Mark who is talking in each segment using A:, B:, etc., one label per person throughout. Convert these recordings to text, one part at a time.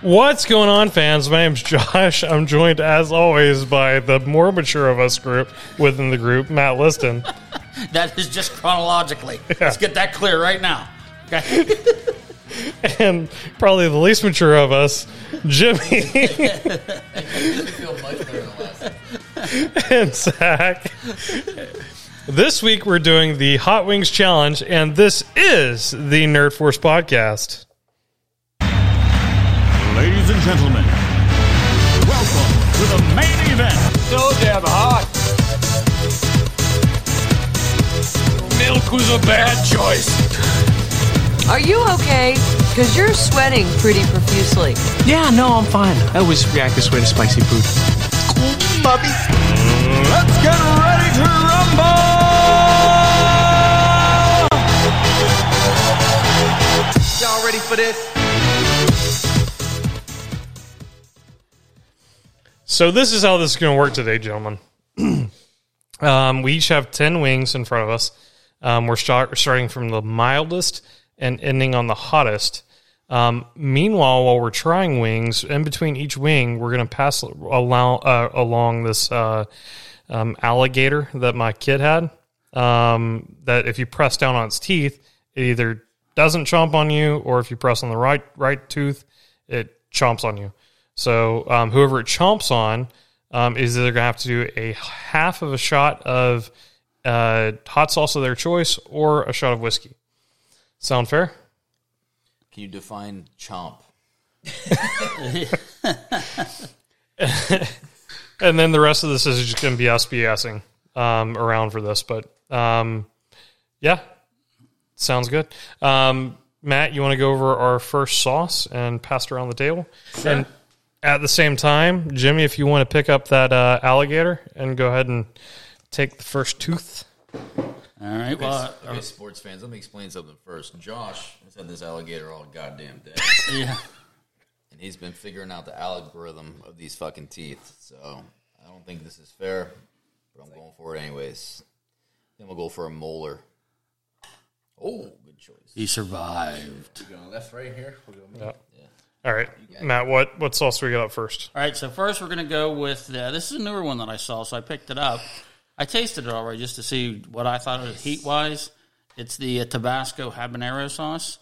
A: What's going on, fans? My name's Josh. I'm joined, as always, by the more mature of us group within the group, Matt Liston.
B: That is just chronologically. Let's get that clear right now. Okay.
A: and probably the least mature of us, Jimmy and Zach. This week we're doing the Hot Wings Challenge, and this is the Nerd Force Podcast.
C: Ladies and gentlemen, welcome to the main event. So damn hot. Milk was a bad choice.
D: Are you okay? Because you're sweating pretty profusely.
E: Yeah, no, I'm fine. I always react this way to spicy food.
C: Let's get ready to rumble.
F: Y'all ready for this?
A: So this is how this is going to work today, gentlemen. um, we each have ten wings in front of us. Um, we're start, starting from the mildest and ending on the hottest. Um, meanwhile, while we're trying wings, in between each wing, we're going to pass along, uh, along this uh, um, alligator that my kid had. Um, that if you press down on its teeth, it either doesn't chomp on you, or if you press on the right right tooth, it chomps on you. So um, whoever it chomps on um, is either going to have to do a half of a shot of uh, hot sauce of their choice or a shot of whiskey. Sound fair?
G: Can you define chomp?
A: And then the rest of this is just going to be us BSing um, around for this. But um, yeah, sounds good. Um, Matt, you want to go over our first sauce and pass it around the table? And at the same time, Jimmy, if you want to pick up that uh, alligator and go ahead and take the first tooth.
B: All right. Well,
G: Okay, sports fans, let me explain something first. Josh has had this alligator all goddamn day,
B: yeah.
G: and he's been figuring out the algorithm of these fucking teeth. So I don't think this is fair, but I'm going for it anyways. Then we'll go for a molar. Oh, good choice.
B: He survived.
G: We're going left, right here.
A: All right, Matt, what, what sauce we got up first?
B: All right. So first, we're gonna go with uh, this is a newer one that I saw, so I picked it up. I tasted it already just to see what I thought of it heat wise. It's the uh, Tabasco habanero sauce.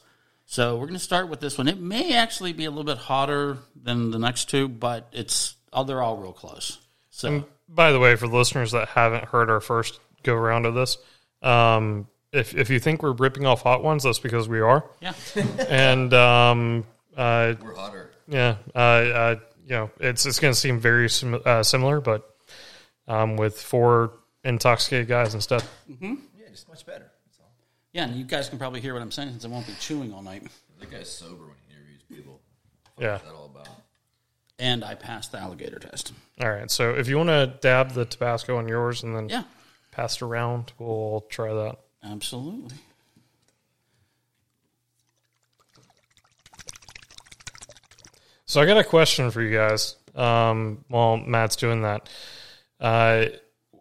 B: So we're gonna start with this one. It may actually be a little bit hotter than the next two, but it's oh, they're all real close. So
A: By the way, for the listeners that haven't heard our first go round of this, um, if, if you think we're ripping off hot ones, that's because we are.
B: yeah,
A: and um, uh,
G: We're hotter.
A: yeah, uh, uh, you know, it's it's going to seem very sim- uh, similar, but um, with four intoxicated guys instead.
G: Yeah, just much better. That's all.
B: yeah. And you guys can probably hear what I'm saying since I won't be chewing all night.
G: That guy's sober when he interviews people.
A: Yeah.
G: What's that all about?
B: And I passed the alligator test.
A: All right. So if you want to dab the Tabasco on yours and then
B: Yeah,
A: pass it around, we'll try that.
B: absolutely.
A: So I got a question for you guys. Um, while Matt's doing that, uh,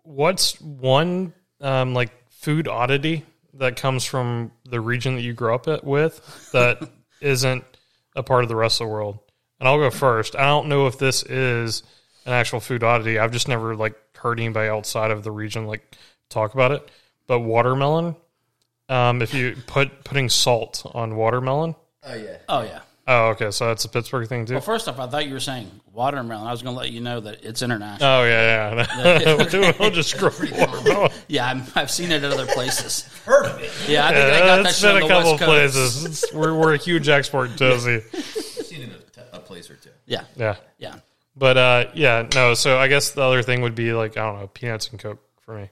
A: what's one um, like food oddity that comes from the region that you grew up at, with that isn't a part of the rest of the world? And I'll go first. I don't know if this is an actual food oddity. I've just never like heard anybody outside of the region like talk about it. But watermelon, um, if you put putting salt on watermelon,
G: Oh yeah.
B: Oh yeah.
A: oh okay, so that's a Pittsburgh thing too.
B: Well, first off, I thought you were saying watermelon. I was going to let you know that it's international.
A: Oh yeah, yeah. Dude, I'll just scroll.
B: yeah, I'm, I've seen it at other places.
G: Heard of it.
B: Yeah, I think I got that
A: It's
B: shit
A: been
B: on
A: a
B: the
A: couple
B: West
A: of
B: Coast.
A: places. It's- we're, we're a huge export dizzy.
G: I've seen it in a, t- a place or two.
B: Yeah,
A: Yeah,
B: yeah.
A: but uh, yeah, no. So I guess the other thing would be like I don't know, peanuts and coke for me.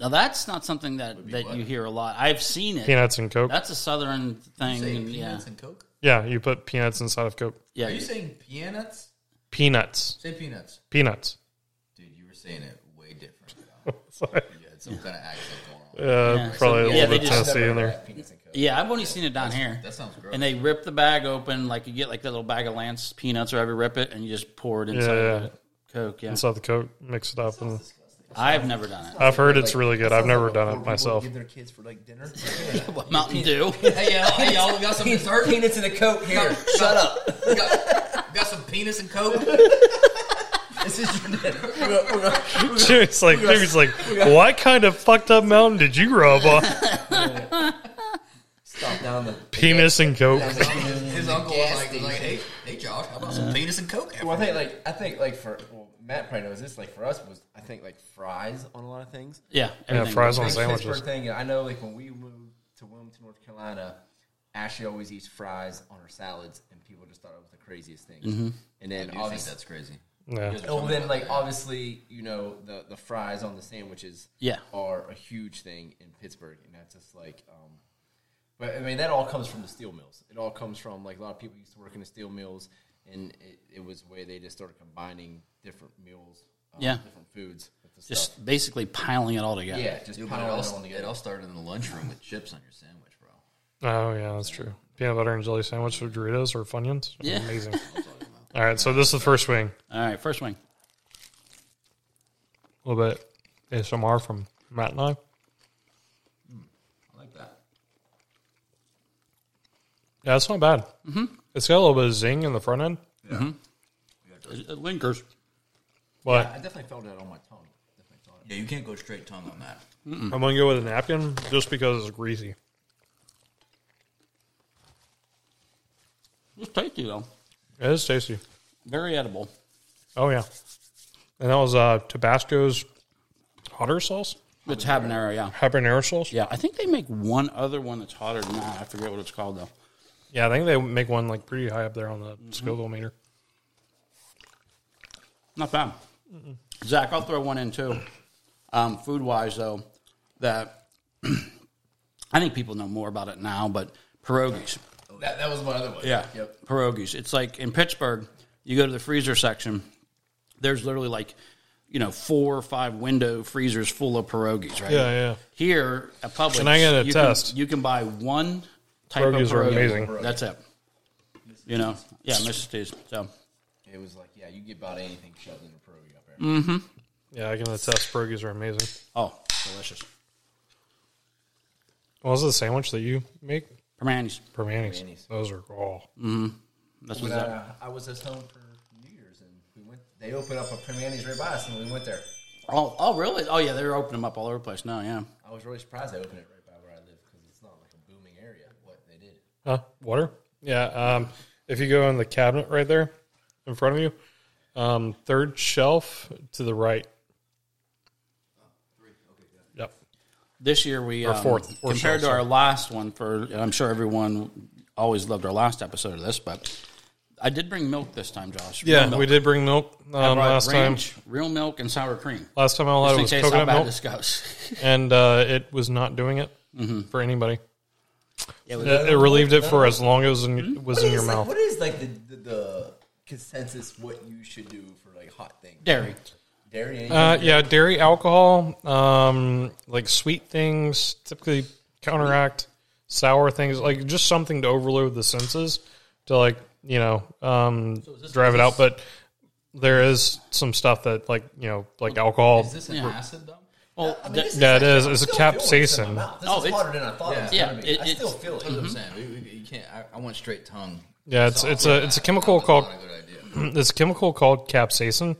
B: Now that's not something that, that you hear a lot. I've seen it.
A: Peanuts and coke.
B: That's a southern thing.
G: Say
B: and yeah,
G: peanuts and Coke?
A: Yeah, you put peanuts inside of coke.
B: yeah.
G: Are you saying peanuts?
A: Peanuts,
G: Say peanuts.
A: peanuts.
G: Dude, you were saying it way different.
A: Sorry.
G: You had some kind of accent going on.
A: Uh, probably a
B: Yeah,
A: little
B: they
A: bit
B: just-
A: Tennessee in there.
G: Peanuts and Coke.
B: yeah, I've only seen it down here.
G: That sounds gross.
B: and they rip the bag open, like you get like that little bag of Lance peanuts or ever rip it, and you just pour it inside
A: Yeah,
B: of
A: yeah.
B: the Coke. Yeah,
A: Inside the coke, mix it up, and
B: I've never done
A: I've heard it's really good. I've never done it myself.
F: their kids for like dinner.
B: it. What, Mountain Dew.
G: hey, y'all, hey, y'all, we got some dessert.
F: Peanuts in a coat here.
G: Shut up. We got, got some penis and coke.
H: This is your dinner. We're gonna- we're gonna-
A: Jimmy's like, Jimmy's like, what kind of fucked up mountain did you grow up on?
H: Stop down the.
A: Penis and coke.
G: His uncle was like, was like, hey, hey, Josh, how about some penis and coke?
H: Well, I think like I think like for well, Matt probably knows this. Like for us was I think like fries on a lot of things.
B: Yeah,
A: Yeah,
B: everything.
A: fries on
H: Big
A: sandwiches.
H: Pittsburgh thing. and I know like when we moved to Wilmington, North Carolina, Ashley always eats fries on her salads, and people just thought it was the craziest thing.
B: Mm-hmm.
H: And then
G: I think
H: obviously,
G: that's crazy.
A: Yeah.
H: well, then like obviously you know the the fries on the sandwiches
B: Yeah.
H: are a huge thing in Pittsburgh, and that's just like. Um, but I mean, that all comes from the steel mills. It all comes from like a lot of people used to work in the steel mills, and it, it was where they just started combining different meals, um,
B: Yeah.
H: different foods. With the
B: Just
H: stuff.
B: basically piling it all together.
H: yeah, just
G: Dude, but it
H: piling it
G: all,
H: on
G: it
H: together.
G: all started in the lunchroom with chips on your sandwich, bro.
A: Oh yeah, that's true. Peanut butter and jelly sandwich with Doritos or Funyuns.
B: Yeah.
A: Amazing. All right, so this is the first swing.
B: All right, first wing.
A: A little bit ASMR from Matt and I.
G: I like that.
A: Yeah, it's not bad. Mm-hmm. It's got a little bit of zing in the front end,
B: It it lingers.
A: but
H: I definitely felt it on my tongue. Definitely felt it.
G: Yeah, you can't go straight tongue on that.
A: I'm gonna go with a napkin just because it's greasy.
B: It's tasty though.
A: It is tasty.
B: Very edible.
A: Oh yeah, and that was uh, Tabasco's hotter sauce,
B: It's habanero. Yeah,
A: habanero sauce.
B: yeah. I think they make one other one that's hotter than that. I forget what it's called though.
A: Yeah, I think they make one like pretty high up there on the Scoville meter.
B: Not bad. Zach, I'll throw one in too. Um, food wise, though, that I think people know more about it now, but pierogies.
G: Oh,
H: That, that was my other one.
B: Yeah.
H: Yep.
B: Pierogies. It's like in Pittsburgh, you go to the freezer section, there's literally like, you know, four or five window freezers full of pierogies, right?
A: Yeah, yeah.
B: Here at Publix,
A: And I gotta
B: you
A: test.
B: Can, you can buy one type
A: Pierogies
B: of
A: are
B: pierogi.
A: amazing.
B: That's it. You know, yeah, Mrs. T's. So,
H: It was like, yeah, you get about anything shoved in a pierogi up there.
A: Yeah, I can attest. Pierogies are amazing.
B: oh, delicious.
A: What was the sandwich that you make?
B: Permanis.
A: Permanis. Those are all.
B: That's
H: When
B: what's up.
H: uh, I was just home for New Year's, and we went. They opened up a Permanis right by us, and we went there.
B: Oh, oh, really? Oh, yeah, they're opening them up all over the place now. Yeah,
H: I was really surprised they opened it right by where I live because it's not like a booming area. What they did.
A: Huh? Water? Yeah. Um, if you go in the cabinet right there in front of you, um, third shelf to the right. Yep.
B: this year we um,
A: fourth- fourth
B: compared
A: show,
B: to our
A: sorry.
B: last one for. And I'm sure everyone always loved our last episode of this, but I did bring milk this time, Josh. Real
A: Yeah,
B: milk.
A: we did bring milk
B: I
A: um,
B: brought
A: last time.
B: ranch, real milk and sour cream.
A: Last time I had
B: Just
A: it
B: in
A: was
B: case how
A: coconut
B: bad
A: milk,
B: this goes.
A: and uh, it was not doing it for anybody.
B: Yeah,
A: it,
B: we-
A: it relieved it for as long as it was in, was in your
H: It's like,
A: mouth.
H: What is like the, the the consensus what you should do for like hot things?
B: Dairy.
H: Dairy. anything?
A: Uh, yeah, dairy, alcohol, um, like sweet things typically counteract sour things, like just something to overload the senses to like you know um, drive it out. But there is some stuff that like you know like alcohol.
G: Is this an acid though?
B: Well, da-
H: this is
A: Yeah, it
H: actually-
A: is.
H: I'm
A: It's a
H: still feeling this in
A: capsaicin.
H: my mouth. This
B: Oh,
H: is
B: it's-
H: harder than I thought it was
B: yeah,
H: going to be.
B: it-
H: I
B: it-
H: still feel it.
G: That's what I'm saying. We- we- You can't. I, I want straight tongue.
A: Yeah, it's it's a it's a chemical called
G: Not a good idea.
A: it's a chemical called capsaicin,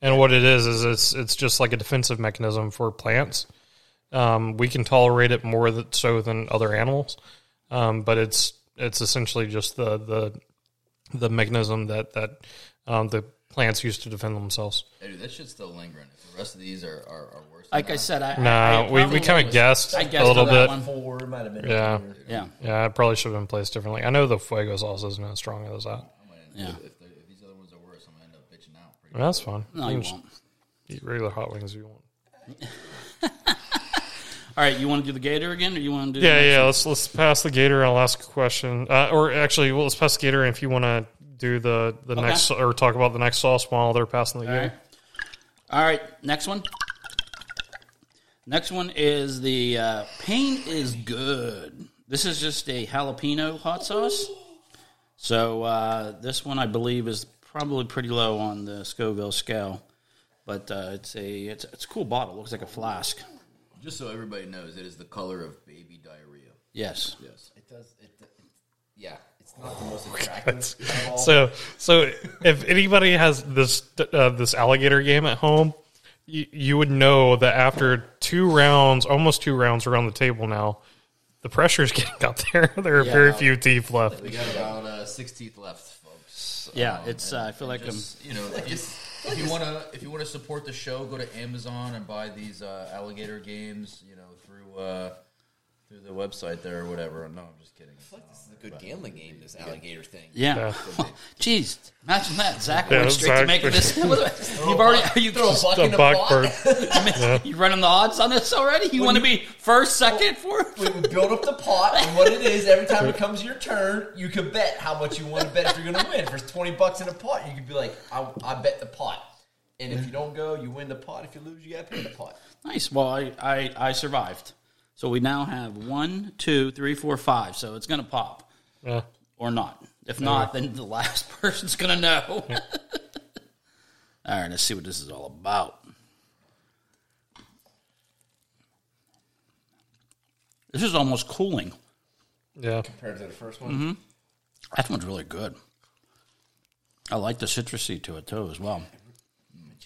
A: and what it is is it's it's just like a defensive mechanism for plants. Um, we can tolerate it more that so than other animals, um, but it's it's essentially just the the the mechanism that that um, the plants use to defend themselves.
G: Hey, dude, that shit's still lingering. If the rest of these are, are, are worse.
B: like I said, I I,
A: Nah,
B: I
A: we,
B: probably
A: we kind of
B: was-
A: guessed,
B: I guessed
A: a little
B: on that
A: bit.
B: one.
H: Four might have been.
A: Yeah,
B: Yeah,
A: yeah, it probably should have been placed differently. I know the fuego sauce isn't as strong as that.
B: yeah.
G: if, the, if these other ones are worse, I'm gonna end up bitching out. Pretty
A: But that's fine. you
B: No, you
A: can just
B: won't.
A: eat regular hot wings if you want.
B: All right, you want to do the gator again, or you want to do? the
A: Yeah,
B: next
A: yeah.
B: one?
A: Let's let's pass the gator. I'll ask a question, uh, or actually, well, let's pass the gator. And if you want to do the the next or talk about the next sauce while they're passing the
B: All
A: gator,
B: right. All right. Next one. Next one is the uh, pain is good. This is just a jalapeno hot sauce. So uh, this one I believe is probably pretty low on the Scoville scale, but uh, it's a it's, it's a cool bottle. looks like a flask.
G: bad. Just so everybody knows, it is the color of baby diarrhea.
B: Yes.
H: It does. It, it, yeah, it's not the most attractive. of all.
A: So, so if anybody has this uh, this alligator game at home, you, you would know that after two rounds, almost two rounds around the table now, the pressure's getting out there. There are very few teeth left.
G: We got about uh, six teeth left, folks. um,
B: Yeah, it's, uh, I feel like
G: just, you know, like it's, if you want to, if you want to support the show, go to Amazon and buy these uh, alligator games. You know, through uh, through the website there or whatever. No, I'm just kidding. Um,
H: this is a good gambling game. This alligator thing.
B: Yeah. Jeez, imagine that. Zach
A: Yeah,
B: went straight to
A: Zach-
B: making this. You've already are you
H: Throw a buck
A: The
H: in a pot.
A: Buckbird.
B: you running the odds on this already? You want to be first, second,
H: Oh,
B: fourth?
H: We build up the pot, and what it is, every time it comes your turn, you can bet how much you want to bet if you're going to win. If it's 20 bucks in a pot, you could be like, I, I bet the pot. And if you don't go, you win the pot. If you lose, you got to pay the pot.
B: Nice. Well, I, I I survived. So we now have one, two, three, four, five. So it's gonna pop
A: Yeah.
B: or not. If not, then the last person's gonna know. all right, let's see what this is all about. This is almost cooling.
A: Yeah.
H: Compared to the first one.
B: That one's really good. I like the citrusy to it too, as well.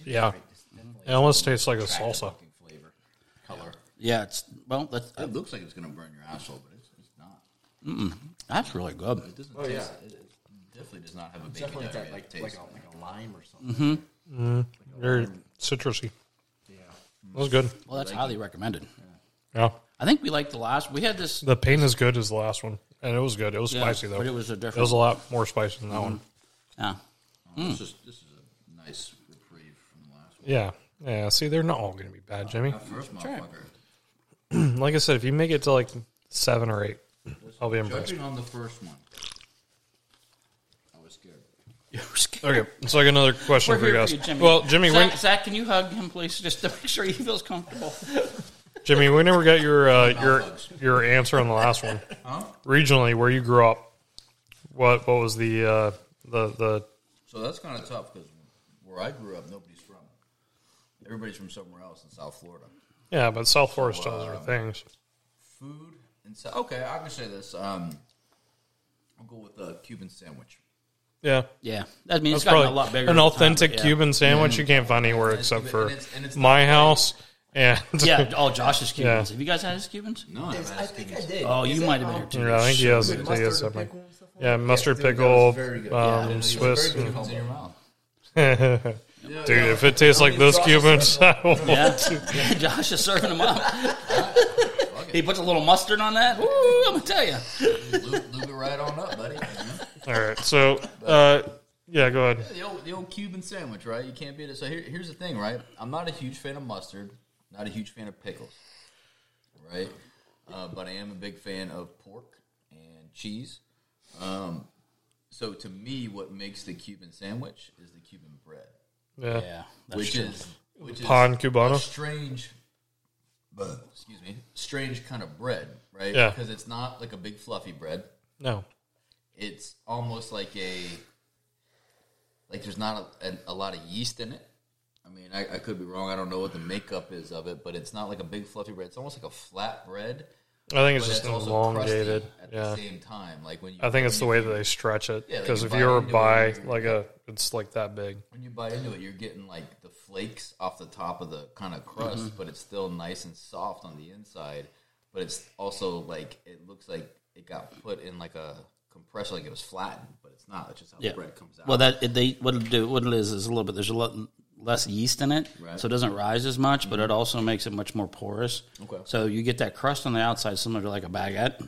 A: Yeah. It almost tastes like a salsa.
G: Flavor, color.
B: Yeah, it's well. That's
G: It looks like it's gonna burn your asshole, but it's, it's not.
B: that's really good.
G: It doesn't.
H: Oh,
G: taste,
H: yeah.
G: It, it definitely does not have a bacon
H: Definitely that,
G: diarrhea
H: like,
G: taste.
H: like, oh a, like a lime or something.
A: Very citrusy. Yeah. That was good.
B: Well, that's highly recommended.
A: Yeah.
B: I think we liked the last. We had this.
A: The pain is good as the last one. And it was good. It was
B: Yeah,
A: spicy though.
B: but it was a different- Mm-hmm.
A: It was a lot more spicy than that one.
B: Yeah,
G: This is this is a nice reprieve from the last one.
A: Yeah. Yeah. See, they're not all gonna be bad, Jimmy.
G: First motherfucker.
A: Like I said, if you make it to like seven or eight, I'll be impressed.
G: Judging on the first one, I was scared.
A: Okay, so I got another question
B: We're
A: for you
B: here
A: guys.
B: for you, Jimmy.
A: Well, Jimmy,
B: Zach,
A: when,
B: Zach, can you hug him, please, just to make sure he feels comfortable?
A: Jimmy, we never got your uh, your your answer on the last one. Regionally, where you grew up, what what was the uh, the the
G: So that's kind of tough because where I grew up, nobody's from. Everybody's from somewhere else in South Florida.
A: yeah? But South Florida still has their
B: um,
A: things.
G: Food and so okay, I can say this. Um, I'll go with a Cuban sandwich.
A: Yeah,
B: Yeah, that means it's
A: that's
B: gotten
A: probably
B: a lot bigger.
A: an
B: over time,
A: authentic
B: but yeah.
A: Cuban sandwich you can't find anywhere except
G: and
A: for
G: it's- and it's
A: my house and
B: Yeah, all Josh's Cubans.
A: Yeah.
B: Have you guys had his Cubans?
G: No, I
H: I think I did.
B: Oh, you
H: Is that-
B: might have been here too.
A: Yeah, I think he has, he
H: With mustard
A: has
H: and
A: something.
H: pickle and stuff like
A: Yeah, mustard
H: dude, that
A: pickle,
H: was very good.
A: um,
H: Yeah, it was a very
A: Swiss.
H: good
A: and-
H: combo.
G: in your mouth.
A: dude, if it tastes like those Cubans, I will
B: Yeah, yeah Josh is serving them up. he puts a little mustard on that. Ooh, I'm gonna tell you.
G: Lube, lube it right on up, buddy. You know?
A: All right, so uh, yeah, go ahead.
G: The old, the old Cuban sandwich, right? You can't beat it. So here, here's the thing, right? I'm not a huge fan of mustard, not a huge fan of pickles, right? Uh, but I am a big fan of pork and cheese. Um, so to me, what makes the Cuban sandwich is the Cuban bread,
A: Yeah,
B: Yeah, that's
G: which
B: true.
G: is which is
A: pan
G: a
A: cubano.
G: strange, excuse me, strange kind of bread, right?
A: Yeah.
G: Because it's not like a big fluffy bread.
A: No,
G: It's almost like a like there's not a, a, a lot of yeast in it. I mean, I, I could be wrong. I don't know what the makeup is of it, but it's not like a big fluffy bread. It's almost like a flat bread.
A: I think it's
G: But
A: just
G: it's also crusty
A: elongated.
G: at
A: Yeah,
G: the same time. Like when you,
A: I think it's the
G: when
A: way
G: you-
A: that they stretch it.
G: Yeah, they
A: Because
G: can
A: if you were
G: buy
A: by
G: into it.
A: like a, it's like that big.
G: when you bite into it, you're getting like the flakes off the top of the kind of crust,
A: Mm-hmm.
G: but it's still nice and soft on the inside. But it's also like it looks like it got put in like a compressor, like it was flattened, but it's not. It's just how
B: Yeah.
G: the bread comes out.
B: Well, that it- they what it do what it is is a little bit. There's a lot less yeast in it,
G: Right. Mm-hmm.
B: so it doesn't rise as much, but it also makes it much more porous.
G: Okay. Mm-hmm.
B: So you get that crust on the outside, similar to like a baguette,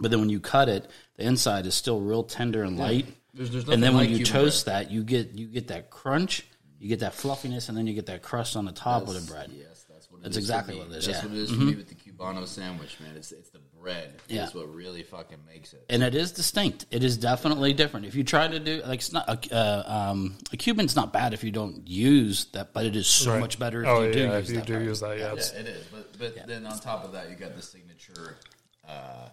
B: but then when you cut it, the inside is still real tender and light.
G: There's- there's
B: and then
G: nothing
B: when
G: like
B: you
G: Cuban
B: toast that, you get you get that crunch, you get that fluffiness, and then you get that crust on the top of the bread.
G: Yes, that's what it is.
B: That's
G: for
B: exactly
G: me.
B: what it is,
G: That's
B: yeah. Mm-hmm.
G: what it is for me with the Cubano sandwich, man. It's it's the bread.
B: Yeah.
G: That's what really fucking makes it.
B: and it is distinct. It is definitely different. If you try to do like it's not a, uh, um, a Cuban's not bad if you don't use that, but it is so
A: Right.
B: much better if
A: Oh
B: you do
A: yeah,
B: use
A: if you
B: that.
A: do
B: part.
A: use that, yeah, it's-
G: Yeah, it is. But but then on top of that, you got the signature uh,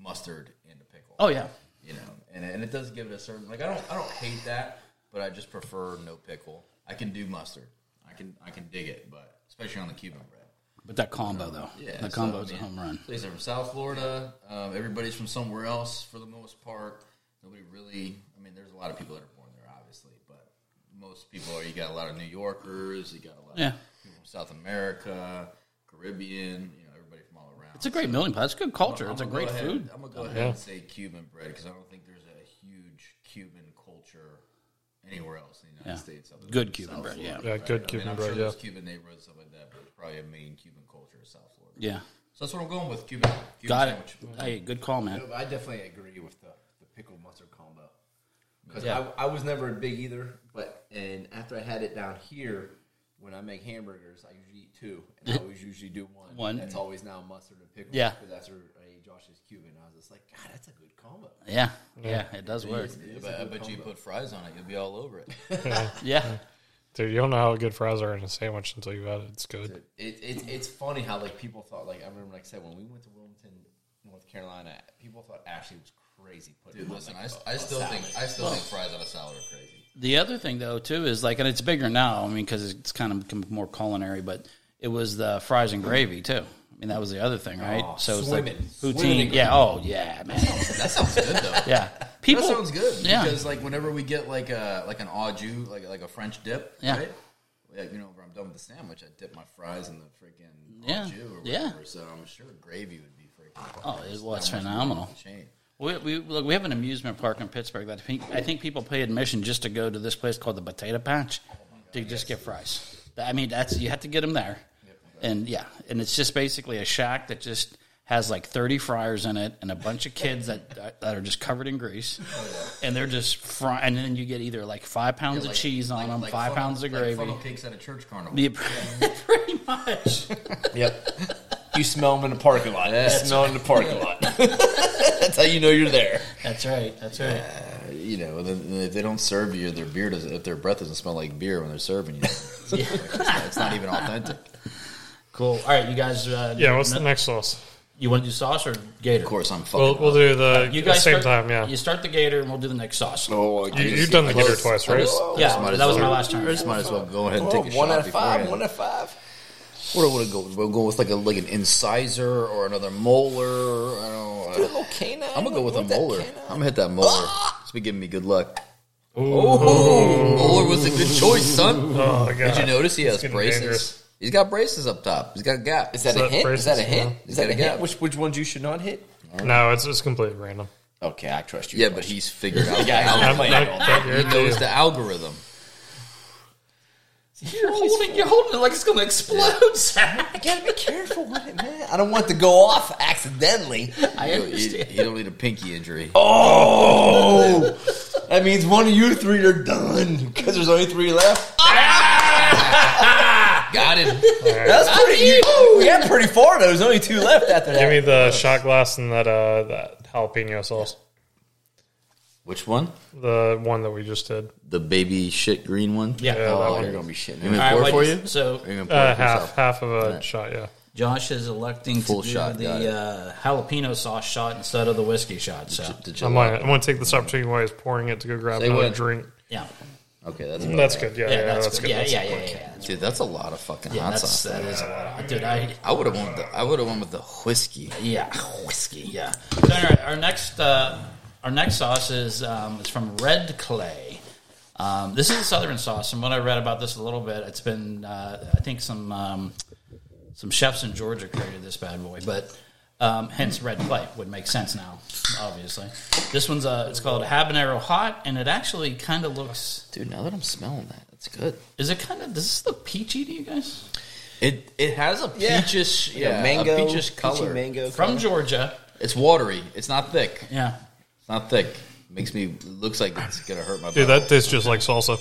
G: mustard and the pickle.
B: Oh yeah,
G: you know, and, and it does give it a certain like I don't I don't hate that, but I just prefer no pickle. I can do mustard. I can I can dig it, but especially on the Cuban bread.
I: But that combo though,
G: Yeah,
I: the
G: so,
I: combo's
G: I
I: a
G: mean,
I: home run.
G: These are from South Florida. Um, everybody's from somewhere else for the most part. Nobody really. I mean, there's a lot of people that are born there, obviously, but most people are. You got a lot of New Yorkers. You got a lot
I: Yeah.
G: of people from South America, Caribbean. You know, everybody from all around.
I: It's a great meeling pot. It's good culture. it's a great
G: ahead,
I: food.
G: I'm gonna go ahead and say Cuban bread because I don't think there's a huge Cuban culture anywhere else in the United
I: Yeah.
G: States. other than
I: Good Cuban
G: South
I: bread, yeah.
G: Florida,
A: Yeah,
G: right?
A: good
G: I
A: Cuban
G: mean, I'm
A: bread,
G: Sure there's
A: yeah.
G: Cuban neighborhoods stuff like that, but it's probably a main Cuban culture is South Florida.
I: Yeah,
G: So that's what I'm going with. Cuban, Cuban
I: got
G: sandwich.
I: it. Hey, good call, man.
H: No, but I definitely agree with the, the pickle mustard combo. Because I, I was never a big either, but and after I had it down here, when I make hamburgers, I usually eat two, and I always usually do one.
I: One.
H: That's always now mustard and pickle.
I: Yeah.
H: Because after I ate Josh's Cuban, I was just like, God, that's a good combo.
I: Yeah, yeah, it does work.
G: Yeah, but I bet you put fries on it, you'll be all over it.
I: Yeah,
A: Dude, you don't know how good fries are in a sandwich until you've had it. It's good.
H: It, it's it's funny how like people thought like I remember like I said when we went to Wilmington, North Carolina, people thought Ashley was crazy putting.
G: Dude,
H: on,
G: listen, I,
H: like, a-
G: I
H: a
G: still
H: salad.
G: think I still think fries on a salad are crazy.
I: The other thing though too is like, and it's bigger now. I mean, because it's kind of become more culinary, but it was the fries and gravy too. I mean, that was the other thing, right?
H: Oh,
I: so it's like
H: swimming. Swimming
I: poutine.
H: and
I: Yeah. Oh, yeah, man.
G: That sounds good though.
I: Yeah. People.
G: That sounds good.
I: Yeah.
G: Because like whenever we get like a like an au jus, like like a French dip,
I: Yeah.
G: right? Like, you know, when I'm done with the sandwich, I dip my fries in the freaking
I: Yeah.
G: au jus or whatever.
I: Yeah.
G: So I'm sure gravy would be freaking
I: Oh, it was phenomenal.
G: chain.
I: We, we look. We have an amusement park in Pittsburgh that I think, I think people pay admission just to go to this place called the Potato Patch to just get fries. I mean, that's you have to get them there, and yeah, and it's just basically a shack that just has like thirty fryers in it and a bunch of kids that uh, that are just covered in grease, and they're just frying. And then you get either like five pounds of
G: Like-
I: cheese on
G: like-
I: them,
G: like
I: five
G: funnel-
I: pounds of
G: like
I: gravy.
G: funnel cakes at a church carnival.
I: Yeah, pretty much.
H: Yep. You smell them in the parking lot. You smell them in the parking lot. That's how you know you're there.
I: That's right. That's right.
G: You know, and then, and if they don't serve you, their beer doesn't. If their breath doesn't smell like beer when they're serving you, it's, not, it's not even authentic.
B: Cool. All right, you guys. Uh,
A: Yeah, what's the next sauce?
B: You want to do sauce or gator?
G: Of course, I'm fucking.
A: We'll, we'll do the
B: You
A: at the
B: guys
A: same
B: start-
A: time, yeah.
B: You start the gator, and we'll do the next sauce.
G: Oh, I
A: You,
G: just-
A: you've done
G: I
A: the gator
G: just-
A: twice, right?
B: yeah,
G: might as
B: that was
G: well-
B: my last time.
G: Just might as well go ahead and take a shot beforehand.
H: Oh, out of five.
G: What are we going to go? We'll go with like a like an incisor or another molar. I don't. know.
H: canine.
G: I'm gonna go with a molar. I'm gonna hit that molar.
H: Ah!
G: It's been giving me good luck. Oh, molar was a good choice, son.
A: Oh,
G: Did you
A: God.
G: notice he has
A: getting
G: braces?
A: dangerous.
G: He's got braces up top. He's got gap.
H: Is that a
A: that
H: hint? Is that a
A: braces?
H: hint? Is that a
G: Yeah.
H: hint? Which which ones you should not hit?
A: No, it's, it's completely random.
H: Okay, I trust you.
G: Yeah, but he's figured out.
H: Yeah, I know. I'm
G: the
H: like,
A: That-
H: I
A: that
G: He
A: you're
G: knows
A: too.
G: the algorithm.
B: You're holding, you're holding it like it's going to explode, Zach.
H: gotta be careful with it, man. I don't want to go off accidentally.
B: I
G: He,
B: understand.
G: he don't need a pinky injury.
H: Oh, that means one of you three are done because there's only three left.
G: Got him.
H: That's pretty. You, we got pretty far. though. There's only two left after that.
A: Give me the shot glass and that uh, that jalapeno sauce,
G: Which one?
A: the one that we just did.
G: The baby shit green one.
B: Yeah.
A: Yeah, that
H: oh,
A: one.
H: you're gonna be shitting.
G: You mean
B: All right,
G: pour
B: wait,
G: for you?
B: So
G: Or you gonna pour
A: Uh,
G: it for
A: half
G: yourself?
A: half of a shot, yeah.
B: Josh is electing
G: Full
B: to do
G: shot, got it.
B: the uh, jalapeno sauce shot instead of the whiskey shot. So
G: Did you
A: I'm
G: like
A: gonna, I'm gonna take this opportunity while he's pouring it to go grab another
G: what?
A: drink.
B: yeah,
G: it? Okay, that's
A: That's good. Yeah,
B: yeah, that's, good. Yeah,
A: That's
B: yeah, yeah, yeah, yeah. That's,
G: Dude, that's a lot of fucking
B: yeah,
G: hot
B: that's
G: sauce.
B: that is a lot. Dude, I
G: I would have won. The, I would have won with the whiskey.
B: yeah, whiskey. Yeah. So, all right, our next uh, our next sauce is um, it's from Red Clay. Um, this is a southern sauce, and what I read about this a little bit, it's been uh, I think some um, some chefs in Georgia created this bad boy, but um, hence red clay would make sense now, obviously. This one's uh, it's called habanero hot, and it actually kind of looks.
G: Dude, now that I'm smelling that, it's good.
B: Is it kind of does this look peachy to you guys?
G: It it has a
H: Yeah.
G: peachish, yeah,
H: Yeah,
G: mango,
H: mango,
G: a peachish color.
H: peachy mango.
B: From Georgia,
G: It's watery. It's not thick.
B: yeah.
G: It's not thick. Makes me it looks like it's gonna hurt my.
A: Dude,
G: butthole.
A: that tastes just like salsa.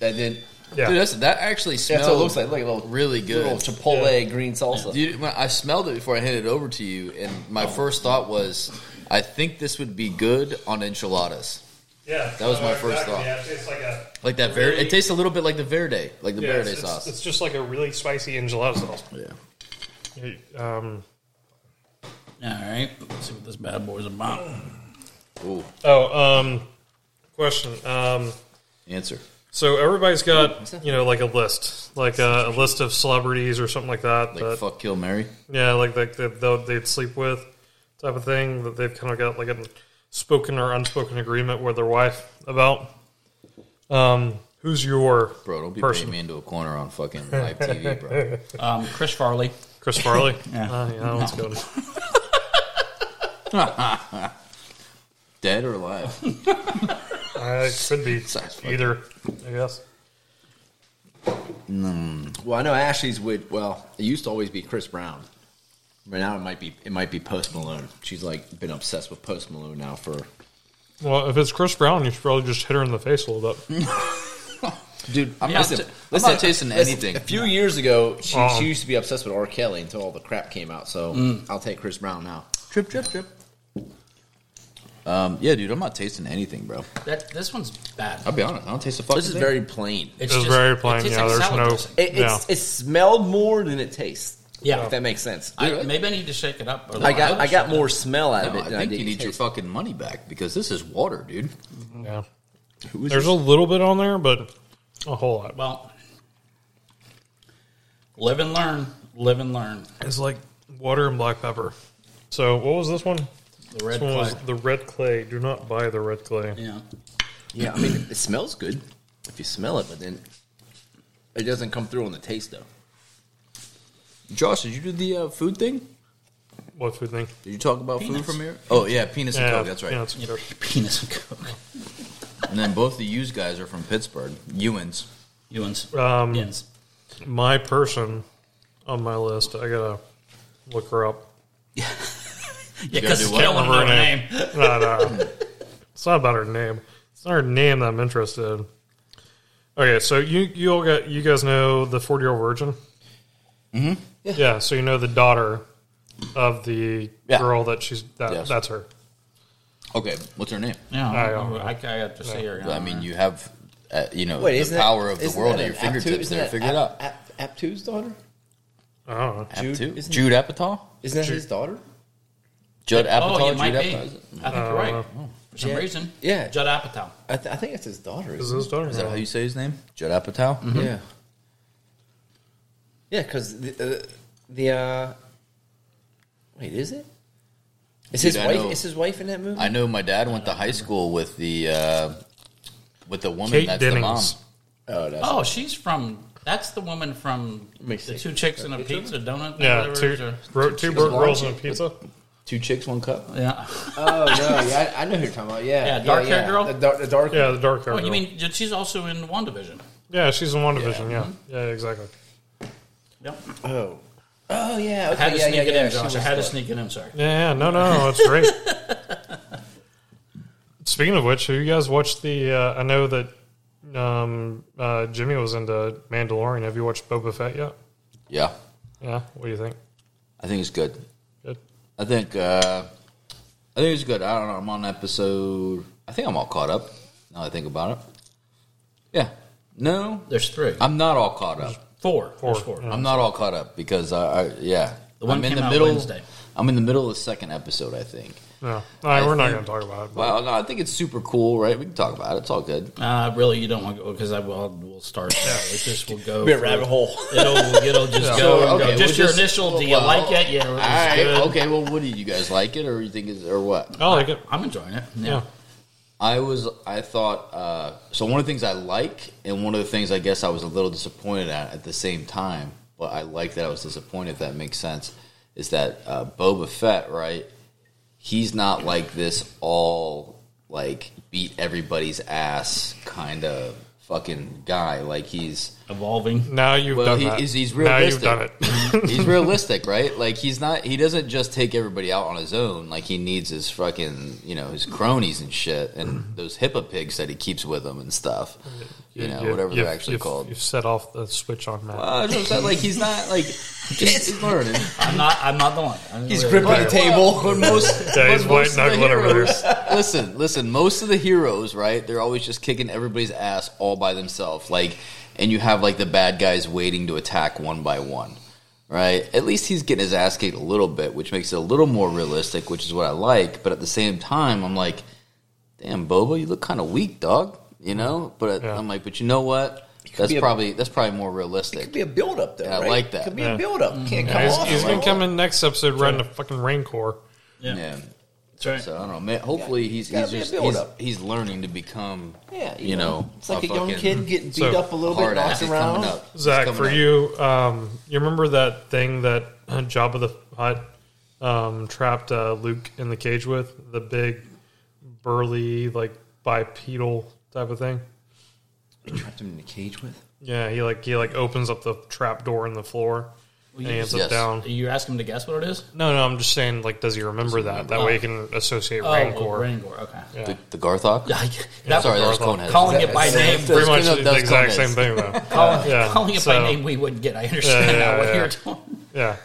G: that did.
A: Yeah.
G: Dude, that's, that actually
H: Yeah,
G: smells.
H: that's what it looks like. Like a little
G: really good.
H: little chipotle green salsa.
G: Dude, when I smelled it before I handed it over to you, and my first thought was, I think this would be good on enchiladas.
A: Yeah,
G: That was my uh, first exactly. thought. Yeah,
A: it tastes like a
G: Like that verde. It tastes a little bit like the verde, like the verde sauce.
A: It's just like a really spicy enchilada sauce.
G: yeah.
A: Um,
B: All right, let's see what this bad boy's about.
G: Ooh,
A: oh, um, question. Um,
G: answer.
A: So everybody's got you know like a list, like a, a list of celebrities or something like that.
G: Like
A: that
G: fuck, kill, Mary.
A: yeah, like that that they'll- they'd sleep with type of thing that they've kind of got like a spoken or unspoken agreement with their wife about. Um, who's your
G: Bro, don't be
A: person?
G: painting me into a corner on fucking live TV, bro.
B: Um, Chris Farley.
A: Chris Farley. yeah, uh, yeah, that one's good.
G: Dead or alive?
A: Uh, it could be
G: Sounds fucking-
A: either. I guess.
H: Well, I know Ashley's with. Well, it used to always be Chris Brown. But now it might be it might be Post Malone. She's like been obsessed with Post Malone now for.
A: Well, if it's Chris Brown, you should probably just hit her in the face a little bit.
G: Dude, I'm, not,
H: Listen,
G: ta- I'm
H: listen,
G: not tasting
H: listen,
G: anything.
H: A few years ago, she,
A: Um.
H: she used to be obsessed with R. Kelly until all the crap came out. So I'll take Chris Brown now.
G: Trip, trip, trip. Um, yeah, dude, I'm not tasting anything, bro.
B: That this one's bad.
G: I'll be honest, I don't taste a fucking
H: This is
G: thing.
H: very plain.
B: It's
A: It was very plain,
B: tastes
A: yeah, there's
B: salad
A: no-
B: dressing.
H: It, it's, it smelled more than it tastes.
B: Yeah.
H: if that makes sense. I,
B: I, maybe I need to shake it up. or
H: got
B: look
H: I got
B: something.
H: more smell out
G: No,
H: of it.
G: I
H: than I
G: think
H: did
G: you need your
H: taste.
G: fucking money back because this is water, dude.
A: Yeah,
G: Who is
A: there's a little bit on there, but a whole lot.
B: Well, live and learn. Live and learn.
A: It's like water and black pepper. So what was this one?
B: The
A: this
B: red
A: one
B: clay.
A: was the red clay. Do not buy the red clay.
B: Yeah.
H: Yeah, I mean, it smells good if you smell it, but then it doesn't come through on the taste though.
G: Josh, did you do the uh, food thing?
A: What food thing?
G: Did you talk about food
B: Penis.
G: from here? Oh yeah, penis and coke. That's right.
A: Yeah, it's-
B: Penis and coke.
G: And then both the yous guys are from Pittsburgh. Ewans.
B: Ewan's.
A: Um,
B: Ewan's.
A: my person on my list. I gotta look her up.
B: Yeah,
G: gotta
B: because
G: do
B: it's
G: what?
B: killing her name.
A: No, no. it's not about her name. It's not her name that I'm interested in. Okay, so you you all got you guys know the 40 year old virgin. Mm-hmm. Yeah. So you know the daughter of the
G: Yeah.
A: girl that she's that
G: Yes.
A: that's her.
G: Okay, what's her name?
B: Yeah,
A: I
B: I,
A: don't know.
B: I, got to see her.
G: I mean, you have, uh, you know,
H: Wait,
G: the
H: isn't
G: power
H: that,
G: of the
H: isn't
G: world
H: that
G: at your
H: an Aptu-
G: fingertips.
H: isn't
G: There,
H: that
G: figure it out.
H: Ap- Ap- Aptu's daughter
A: I don't know.
H: Jude-
G: Aptu-
H: isn't-
G: Jude Apatow.
H: isn't that his daughter?
G: Judd Apatow.
B: oh, you
G: Jude
B: might be. I
G: Apatow.
B: think you're right. For some
H: Yeah.
B: reason.
H: Yeah.
B: Judd Apatow.
H: I, th- I think it's his daughter.
A: Is
H: Isn't
A: this daughter?
G: Is that how you say his name? Judd Apatow.
H: it? Yeah, yeah, because the, uh, the uh, wait, is it? Is
G: Dude,
H: his
G: I know-
H: wife? Is his wife in that movie?
G: I know my dad went to high school with the uh, with the woman
A: Kate
G: that's
A: Dennings.
H: oh, that's
B: Oh, she's from. That's the woman from
H: me
B: the
H: see.
B: two chicks and a pizza donut.
A: Yeah,
B: whatever it is,
A: two
B: or-
A: bro, two broke girls and a pizza.
G: the mom. Two chicks, one cup.
B: Yeah.
H: Oh no, yeah, I, I know who you're talking about. Yeah,
B: Yeah, dark hair girl?
H: The, dark, the dark.
A: Yeah, the dark hair.
B: Oh, you
A: girl.
B: mean she's also in WandaVision?
A: Yeah, she's in WandaVision. Yeah, yeah, exactly.
B: Yep.
H: Oh, oh yeah. Okay,
B: Had to
H: yeah,
B: sneak
H: yeah,
B: it
H: yeah,
B: in,
H: she
B: Josh. I
H: was
B: had to
H: dark.
B: sneak it in. Sorry.
A: Yeah, yeah, no, no, it's great. Speaking of which, have you guys watched the? Uh, I know that um, uh, Jimmy was into Mandalorian. Have you watched Boba Fett yet?
G: Yeah,
A: Yeah. What do you think?
G: I think it's good.
A: Good.
G: I think uh, I think it's good. I don't know. I'm on episode. I think I'm all caught up. Now that I think about it. Yeah. No,
B: There's three.
G: I'm not all caught up.
B: Four. There's four.
G: I'm not all caught up because I, I yeah.
B: The one
G: I'm in
B: came
G: the
B: out
G: middle.
B: Wednesday.
G: I'm in the middle of the second episode. I think.
A: No, All right, we're not going
G: think-
A: to talk about it. but-
G: Well, no, I think it's super cool, right? We can talk about it. It's all good.
B: Uh, really, you don't want to go because I will. We'll start. It just will go.
H: Be a
B: for-
H: rabbit hole.
B: It'll it'll just go. and go.
G: okay,
B: Just your
G: we'll just-
B: initial. do you
G: well,
B: like it? Yeah.
G: All
B: it's
G: right.
B: good.
G: Okay. Well, what do you guys like it, or you think is, or what?
A: I like it.
B: I'm enjoying it. Yeah.
A: Yeah.
G: I was, I thought, uh, so one of the things I like, and one of the things I guess I was a little disappointed at at the same time, but I like that I was disappointed, if that makes sense, is that uh, Boba Fett, right? He's not like this all, like, beat everybody's ass kind of fucking guy. Like, he's,
B: Evolving.
A: Now you've
G: well,
A: done
G: he,
A: that.
G: he's, he's
A: now you've
G: realistic.
A: done it.
G: he's realistic, right? Like he's not. He doesn't just take everybody out on his own. Like he needs his fucking, you know, his cronies and shit, and those HIPAA pigs that he keeps with him and stuff. You know, whatever
A: you've-
G: they're actually
A: you've-
G: called.
A: You've set off the switch on that.
G: Uh, that's what I'm saying, like he's not like he's, he's learning.
B: I'm not. I'm not the one. I'm
H: He's
B: really-
H: gripping the table.
G: but most,
A: Yeah, he's
G: but most
A: white
G: of the
A: knuckling over there.
G: heroes- Listen, listen. Most of the heroes, right? They're always just kicking everybody's ass all by themselves. Like, and you have like the bad guys waiting to attack one by one, right? At least he's getting his ass kicked a little bit, which makes it a little more realistic, which is what I like. But at the same time, I'm like, damn, Boba, you look kind of weak, dog. you know. But I'm like, but you know what? That's
J: be a-
G: probably that's probably more realistic.
J: Could be a buildup though.
G: Yeah, I
J: right?
G: like that. Mm-hmm.
J: Could be
A: Yeah.
J: a buildup. Can't come
A: He's,
J: off.
A: he's gonna
J: right?
A: come in next episode riding a fucking rain core.
G: yeah.
B: That's right.
G: So I don't know. Man, hopefully he's
J: gotta
G: he's
J: be a
G: just he's,
J: build-up.
G: he's learning to become.
J: Yeah,
G: you know,
J: it's like a,
G: a
J: young
G: fucking
J: kid getting beat
A: So,
J: up a little bit,
G: Hard ass
J: knocked
G: is
J: around.
G: coming up. He's
A: Zach,
G: coming
A: for
G: up.
A: you, um, you remember that thing that Job of the Hut um, trapped uh, Luke in the cage with the big burly like bipedal type of thing.
H: Trapped him in a cage with.
A: Yeah, he like he like opens up the trap door in the floor and he ends
G: Yes.
A: up down.
B: You ask him to guess what it is?
A: No, no, I'm just saying like, does he remember that? That way you can associate
B: Oh,
A: rain core.
B: Rancor. Okay.
G: the, the Garthok.
B: Yeah,
G: I'm
B: that
G: sorry, that was
A: Garthok.
G: Conehead.
B: calling it by
G: That's-
B: name,
G: that's-
A: Pretty much
G: that's-
A: the
G: that's
A: exact
G: Conehead's.
A: same thing though.
B: calling,
A: Yeah,
B: calling it
A: so-
B: by name, we wouldn't get. I understand
A: Yeah, yeah,
B: now what
A: yeah.
B: you're doing.
A: Yeah,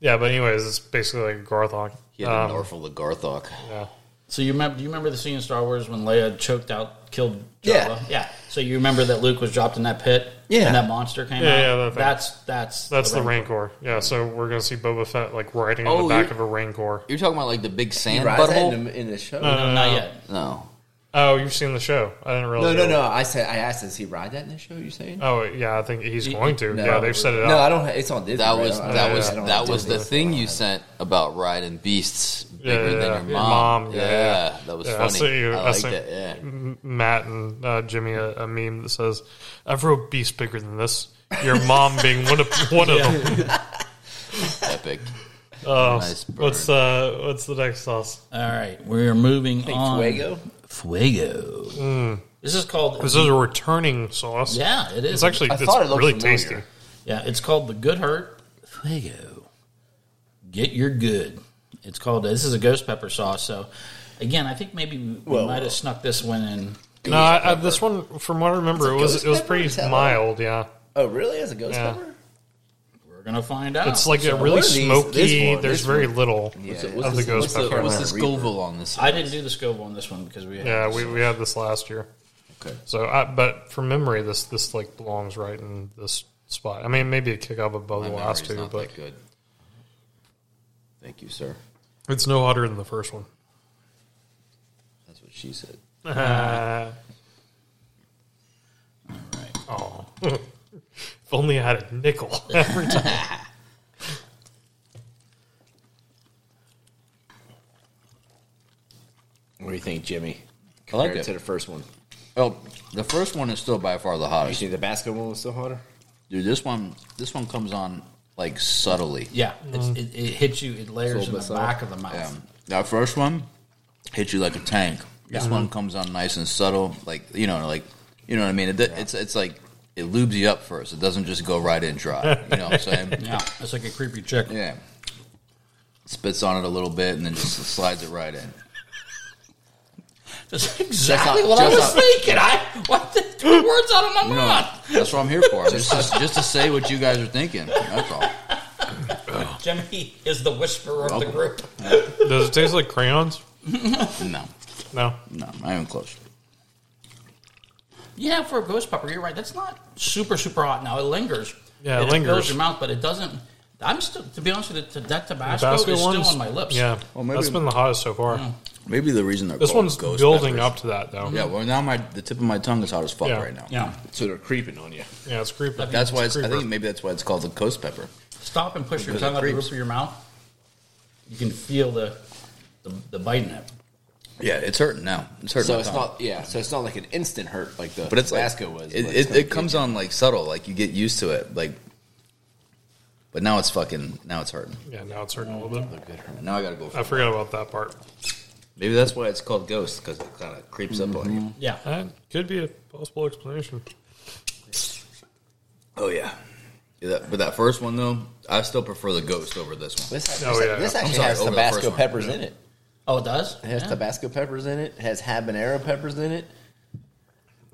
A: yeah, but anyways, it's basically like a Garthog.
G: He had a mouthful of Garthok.
A: Yeah.
B: So you remember? Do you remember the scene in Star Wars when Leia choked out, killed? Jabba?
J: Yeah.
B: yeah. So you remember that Luke was dropped in that pit?
J: Yeah.
B: and that monster came
A: Yeah,
B: out.
A: yeah, that thing.
B: that's that's
A: That's the
B: Rancor.
A: Rancor. Yeah, so we're gonna see Boba Fett like riding on
G: Oh,
A: the back
G: you're-
A: of a Rancor.
G: You're talking about like the big sand
H: Right in
G: butthole.
H: the, in the show.
B: No, not yet.
G: No,
A: Oh, you've seen the show? I didn't
H: no,
A: realize.
H: no,
A: it.
H: no. I said I asked. Does he ride that in the show? You saying?
A: Oh, yeah, I think he's going to. yeah, they've set it
H: No, I
A: up.
H: don't. ha- It's on Disney.
G: that
H: right?
G: was
H: I don't-
G: that
H: I
G: was
H: don't
G: that
H: have
G: was the
H: Disney.
G: thing you sent about riding beasts
A: Yeah,
G: bigger
A: yeah,
G: than
A: yeah.
G: your
A: Your
G: mom.
A: mom,
G: Yeah,
A: yeah.
G: that was
A: Yeah, I
G: funny.
A: sent you-
G: I
A: I
G: liked
A: sent-
G: it. Yeah.
A: M- Matt and uh, Jimmy a, a meme that says, "I've rode beasts bigger than this." Your mom being one of one of them.
G: epic. nice burn.
A: Uh, What's uh, what's the next sauce?
B: All right, we're moving on.
J: Fuego.
B: Fuego. This is called.
A: This Hmm. is a returning sauce.
B: yeah, it is.
A: it's actually
H: I
A: it's
H: thought it looked
A: really
H: familiar.
A: tasty.
B: Yeah, it's called the Good Hurt Fuego. Get your good. It's called. This is a ghost pepper sauce. So, again, I think maybe we might have snuck this one in.
A: No, I, I, this one, from what I remember, it was
J: ghost
A: it was
J: pepper?
A: pretty
J: Is that
A: mild. Yeah,
J: Oh, really? As a ghost
A: Yeah.
J: pepper?
B: We're gonna find out.
A: it's like
B: So-
A: a really
H: what are these-
A: smoky.
H: this one,
A: there's
H: this
A: very little
H: what's
A: of the ghost
G: What's the,
A: pepper.
G: what's the Scoville on this?
B: I didn't do the Scoville on this one because we had
A: Yeah, we, we had this last year.
G: Okay.
A: So, I, but from memory, this this like belongs right in this spot. I mean, maybe a kick up above
G: My
A: the last
G: memory's
A: two,
G: not
A: but
G: that good. Thank you, sir.
A: it's no hotter than the first one.
G: That's what she said.
A: Oh, if only I had a nickel every time.
J: What do you think, Jimmy?
G: I like
H: Compared
G: it.
H: to the first one.
G: Oh, the first one is still by far the
H: Oh, You
G: hottest.
H: see, the basketball one was still hotter.
G: Dude, this one, this one comes on like subtly.
B: Yeah, it's,
A: Mm.
B: it, it hits you. It layers in the back of the mouth.
G: Um, that first one hits you like a tank. This one comes on nice and subtle, like you know, like you know what I mean. It, It's it's like it lubes you up first. It doesn't just go right in dry. You know what I'm saying?
B: Yeah, it's like a creepy chick.
G: Yeah. Spits on it a little bit and then just slides it right in.
B: That's exactly
G: Just
B: what
G: out-
B: I was
G: just out-
B: thinking. I what the two words out of my
G: You know,
B: mouth.
G: that's what I'm here for. Just to, just to say what you guys are thinking. That's all.
B: Jimmy is the whisperer of the group.
A: Does it taste like crayons?
G: No,
A: No.
G: no, not even close.
B: Yeah, for a ghost pepper, you're right. That's not super super hot. Now it lingers.
A: Yeah, it
B: fills
A: lingers.
B: your mouth, but it doesn't. I'm still, to be honest with you, that Tabasco
A: Basket
B: is
A: ones?
B: still on my lips.
A: Yeah,
G: Well, maybe-
A: that's been the hottest so far.
G: Maybe the reason they're
A: This
G: called
A: one's
G: ghost
A: building
G: peppers-
A: up to that though.
G: Yeah, well, now my the tip of my tongue is hot as fuck
A: Yeah.
G: right now.
B: yeah.
H: So they're creeping on you.
A: Yeah, it's creepy.
G: That's why it's, I
A: creeper.
G: think maybe that's why it's called the ghost pepper.
B: Stop and push your
G: Because it
B: tongue up the
G: creeps.
B: roof of your mouth. You can feel the the, the biting it.
G: Yeah, it's hurting now. It's hurting.
H: So
G: my
H: it's
G: tongue.
H: not yeah. So it's not like an instant hurt like the
G: but it's
H: Tabasco
G: like,
H: was.
G: It,
H: but it's
G: it,
H: gonna
G: it comes
H: get
G: on like subtle, like you get used to it, like. But now it's fucking. Now it's hurting.
A: Yeah, now it's hurting a little bit.
G: Now I gotta go. For
A: I forgot about that part.
G: Maybe that's why it's called ghost because it kind of creeps up on you.
B: Yeah.
A: That could be a possible explanation.
G: Oh yeah. yeah that, but that first one though, I still prefer the ghost over this one.
J: This,
A: Oh,
J: this,
A: yeah.
J: this actually
G: I'm sorry,
J: has
G: over the first
J: Tabasco
G: one.
J: peppers in it.
B: Oh, it does.
J: It has
B: Yeah.
J: Tabasco peppers in it. It has habanero peppers in it.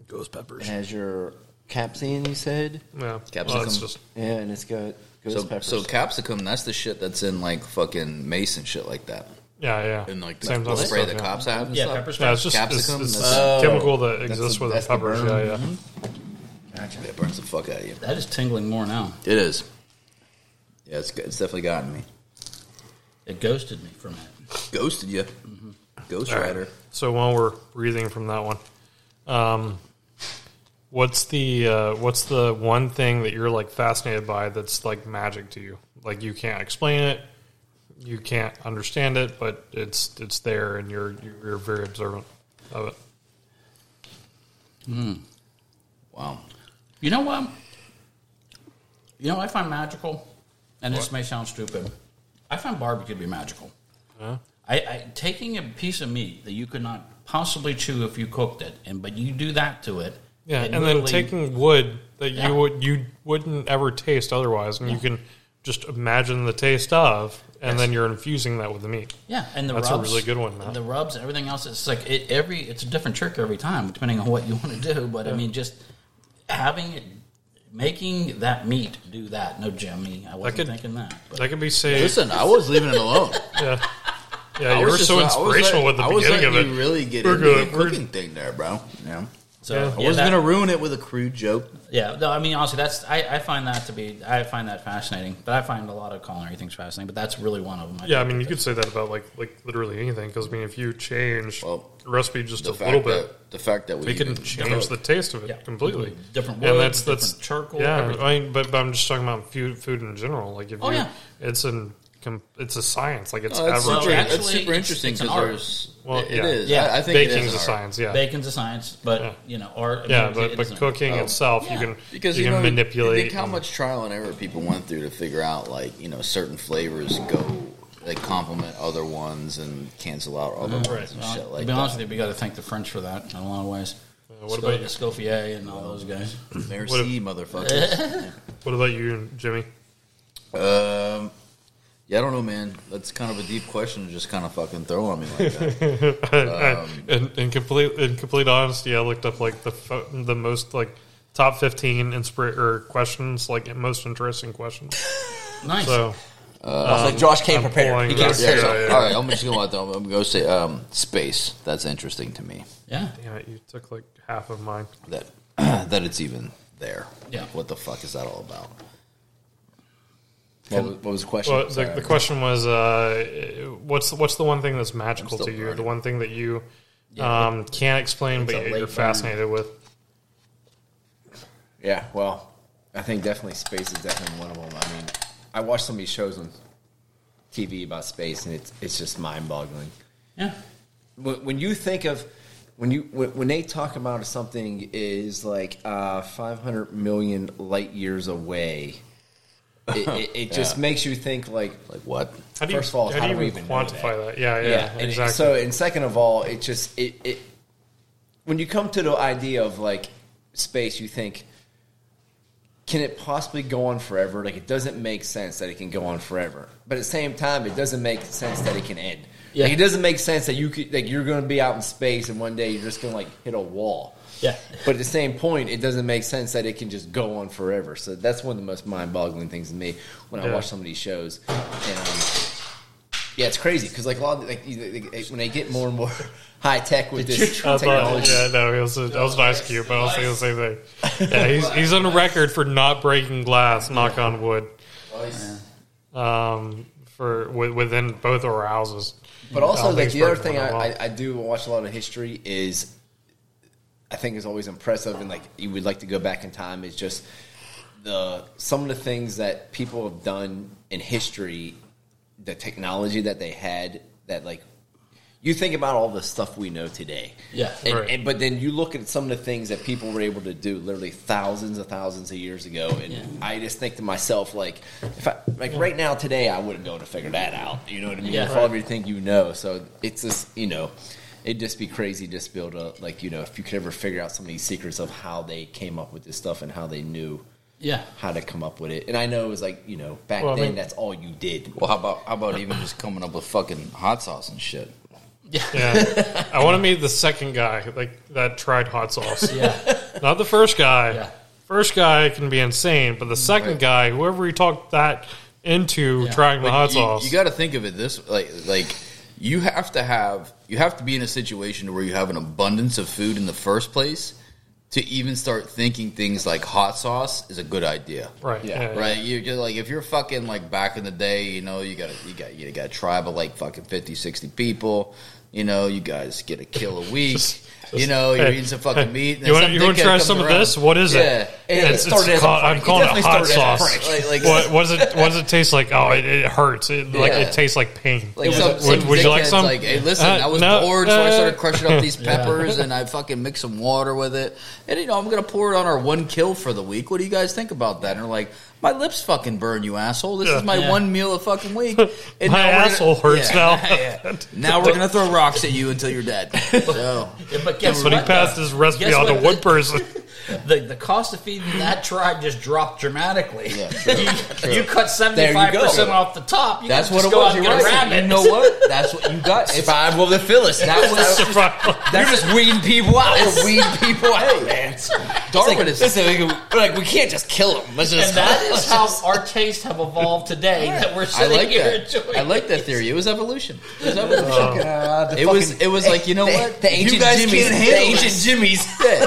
G: Ghost
J: It
G: peppers.
J: has your capsaicin, you said.
A: Yeah,
G: Capsicum.
A: Well, it's just
J: Yeah, and it's got ghost
G: So,
J: peppers.
G: so capsicum, that's the shit that's in like fucking mace and shit like that,
A: yeah, yeah.
G: and like the
A: Same type of
G: spray
A: stuff,
G: the
A: yeah.
G: cops have. And
B: Yeah,
G: stuff.
B: pepper spray.
A: Yeah, it's just it's,
G: Capsicum,
A: it's
G: that's-
A: a chemical that
H: that's
A: exists
H: the-
A: with
H: that's the
A: peppers. Yeah,
H: burn.
A: yeah.
G: Mm-hmm. It burns the fuck out of you.
B: That is tingling more now.
G: It is. Yeah, it's, it's definitely gotten me.
B: It ghosted me for a minute.
G: Ghosted you. Ghost
A: All right.
G: Rider.
A: So while we're breathing from that one, um, What's the uh, what's the one thing that you're like fascinated by that's like magic to you? Like you can't explain it, you can't understand it, but it's it's there, and you're you're very observant of it.
G: Wow.
I: You know what? You know what I find magical, and this may sound stupid. I find barbecue to be magical. I, I taking a piece of meat that you could not possibly chew if you cooked it, and but you do that to it.
A: Yeah,
I: it
A: and then
I: literally-
A: taking wood that
I: Yeah.
A: you would you wouldn't ever taste otherwise, and you can just imagine the taste of, and then you're infusing that with the meat.
I: yeah, and the
A: that's a
I: rubs,
A: really good one, Matt.
I: The rubs and everything else. It's like it, every it's a different trick every time, depending on what you want to do. But I mean, just having it, making that meat do that. No, Jimmy, I wasn't
A: could-
I: thinking that. But
A: That can be saved.
G: Listen, I was leaving it alone.
A: Yeah,
G: I
A: you
G: was
A: were
G: just-
A: so
G: I was
A: inspirational
G: letting-
A: with the
G: I was
A: beginning of
G: letting
A: it.
G: You really get
A: We're
G: into
A: good,
G: the
A: we're-
G: cooking thing there, bro. Yeah.
I: so
A: Yeah. I
G: I wasn't
I: that-
G: gonna ruin it with a crude joke.
I: Yeah, no, I mean honestly, that's I, I find that to be I find that fascinating, but I find a lot of culinary things fascinating. But that's really one of them.
A: Yeah, I mean, you could say that about like like literally anything. Because I mean, if you change
G: Well,
A: the recipe just a
G: The
A: little
G: fact
A: bit,
G: that the fact that we
A: it can
G: even-
A: change the taste of it
I: Yeah.
A: completely.
I: Different
A: and
I: wood,
A: that's that's
I: different charcoal,
A: Yeah,
I: everything.
A: I mean, but, but I'm just talking about food food in general. Like if
I: Oh,
A: you,
I: yeah.
A: it's an com- it's a science. Like it's
G: Oh, that's,
A: ever
I: Well,
G: super,
A: changing.
G: that's
I: actually,
G: super
I: it's-
G: interesting
I: it's an
G: because
I: art.
G: there's
A: Well,
G: it- it
A: yeah.
G: is.
I: Yeah.
G: I, I think it
A: Baking's
G: is
A: a
G: an art.
A: science. Yeah,
I: bacon's a science, but
A: Yeah.
I: you know, art. I
A: yeah,
I: mean, it
A: but,
I: is
A: but
I: an-
A: cooking
G: Oh.
A: itself,
I: Yeah.
A: you can
G: because
A: you,
G: you,
A: can
G: know,
A: manipulate.
G: Think how
A: and-
G: much trial and error people went through to figure out like you know certain flavors go like complement other ones and cancel out other ones and
I: Well, to
G: shit like
I: Mm-hmm. be honest
G: that.
I: with you, we got to thank the French for that in a lot of ways.
A: Uh, what
I: Sco-
A: about you?
I: Escoffier and all those guys?
G: Merci, motherfuckers.
A: What about you, Jimmy?
G: um, yeah, I don't know, man. That's kind of a deep question to just kind of fucking throw on me like that. Um,
A: in, in complete in complete honesty, I looked up like the fo- the most like top fifteen inspir- or questions, like most interesting questions.
I: Nice.
A: So
G: Uh,
A: um,
J: so Josh came prepared.
A: pulling
J: He
A: that-
J: came
G: yeah,
J: prepared.
G: so,
A: yeah, yeah.
G: all right, I'm just gonna let them. I'm gonna go say um, space. That's interesting to me.
I: yeah,
A: Damn it, you took like half of mine.
G: That that it's even there.
I: Yeah.
G: What the fuck is that all about? What was, what was the question?
A: Well, the,
G: Sorry.
A: the question was, uh, what's what's the one thing that's magical
G: I'm still
A: to you? The
G: learning.
A: one thing that you um, can't explain, but
I: a
A: yet
I: late
A: you're
I: burn.
A: fascinated with.
H: Yeah, well, I think definitely space is definitely one of them. I mean, I watch some of these shows on TV about space, and it's it's just mind boggling.
I: yeah.
H: when, when you think of when you when, when they talk about something is like uh, 500 million light years away it, it, it just makes you think like
G: like what?
A: How do you,
H: First of all,
A: how,
H: how
A: do
H: do
A: you
H: we
A: even
H: even know
A: quantify that? Yeah, yeah,
H: and
A: exactly. Uh,
H: so and second of all it just it, it when you come to the idea of like space you think can it possibly go on forever like it doesn't make sense that it can go on forever but at the same time it doesn't make sense that it can end
I: Yeah.
H: like it doesn't make sense that you could like you're going to be out in space and one day you're just going to like hit a wall
I: Yeah.
H: but at the same point, it doesn't make sense that it can just go on forever. So that's one of the most mind-boggling things to me when I
A: Yeah.
H: watch some of these shows. And um, yeah, it's crazy because like a lot of like you- like, like, when they get more and more high tech with this
A: I thought,
H: technology.
A: yeah, no, it was, it was an ice cube, but I was thinking the same thing. Yeah, he's, he's on record for not breaking glass, knock on wood, um, for wi- within both our houses. Uh,
H: But also,
A: don't think
H: like
A: it's
H: the other
A: broken
H: thing
A: one at all.
H: I, I, I do watch a lot of history is, I think is always impressive, and like you would like to go back in time is just the some of the things that people have done in history, the technology that they had that like. You think about all the stuff we know today,
I: Yeah.
H: and,
A: Right.
H: and but then you look at some of the things that people were able to do literally thousands of thousands of years ago, and
I: Yeah.
H: I just think to myself like, if I like right now today, I wouldn't be able to figure that out. You know what I mean?
I: Yeah.
H: With all everything you know, so it's just you know, it'd just be crazy just to be able to like you know if you could ever figure out some of these secrets of how they came up with this stuff and how they knew
I: Yeah.
H: how to come up with it. And I know it was like you know back
A: Well, I
H: then
A: mean-
H: that's all you did.
G: Well, how about how about even just coming up with fucking hot sauce and shit?
A: Yeah, I want to meet the second guy like that tried hot sauce,
I: Yeah.
A: not the first guy.
I: Yeah.
A: First guy can be insane, but the second guy, whoever he talked that into trying the
G: Like,
A: hot
G: you,
A: sauce,
G: You got to think of it this like like you have to have you have to be in a situation where you have an abundance of food in the first place to even start thinking things like hot sauce is a good idea.
A: right? Yeah, yeah.
G: Right, you just like if you're fucking like back in the day, you know, you got you got you got a tribe of like fucking 50, 60 people. You know, you guys get a kill a week. You know, you're eating some fucking meat. And
A: You
G: then
A: want you want to
G: dickhead
A: try
G: comes
A: some of
G: around.
A: this? What is it?
G: Yeah.
A: It's, it's
J: started as a
A: called,
J: prank.
A: I'm
J: It
A: calling it,
J: definitely
A: hot
J: started as a
A: sauce.
G: prank. Like- like-
A: what, what does it What does it taste like? Oh, it, it hurts. It, Like
G: Yeah.
A: it tastes like pain.
G: Like
A: would
G: some, some
A: would you like
G: dickhead's
A: some?
G: Like, hey, listen,
A: Uh,
G: I was
A: no,
G: bored, so I
A: uh,
G: started crushing up these peppers, and I fucking mixed some water with it. And you know, I'm gonna pour it on our one kill for the week. What do you guys think about that? And they're like, my lips fucking burn, you asshole. This
A: Yeah.
G: is my
B: Yeah.
G: one meal a fucking week. And
A: My
G: now we're gonna-
A: asshole hurts
G: Yeah.
A: now.
G: Yeah. Now we're gonna throw rocks at you until you're dead. So
B: Yeah, but guess
A: That's when he
B: what,
A: passed
B: though?
A: his recipe
B: Guess
A: on to
B: what?
A: one person.
B: The, the cost of feeding that tribe just dropped dramatically. you, you cut
J: There
B: seventy
J: you
B: five
J: go.
B: percent off the top. You
J: That's
B: can
J: what
B: just
J: it
B: go
J: was.
B: Out and
J: You're
B: get a
J: right.
B: rabbit.
J: You know what? That's what you got. It's
G: survival of the Phyllis.
J: that was. That's just weeding people out.
G: That's weed people out, man.
J: Darwin
G: like-
J: is like, like we can't just kill him. Let's just
B: And that is how our tastes have evolved today. That we're
G: I
B: sitting
G: like
B: here
G: that.
B: enjoying. Oh,
G: I like that theory. It was evolution. It was evolution.
J: God, the
G: It was.
J: fucking-
G: It was like you know
J: the-
G: what?
J: the
G: If you
J: ancient
G: guys
J: Jimmy's-
G: can't
J: the
G: handle
J: ancient
G: this.
J: Jimmy's.
G: Yeah.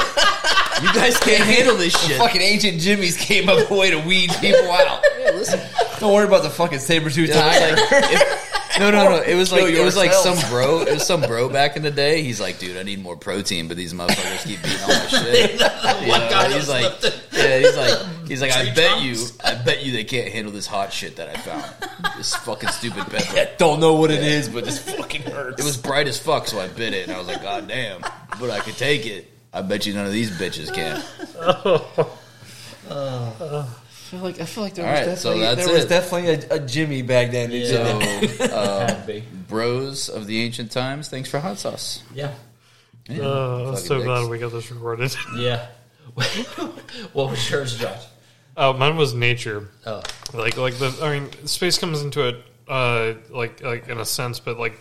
G: You guys can't handle this shit.
J: fucking ancient Jimmy's came up with a way to weed people out.
G: Yeah, listen.
J: Don't worry about the fucking saber tooth
G: It was
J: tiger.
G: like- it- no, no, no. It was like
J: Kill
G: it was like some
J: yourselves.
G: bro. It was some bro back in the day. He's like, dude, I need more protein, but these motherfuckers keep eating all my shit. You
B: One
G: know,
B: guy
G: he's
B: just
G: like,
B: lifted-
G: yeah, he's like, he's like, I
B: Tree
G: bet you,
B: trunks.
G: I bet you, they can't handle this hot shit that I found. This fucking stupid pepper.
J: Don't know what it is, but this fucking hurts.
G: It was bright as fuck, so I bit it, and I was like, God damn, but I could take it. I bet you none of these bitches can.
J: I feel like I feel like there
G: All
J: was
G: right, so
J: definitely
G: that's
J: there was
G: it.
J: definitely a, a Jimmy back then. that did that.
G: So,
B: Had to be.
G: bros of the ancient times, thanks for hot sauce.
B: Yeah.
A: Uh, I'm
G: Fucking
A: so glad
G: dicks.
A: we got this recorded.
B: Yeah. what was yours, Josh?
A: Oh, mine was nature.
B: Oh.
A: Like like the I mean, space comes into it uh like like in a sense, but like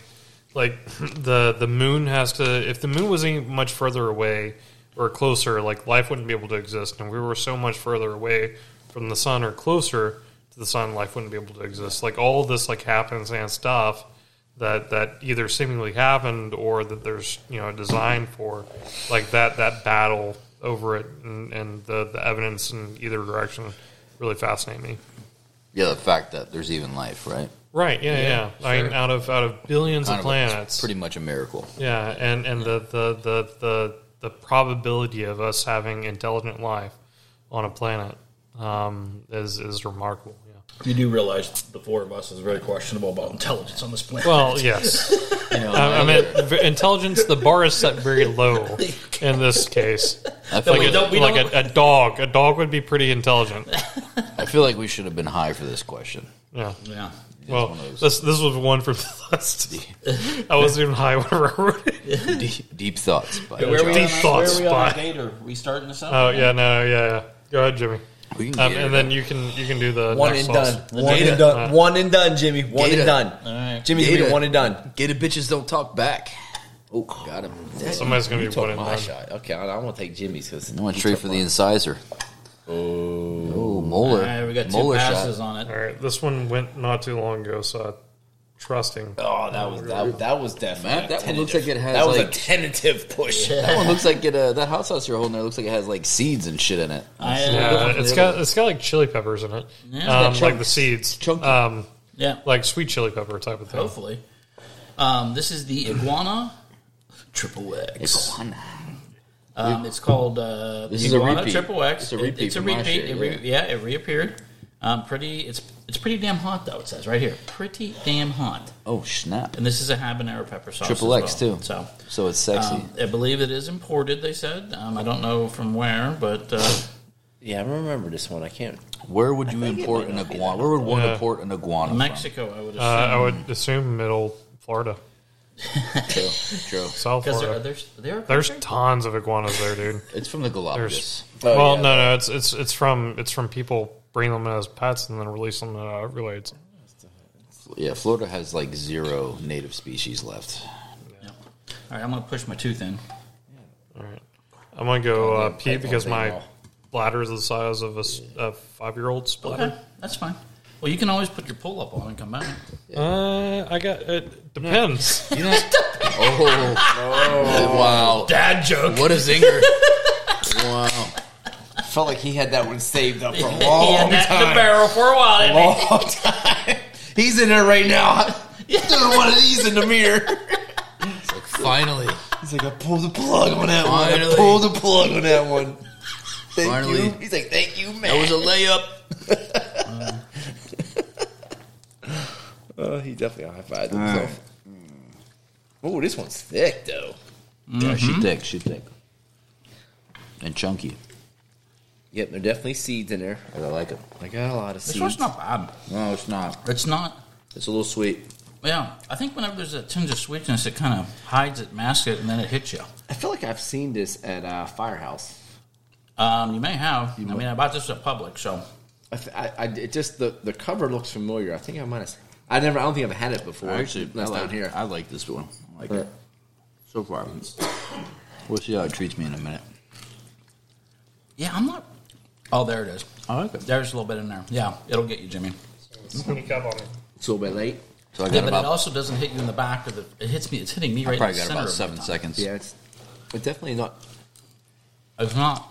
A: like the the moon has to if the moon was any much further away or closer, like life wouldn't be able to exist. And we were so much further away from the sun or closer to the sun, life wouldn't be able to exist. Like all this like happens and stuff that that either seemingly happened or that there's you know design for like that that battle over it and, and the, the evidence in either direction really fascinate me
G: Yeah, the fact that there's even life, right?
A: right yeah yeah, i mean out of out of billions
G: Kind
A: of
G: of a- it's
A: planets
G: pretty much a miracle.
A: yeah and and the the the the the probability of us having intelligent life on a planet um, is is remarkable yeah
K: You do realize the four of us is very questionable about intelligence on this planet.
A: Well, yes. I, I mean, v- intelligence, the bar is set very low in this case.
G: I feel,
A: like
G: like,
A: a,
B: don't- we
A: like
B: don't-
A: a, a dog. A dog would be pretty intelligent.
G: I feel like we should have been high for this question.
A: Yeah.
B: Yeah.
A: Well,
G: one of those.
A: this this was one from the last. I wasn't even high when I wrote it.
G: Deep, deep thoughts. By
I: Where are we
A: Deep
I: on, on-
A: thoughts,
I: where are we on
A: spot.
I: Gator? We starting this up?
A: Oh yeah, no, yeah, yeah. Go ahead, Jimmy.
G: We can
A: Um,
G: get it.
A: and then you can you can do the
J: One
A: next
J: and
A: sauce.
J: done. One and done. One and done, Jimmy. One
G: Gator.
J: and done. Jimmy's gonna be
G: Gator.
J: one and done.
G: Gated bitches don't talk back. Oh, got him.
A: Somebody's gonna be
H: took
A: one and
H: my
A: done.
H: shot. Okay, I, I want to take Jimmy's because
G: I want to trade for the incisor. Oh, molar.
B: All right, we got two
G: molar
B: passes
G: shot.
B: on
A: All
B: it.
A: right, this one went not too long ago, so I trust him.
H: Oh, that was that, that was definitely
G: Matt,
H: a
G: that one looks
H: tentative-
G: like it has,
H: that was a
G: like-
H: tentative push.
G: That one looks like it. Uh, that hot sauce you're holding there looks like it has like seeds and shit in it.
B: I, uh,
A: Yeah, it's got it's got like chili peppers in it, um, like the seeds,
G: Chunky.
A: Um,
B: yeah.
A: like sweet chili pepper type of thing.
B: Hopefully. Um, this is the iguana triple X. Um, it's called uh,
G: This
B: the
G: is a
B: iguana
G: repeat.
B: triple X.
G: It's a
B: It-
G: repeat
B: it's a
G: from last
B: repeat.
G: year,
B: It re- yeah. it reappeared. Um, pretty. It's it's pretty damn hot though. It says right here, pretty damn hot.
G: Oh snap!
B: And this is a habanero pepper sauce.
G: Triple
B: as
G: X,
B: well.
G: too.
B: So
G: So it's sexy.
B: um, I believe it is imported. They said. Um, I don't know from where, but uh,
H: Yeah, I remember this one. I can't.
G: Where would you import an iguana? Where would one
A: Yeah.
G: import an iguana? from?
B: Mexico. I would
A: Uh, I
B: assume.
A: would assume middle Florida,
G: True, true.
A: South
B: Because there,
A: Florida.
B: there's there are
A: There's tons of iguanas there, dude.
G: It's from the Galapagos.
A: well, no, no, it's it's it's from it's from people bring them as pets and then release them in uh, relays.
G: Yeah, Florida has like zero native species left.
B: All right, I'm going to push my tooth in.
A: I'm gonna go uh,
G: Goddamn
A: pee
G: pipe
A: because
G: all day
A: my
G: long.
A: bladder is the size of a, s- a five year old's bladder.
B: Okay, that's fine. Well, you can always put your pull up on and come back.
A: Uh, I got it depends.
G: You know, oh, wow!
B: Dad joke.
G: What a zinger! wow.
J: I felt like he had that one saved up for a
B: He had
J: long
B: that in the
J: time.
B: barrel for a while. didn't he?
J: Long time. He's in there right now. Doing one of these in the mirror.
G: Finally.
L: He's like, I pulled the plug on that one. I pulled the plug on that one. Thank
G: Finally.
L: you. He's like, thank you, man.
G: That was a layup.
L: Oh, he definitely high fived
G: All
L: himself. Oh, this one's thick though.
B: Mm-hmm.
G: Yeah, she thick. She thick. And chunky.
L: Yep, there are definitely seeds in there.
G: I like it.
L: I got a lot of
B: This
L: seeds.
B: one's not bad.
G: No, it's not.
B: It's not.
G: It's a little sweet.
B: Yeah, I think whenever there's a tinge of sweetness, it kind of hides it, masks it, and then it hits you.
H: I feel like I've seen this at uh, Firehouse.
B: Um, you may have. I mean, I bought this at Publix, so
H: I, th- I, I it just the, the cover looks familiar. I think I might have. I never. I don't think I've had it before.
G: Actually, I
H: that's
G: like,
H: down here.
G: I like this one. I like it. So far. We'll see how it treats me in a minute.
B: yeah, I'm not. Oh, there it is.
G: I like it.
B: There's a little bit in there. Yeah, it'll get you, Jimmy.
A: Sneak up on me.
H: It's a little bit late.
G: So I got
B: Yeah, but
G: about,
B: it also doesn't hit you in the back of the. It hits me. It's hitting me
G: I
B: right.
G: probably
B: in the
G: got
B: center
G: about
B: of my
G: seven
B: tongue.
G: seconds.
H: Yeah, it's but definitely not.
B: It's not.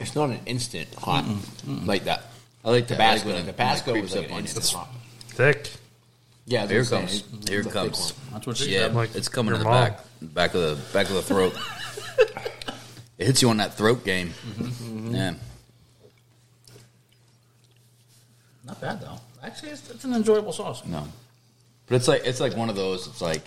H: It's not an instant hot like that.
G: I like
H: Tabasco.
G: When it,
H: Tabasco
G: when it
H: was
G: creeps
H: like
G: up
H: an
G: on you.
H: instant hot.
A: Thick.
H: Yeah, that's
G: Here
H: what I'm
G: comes.
H: saying. It's
G: Here
H: a thick
G: comes.
H: one.
B: That's what you
G: Yeah,
B: said.
A: Like
G: it's coming to
A: your
G: the
A: mom.
G: back, back of the back of the throat. it hits you on that throat game.
H: Mm-hmm.
G: Yeah,
B: Not bad though. Actually, it's, it's an enjoyable sauce.
G: no, but it's like it's like one of those. It's like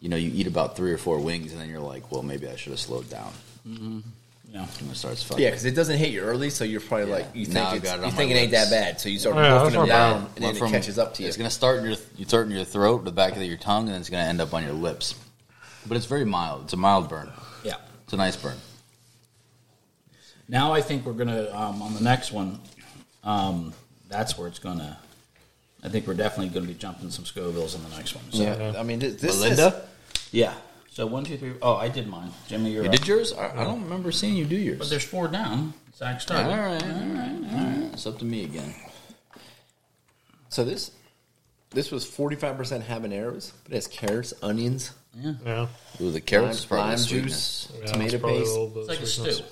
G: you know, you eat about three or four wings, and then you're like, well, maybe I should have slowed down.
B: Yeah.
G: And it starts fucking.
H: Yeah, because it doesn't hit you early, so you're probably like you think
G: Now I've
H: it's,
G: got it
H: you
G: on
H: think it
G: my
H: ain't
G: lips.
H: that bad, so you start
A: Yeah,
H: wolfing
A: that's not
H: them
A: bad.
H: down, and then
G: Went
H: it
G: from-
H: catches up to you.
G: It's gonna start in your you start in your throat, the back of your tongue, and it's gonna end up on your lips. But it's very mild. It's a mild burn.
B: Yeah.
G: It's a nice burn.
B: Now I think we're gonna um, on the next one. Um, that's where it's gonna. I think we're definitely gonna be jumping some Scovilles in the next one. So,
H: yeah, I mean this. this
G: Belinda?
H: yeah,
B: so one, two, three. Oh, I did mine. Jimmy, you're
G: You
B: up.
G: did yours? I, I don't remember seeing you do yours.
B: But there's four down. Zach
G: all
B: started.
G: right, all right, all right. It's up to me again.
H: So this this was forty five percent habaneros, but it has carrots, onions,
A: Yeah.
G: Ooh, the
H: lime,
G: carrots is probably
H: lime
G: the
H: juice,
G: sweetness.
A: Yeah,
H: tomato
A: it's probably a
H: paste.
A: little bit
B: It's like a
A: sweetness.
B: stew.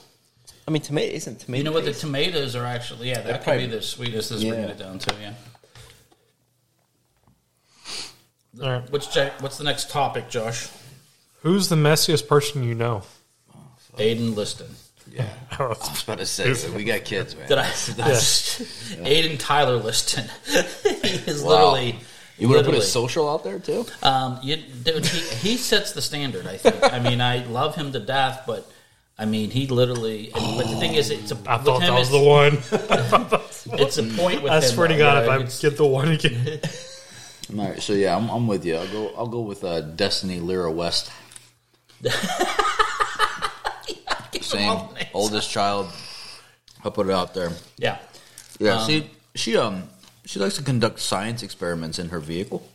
H: I mean, tomato isn't tomato.
B: You know what? The
H: paste.
B: tomatoes are actually yeah. That could
H: probably-
B: be the sweetest. Is
H: Yeah.
B: bringing it down to yeah.
A: All right.
B: What's Jack, what's the next topic, Josh?
A: Who's the messiest person you know?
B: Aiden Liston.
G: I was about to say, we got kids, man.
B: Did I? Aiden Tyler Liston. he is
G: Wow.
B: literally.
G: you want to put a
B: literally.
G: social out there too?
B: Um, you, dude, he, he sets the standard. I think. I mean, I love him to death, but I mean, he literally. And what the thing is, it's a.
A: I
B: with
A: thought
B: him,
A: that was
B: it's,
A: the one.
B: It's a point with
A: I
B: him,
A: swear to
B: though,
A: God, if
B: where
A: I
B: it's-
A: get the one again,
G: All right, so yeah, I'm, I'm with you. I'll go. I'll go with uh, Destiny Lyra West. Same
B: all names.
G: oldest child. I'll put it out there.
B: yeah,
G: Yeah, see, she um she likes to conduct science experiments in her vehicle.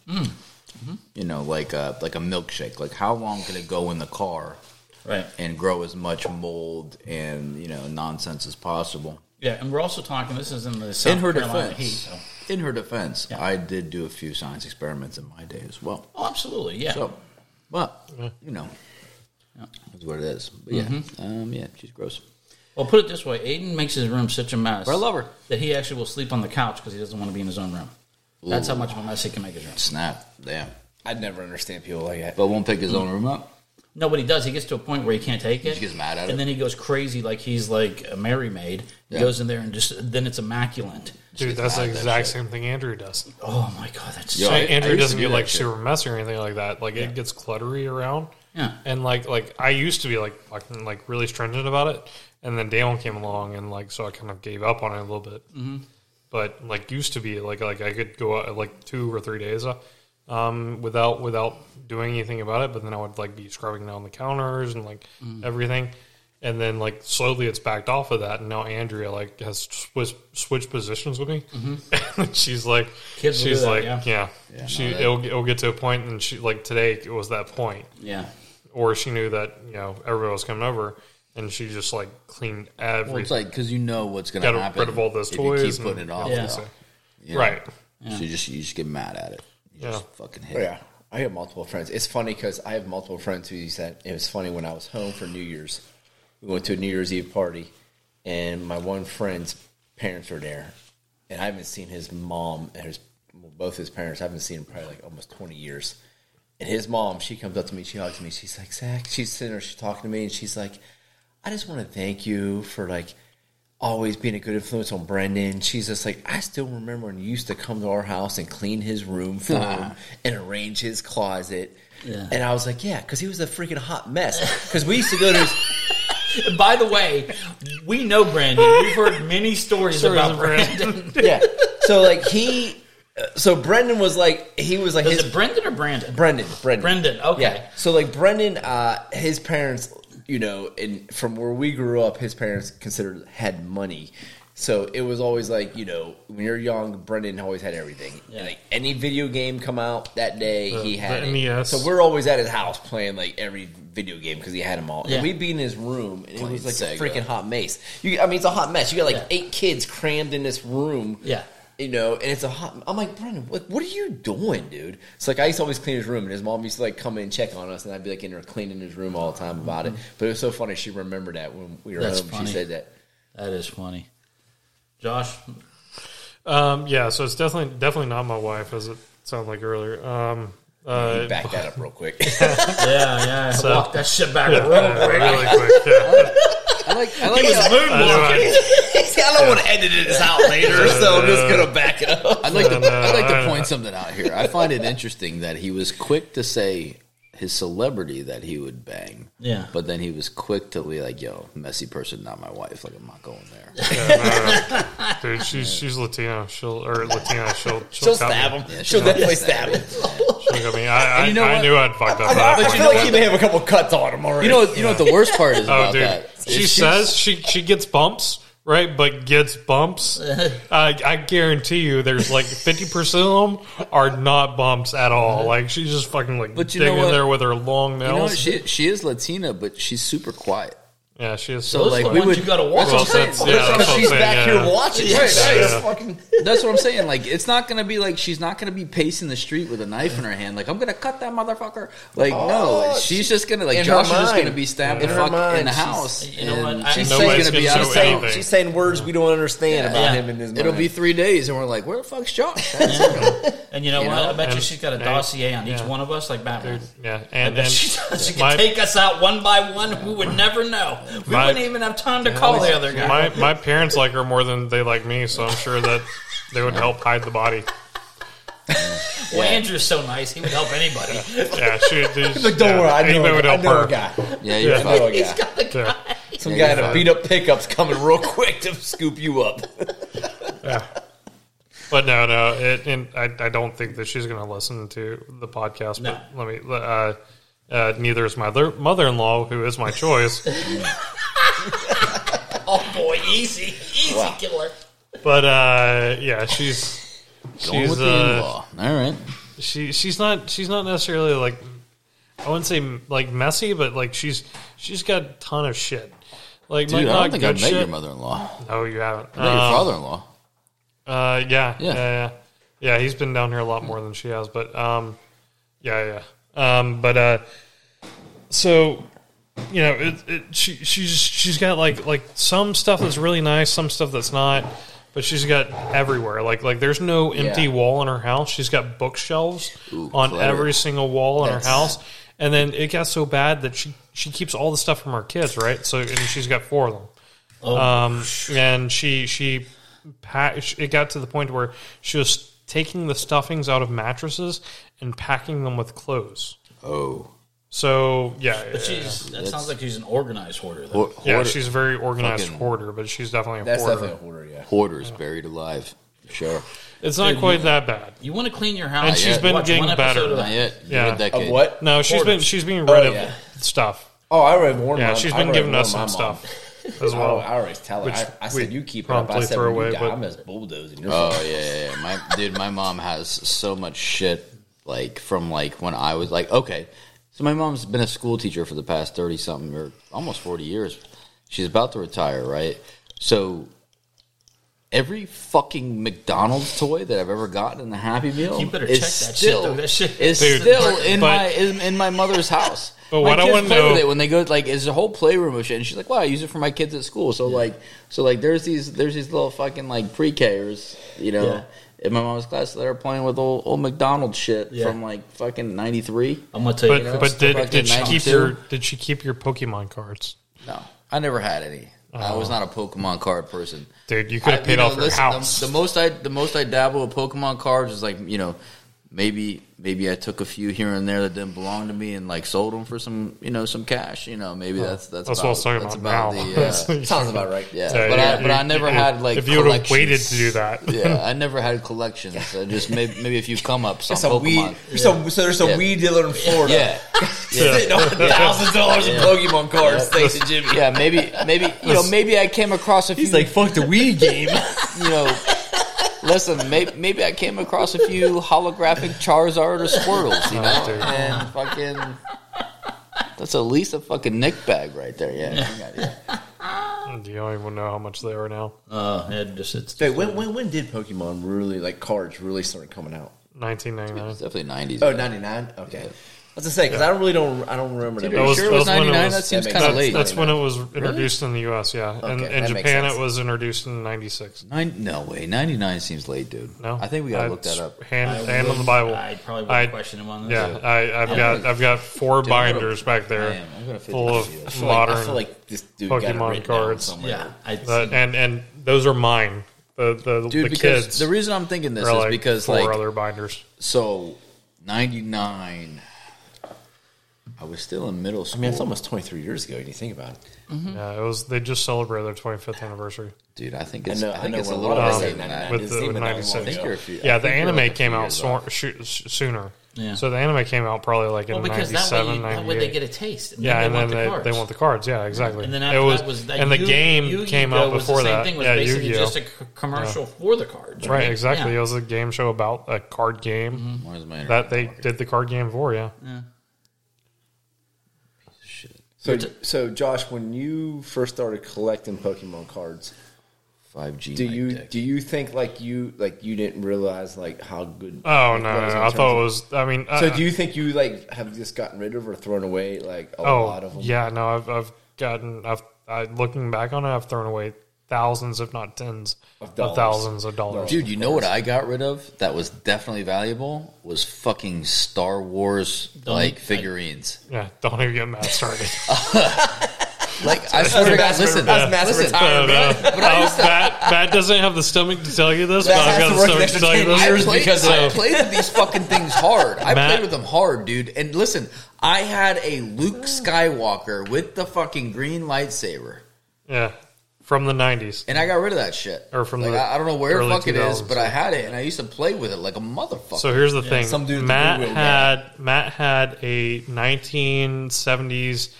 G: You know, like a, like a milkshake. Like how long can it go in the car
B: right.
G: and grow as much mold and you know nonsense as possible?
B: Yeah, and we're also talking. This is in the South
G: in her
B: Carolina
G: defense,
B: heat. So.
G: in her defense,
B: Yeah.
G: I did do a few science experiments in my day as well.
B: Oh, absolutely. Yeah.
G: So, but you know, that's what it is. But yeah,
B: Mm-hmm.
G: um, yeah, she's gross.
B: Well, put it this way: Aiden makes his room such a mess.
G: But I love her.
B: that he actually will sleep on the couch because he doesn't want to be in his own room. That's how much of a mess he can make his room.
G: Snap, damn.
H: I'd never understand people like that.
G: But won't pick his own room up.
B: No, what he does, he gets to a point where he can't take it.
G: just gets mad at
B: and
G: it.
B: then he goes crazy, like he's like a Mary maid.
G: Yeah.
B: He goes in there and just then it's immaculate.
A: dude, that's the exact same thing Andrew does.
B: Oh my god, that's
G: Yeah.
B: so,
G: I- I
A: Andrew
G: used to
A: doesn't
G: do
A: get
G: that
A: like
G: shit.
A: super messy or anything like that. Like it gets cluttery around.
B: yeah.
A: And like like I used to be like fucking like really stringent about it, and then Dalen came along and like so I kind of gave up on it a little bit. Mm-hmm. But like used to be like like I could go out like two or three days uh, um, without without doing anything about it, but then I would like be scrubbing down the counters and like
B: Mm.
A: everything, and then like slowly it's backed off of that, and now Andrea like has switched switched positions with me, and she's like
B: Mm-hmm. Kids will do
A: she's
B: that,
A: like
B: yeah.
A: yeah, she it'll, it'll get to a point, and she like today it was that point
B: Yeah.
A: or she knew that you know everybody was coming over, and she just like cleaned everything,
G: Well, it's like because you know what's going
A: got
G: to happen.
A: rid of all those
G: if
A: toys,
G: You keep
A: and-
G: putting it off.
B: Yeah.
G: though. You know?
A: right?
G: So you just you just get mad at it. You just
A: Yeah.
G: fucking hit.
H: Oh,
G: it.
H: yeah, I have multiple friends. It's funny because I have multiple friends who said it was funny when I was home for New Year's. We went to a New Year's Eve party, and my one friend's parents were there, and I haven't seen his mom and his well, both his parents. I haven't seen him probably like almost twenty years. And his mom, she comes up to me, she hugs me, she's like, Zach, she's sitting there, she's talking to me, and she's like, I just want to thank you for like always being a good influence on Brendan. She's just like, I still remember when you used to come to our house and clean his room for him and arrange his closet.
I: Yeah.
H: And I was like, yeah, because he was a freaking hot mess. Because we used to go to his.
B: By the way, we know Brandon. We've heard many stories,
H: Stories
B: about
H: of
B: Brandon.
H: yeah. So like he, uh, so Brendan was like he was like
B: Is
H: his
B: it Brendan or Brandon?
H: Brendan Brendan
B: Brendan. Okay.
H: Yeah. So like Brendan, uh, his parents, you know, and from where we grew up, his parents considered had money. So it was always like you know when you're young, Brendan always had everything. Like any video game come out that day,
A: The-
H: he
A: the
H: had it.
A: NES.
H: So we're always at his house playing like every video game because he had them all.
A: Yeah.
H: And we'd be in his room, and it was like
G: Sega.
H: a freaking hot mess. You, I mean, it's a hot mess. You got like eight kids crammed in this room.
B: Yeah.
H: You know, and it's a hot. I'm like, Brendan, what, what are you doing, dude? It's like I used to always clean his room, and his mom used to like come in and check on us, and I'd be like in there cleaning his room all the time about it. But it was so funny. She remembered that when we were
B: That's
H: home.
B: funny.
H: She said that.
B: That is funny. Josh,
A: Um, yeah, so it's definitely definitely not my wife, as it sounded like earlier. Um,
H: Let
A: uh,
H: me back that up real quick.
B: Yeah, yeah. Walk that shit back
A: yeah,
B: real
A: yeah,
B: quick.
A: really quick. Yeah.
H: I like. I like.
B: He was
H: I
A: I know, I-
B: moonwalking.
H: See, I don't want to edit this out later, so I'm just gonna back it up.
G: I'd like
A: No,
G: to
A: no,
G: I'd like
A: I-
G: to point something out here. I find it interesting that he was quick to say his celebrity that he would bang.
B: Yeah.
G: But then he was quick to be like, yo, messy person, not my wife. Like I'm not going there.
A: Dude, she's she's Latino. She'll or Latina. She'll she'll,
H: She'll
A: cut
H: stab
A: me.
H: him. She'll definitely stab him.
A: She'll cut me. I I,
G: you know
A: I
G: what?
A: knew I'd fucked up. at that
H: I
A: point.
H: feel like he may have a couple cuts on him already.
G: You know what you know what the worst part is
A: Oh,
G: about
A: dude,
G: that? is
A: she
G: she's-
A: says she she gets bumps. Right, but gets bumps. I, I guarantee you, there's like fifty percent of them are not bumps at all. Like she's just fucking like
G: But you know
A: digging
G: what?
A: there with her long
G: you know what?
A: nails.
G: she she is Latina, but she's super quiet.
A: yeah, she is.
G: So
A: so-
G: like
B: the
G: we
B: ones
G: would
B: you gotta watch.
G: that's what I'm
B: Well,
G: saying.
A: that's- yeah, that's
G: That's-
H: Because
A: what I'm
H: she's
A: saying,
H: back
A: uh, yeah.
H: here watching.
G: Yeah.
H: She's
A: Yeah.
H: fucking-
G: That's what I'm saying. Like, it's not gonna be like she's not gonna be pacing the street with a knife in her hand. Like, I'm gonna cut that motherfucker. Like, no,
H: Oh,
G: she's just gonna like
H: in
G: Josh
H: her
G: is just
H: mind.
G: gonna be stabbed
H: In
G: the
H: her
G: fuck
H: mind,
G: in the
H: she's-
G: house.
B: you know
G: and
B: what? I-
G: She's
A: Nobody's
G: just gonna
A: gonna
G: be out
A: know
G: of
A: anything.
G: town.
H: saying, she's saying words we don't understand about
B: Yeah.
H: him in his mind.
G: It'll be three days, and we're like, where the fuck's Josh? That's
B: And you know what? I bet you
A: and-
B: she's got a
A: and-
B: dossier on each
A: yeah.
B: one of us, like Batman.
A: yeah, and,
B: And
A: and
B: she, she could
A: my-
B: take us out one by one. We would never know. We
A: My-
B: wouldn't even have time to call the other guy.
A: My my parents like her more than they like me, so I'm sure that they would help hide the body.
B: well, Andrew's so nice; he would help anybody.
A: Yeah, she. He's
H: Like, don't worry, I know, a
A: would
H: guy. I
A: help
H: know
A: her.
H: a guy.
G: yeah, you're
H: I know
G: fucked.
H: a guy.
A: Yeah,
H: Some
G: Yeah,
H: guy in
G: you're
H: a
G: fine.
H: beat up pickup's coming real quick to scoop you up.
A: yeah. But no, no, it, and I, I don't think that she's going to listen to the podcast. But let me. Uh, uh, neither is my mother in law, who is my choice.
B: oh boy, easy, easy killer.
A: but uh, yeah, she's
G: Going
A: she's
G: with the
A: uh,
G: in-law. All right.
A: she she's not she's not necessarily like I wouldn't say like messy, but like she's she's got a ton of shit. Like
G: Dude,
A: like
G: I
A: not
G: don't think
A: good
G: I've met
A: shit.
G: your mother-in-law.
A: No, you haven't.
G: I met
A: Um,
G: your father-in-law.
A: Uh, yeah, yeah,
G: Yeah.
A: yeah, yeah. He's been down here a lot more than she has, but um, yeah, yeah. Um, but uh, so you know, it, it, she she's she's got like like some stuff that's really nice, some stuff that's not. But she's got everywhere. Like like there's no empty
H: Yeah.
A: wall in her house. She's got bookshelves
G: Ooh,
A: on
G: clever.
A: every single wall in her
G: That's-
A: house. And then it got so bad that she she keeps all the stuff from her kids, right? So and she's got four of them
G: Oh,
A: um, and she she pa- it got to the point where she was taking the stuffings out of mattresses and packing them with clothes.
G: Oh,
A: So yeah, yeah,
B: She's, that sounds like she's an organized hoarder. Though.
G: Ho-
A: yeah,
G: hoarder-
A: she's a very organized
G: Fucking-
A: hoarder, but she's definitely a
H: That's
A: hoarder.
H: definitely a hoarder, yeah.
G: hoarders buried alive. Sure.
A: It's not quite that bad.
B: You want to clean your house?
A: And she's
B: you
A: been
B: watch
A: getting
B: one episode
A: better.
B: of-
G: Not yet. You
A: Yeah.
G: read that
H: Of
G: kid.
H: what?
A: No, she's been
B: Hoarders.
A: she's being rid
H: Oh,
A: of
H: yeah.
A: stuff.
H: Oh, I already warned
A: Yeah,
H: mom.
A: she's
H: I
A: been
H: already
A: giving us some
H: warned my mom.
A: stuff as
H: I-
A: well.
H: I already tell her.
A: which
H: I, I
A: we
H: said, you keep it up. I
A: promptly
H: said,
A: threw
H: when you
A: away,
H: die,
A: but-
H: I'm just bulldozing. You're
G: Oh yeah, yeah, yeah. My dude, my mom has so much shit. Like from like when I was like, okay, so my mom's been a school teacher for the past thirty something or almost forty years. She's about to retire, right? So every fucking McDonald's toy that I've ever gotten in the Happy Meal
B: You better
G: is
B: check that shit,
G: still
B: though. That shit-
G: is
A: Dude,
G: still
A: but-
G: in
A: but-
G: my in, in my mother's house.
A: But
G: My
A: what I
G: kids
A: wanna
G: play with
A: know-
G: it when they go like is a whole playroom of shit, and she's like, "Wow, I use it for my kids at school." So like, so like, there's these there's these little fucking like pre-Kers, you know, in my mom's class that are playing with old, old McDonald shit
B: Yeah.
G: from like fucking '93.
B: I'm gonna tell you
A: But,
B: now.
A: but did,
G: Fucking
A: did she keep
G: 92.
A: your did she keep your Pokemon cards?
G: No, I never had any. I was not a Pokemon card person.
A: Dude, Oh. you could have
G: I-
A: paid
G: know,
A: off your
G: the-
A: house.
G: The, most I the most I dabble with Pokemon cards is like you know maybe maybe I took a few here and there that didn't belong to me and like sold them for some you know some cash. You know maybe that's that's
A: That's what
G: about,
A: I was talking
G: that's
A: about now.
G: The, uh,
H: Sounds about right.
G: yeah,
A: So
G: but I
A: you-
G: but I
A: you-
G: never
A: if-
G: had like
A: if you would have
G: collections.
A: waited to do that.
G: yeah, I never had collections. I just maybe maybe a few come ups on
J: Some
G: Pokemon.
J: weed. Some, so there's a
G: Yeah.
J: weed dealer in Florida.
G: Yeah.
J: Sitting on thousands of dollars in Pokemon cards. Thanks to Jimmy.
G: Yeah, maybe, maybe you know, maybe I came across a few.
J: He's like, fuck the weed game.
G: you know, listen, maybe, maybe I came across a few holographic Charizard or Squirtles, you know,
A: dude.
G: and fucking. That's at least a fucking Nick bag right there. Yeah, you got- yeah.
A: Do you don't even know how much they are now?
B: uh, it just it's
H: Wait, when, when when did Pokemon really like cards really start coming out?
A: Nineteen ninety nine.
G: it's definitely nineties.
H: Oh, 99? Okay. I was gonna say because I don't really don't I don't remember
G: Are you
A: That was-
G: sure
A: that
G: it was
A: was when it
G: 99?
A: was-
G: That seems
H: that
G: kind of
H: makes
G: late.
H: sense.
A: That's when it was introduced in the U.S. Yeah, and
H: Okay,
A: in
H: that makes
A: Japan
H: sense.
A: it was introduced in '96.
G: Nine, no way, 99 seems late, dude.
A: No,
G: I think we gotta look
A: That's
G: that up.
A: Hand,
B: I
A: hand on
B: would-
A: the Bible.
B: I probably would
A: I-
B: not question him on this.
A: yeah, I, I've got I've got four binders back there,
G: am. I'm gonna fit
A: full
G: these
A: of
G: here. I
H: feel like, I
A: modern.
H: feel like this dude
A: Pokemon
H: got it written down
A: cards.
H: somewhere.
B: yeah. I
A: that- and and those are mine. The the,
G: Dude,
A: the
G: because
A: kids
G: the reason I'm thinking this
A: are
G: is
A: like
G: because
A: four
G: like
A: other binders.
G: so 99 I was still in middle
H: I
G: school.
H: mean, it's almost 23 years ago. When you think about it,
B: Mm-hmm.
A: Yeah, it was they just celebrated their 25th anniversary.
G: Dude, I think it's I,
H: know- I
G: think
H: know
G: it's a
H: when
G: little
H: I
G: bit
H: say
G: later than that.
H: 99.
A: With
H: didn't
A: the
H: seem
A: with
H: that long
A: 96.
G: think you're a few- I
A: Yeah,
G: think
A: the
G: you're
A: anime
G: like a
A: came
G: few
A: out
G: years
A: so,
G: off.
A: sh- sh- sooner.
B: Yeah.
A: So the anime came out probably like in
B: well, because that way,
A: 97,
B: you, that
A: 98.
B: way they get a taste. And
A: yeah,
B: then
A: and
B: they
A: then
B: want the cards.
A: they, they want the cards. Yeah, exactly.
B: And then after
A: it was,
B: that was that
A: and the
B: Yu-
A: game
B: Yu-Gi-Oh!
A: came out
B: was
A: before
B: the same
A: that.
B: Thing was
A: yeah,
B: basically
A: Yu-Gi-Oh.
B: just a c- commercial for the cards.
A: right, exactly.
B: Yeah. Mm-hmm.
A: It was a game show about a card game
G: Where's my
A: that
G: internet?
A: they did the card game for. Yeah,
H: so so Josh, when you first started collecting Pokemon cards,
G: 5G.
H: do
G: my
H: you
G: dick.
H: do you think like you like you didn't realize like how good?
A: Oh
H: it
A: no,
H: was
A: no,
H: in
A: I
H: terms
A: thought it
H: of-
A: was. I mean,
H: So
A: uh,
H: do you think you like have just gotten rid of or thrown away like a
A: oh
H: lot of them?
A: yeah, no, I've I've gotten I've I, looking back on it, I've thrown away thousands, if not tens of,
H: dollars.
A: thousands of dollars.
G: Dude, you know what I got rid of that was definitely valuable was fucking Star Wars like figurines.
A: Yeah, don't even get mad started.
G: Like I swear to God, listen,
J: That's massive
G: listen,
A: No,
J: retirement.
A: no. Oh, Matt, Matt doesn't have the stomach to tell you this, but
J: Matt
A: I've
J: has
A: got
J: to
A: the
J: work
A: stomach
J: an
A: to tell
J: extra
A: you
J: 10
A: this.
G: I
J: years
G: played,
J: because of
G: I
J: it.
G: played with these fucking things hard. I
A: Matt-
G: played with them hard, dude. And listen, I had a Luke Skywalker with the fucking green lightsaber,
A: Yeah, from the nineties.
G: and I got rid of that shit.
A: Or from
G: like,
A: the
G: I, I don't know where the
A: early
G: fuck it is,
A: 2000s,
G: but I
A: yeah.
G: had it, and I used to play with it like a motherfucker.
A: So here's the thing:
J: some dude with the
A: Matt
J: blue wheel,
A: had Matt had a 1970s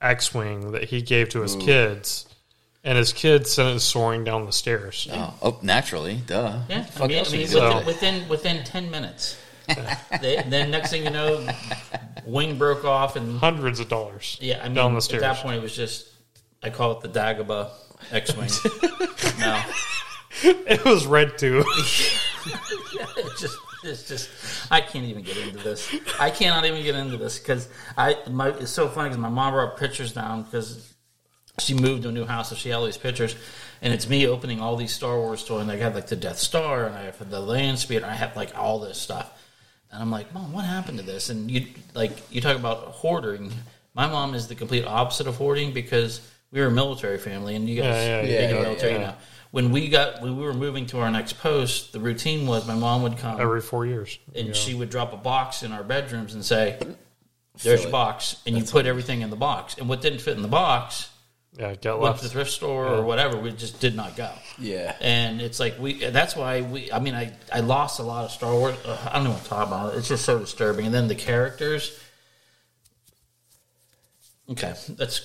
A: X-wing that he gave to his kids, and his kids sent it soaring down the stairs.
G: oh, oh, naturally, duh.
B: Yeah,
G: Fuck
B: I mean,
G: else
B: I
G: would
B: mean,
G: you do?
A: So-
B: within, within within ten minutes. they, then next thing you know, wing broke off, and
A: Hundreds of dollars.
B: yeah, I mean,
A: down the
B: at
A: stairs.
B: that point it was just I call it the Dagobah X-wing. no,
A: It was red too.
B: it's just it's just I can't even get into this. I cannot even get into this because I my it's so funny because my mom brought pictures down because she moved to a new house, so she had all these pictures, and it's me opening all these Star Wars toys. And I had like the Death Star, and I have the Land Speeder, and I had like all this stuff. And I'm like, Mom, what happened to this? And you like you talk about hoarding. My mom is the complete opposite of hoarding because we were a military family, and you guys
A: Yeah, yeah,
B: we
A: yeah,
B: think of
A: yeah,
B: military now. When we got when we were moving to our next post, the routine was my mom would come
A: Every four years.
B: and she would drop a box in our bedrooms and say, "There's your box," and you put everything in the box. And what didn't fit in the box
A: Yeah, get
B: went to
A: left.
B: the thrift store or whatever. We just did not go.
H: Yeah.
B: and it's like we. That's why we. I mean, I I lost a lot of Star Wars. Ugh, I don't even want to talk about it. It's just so disturbing. And then the characters. Okay, that's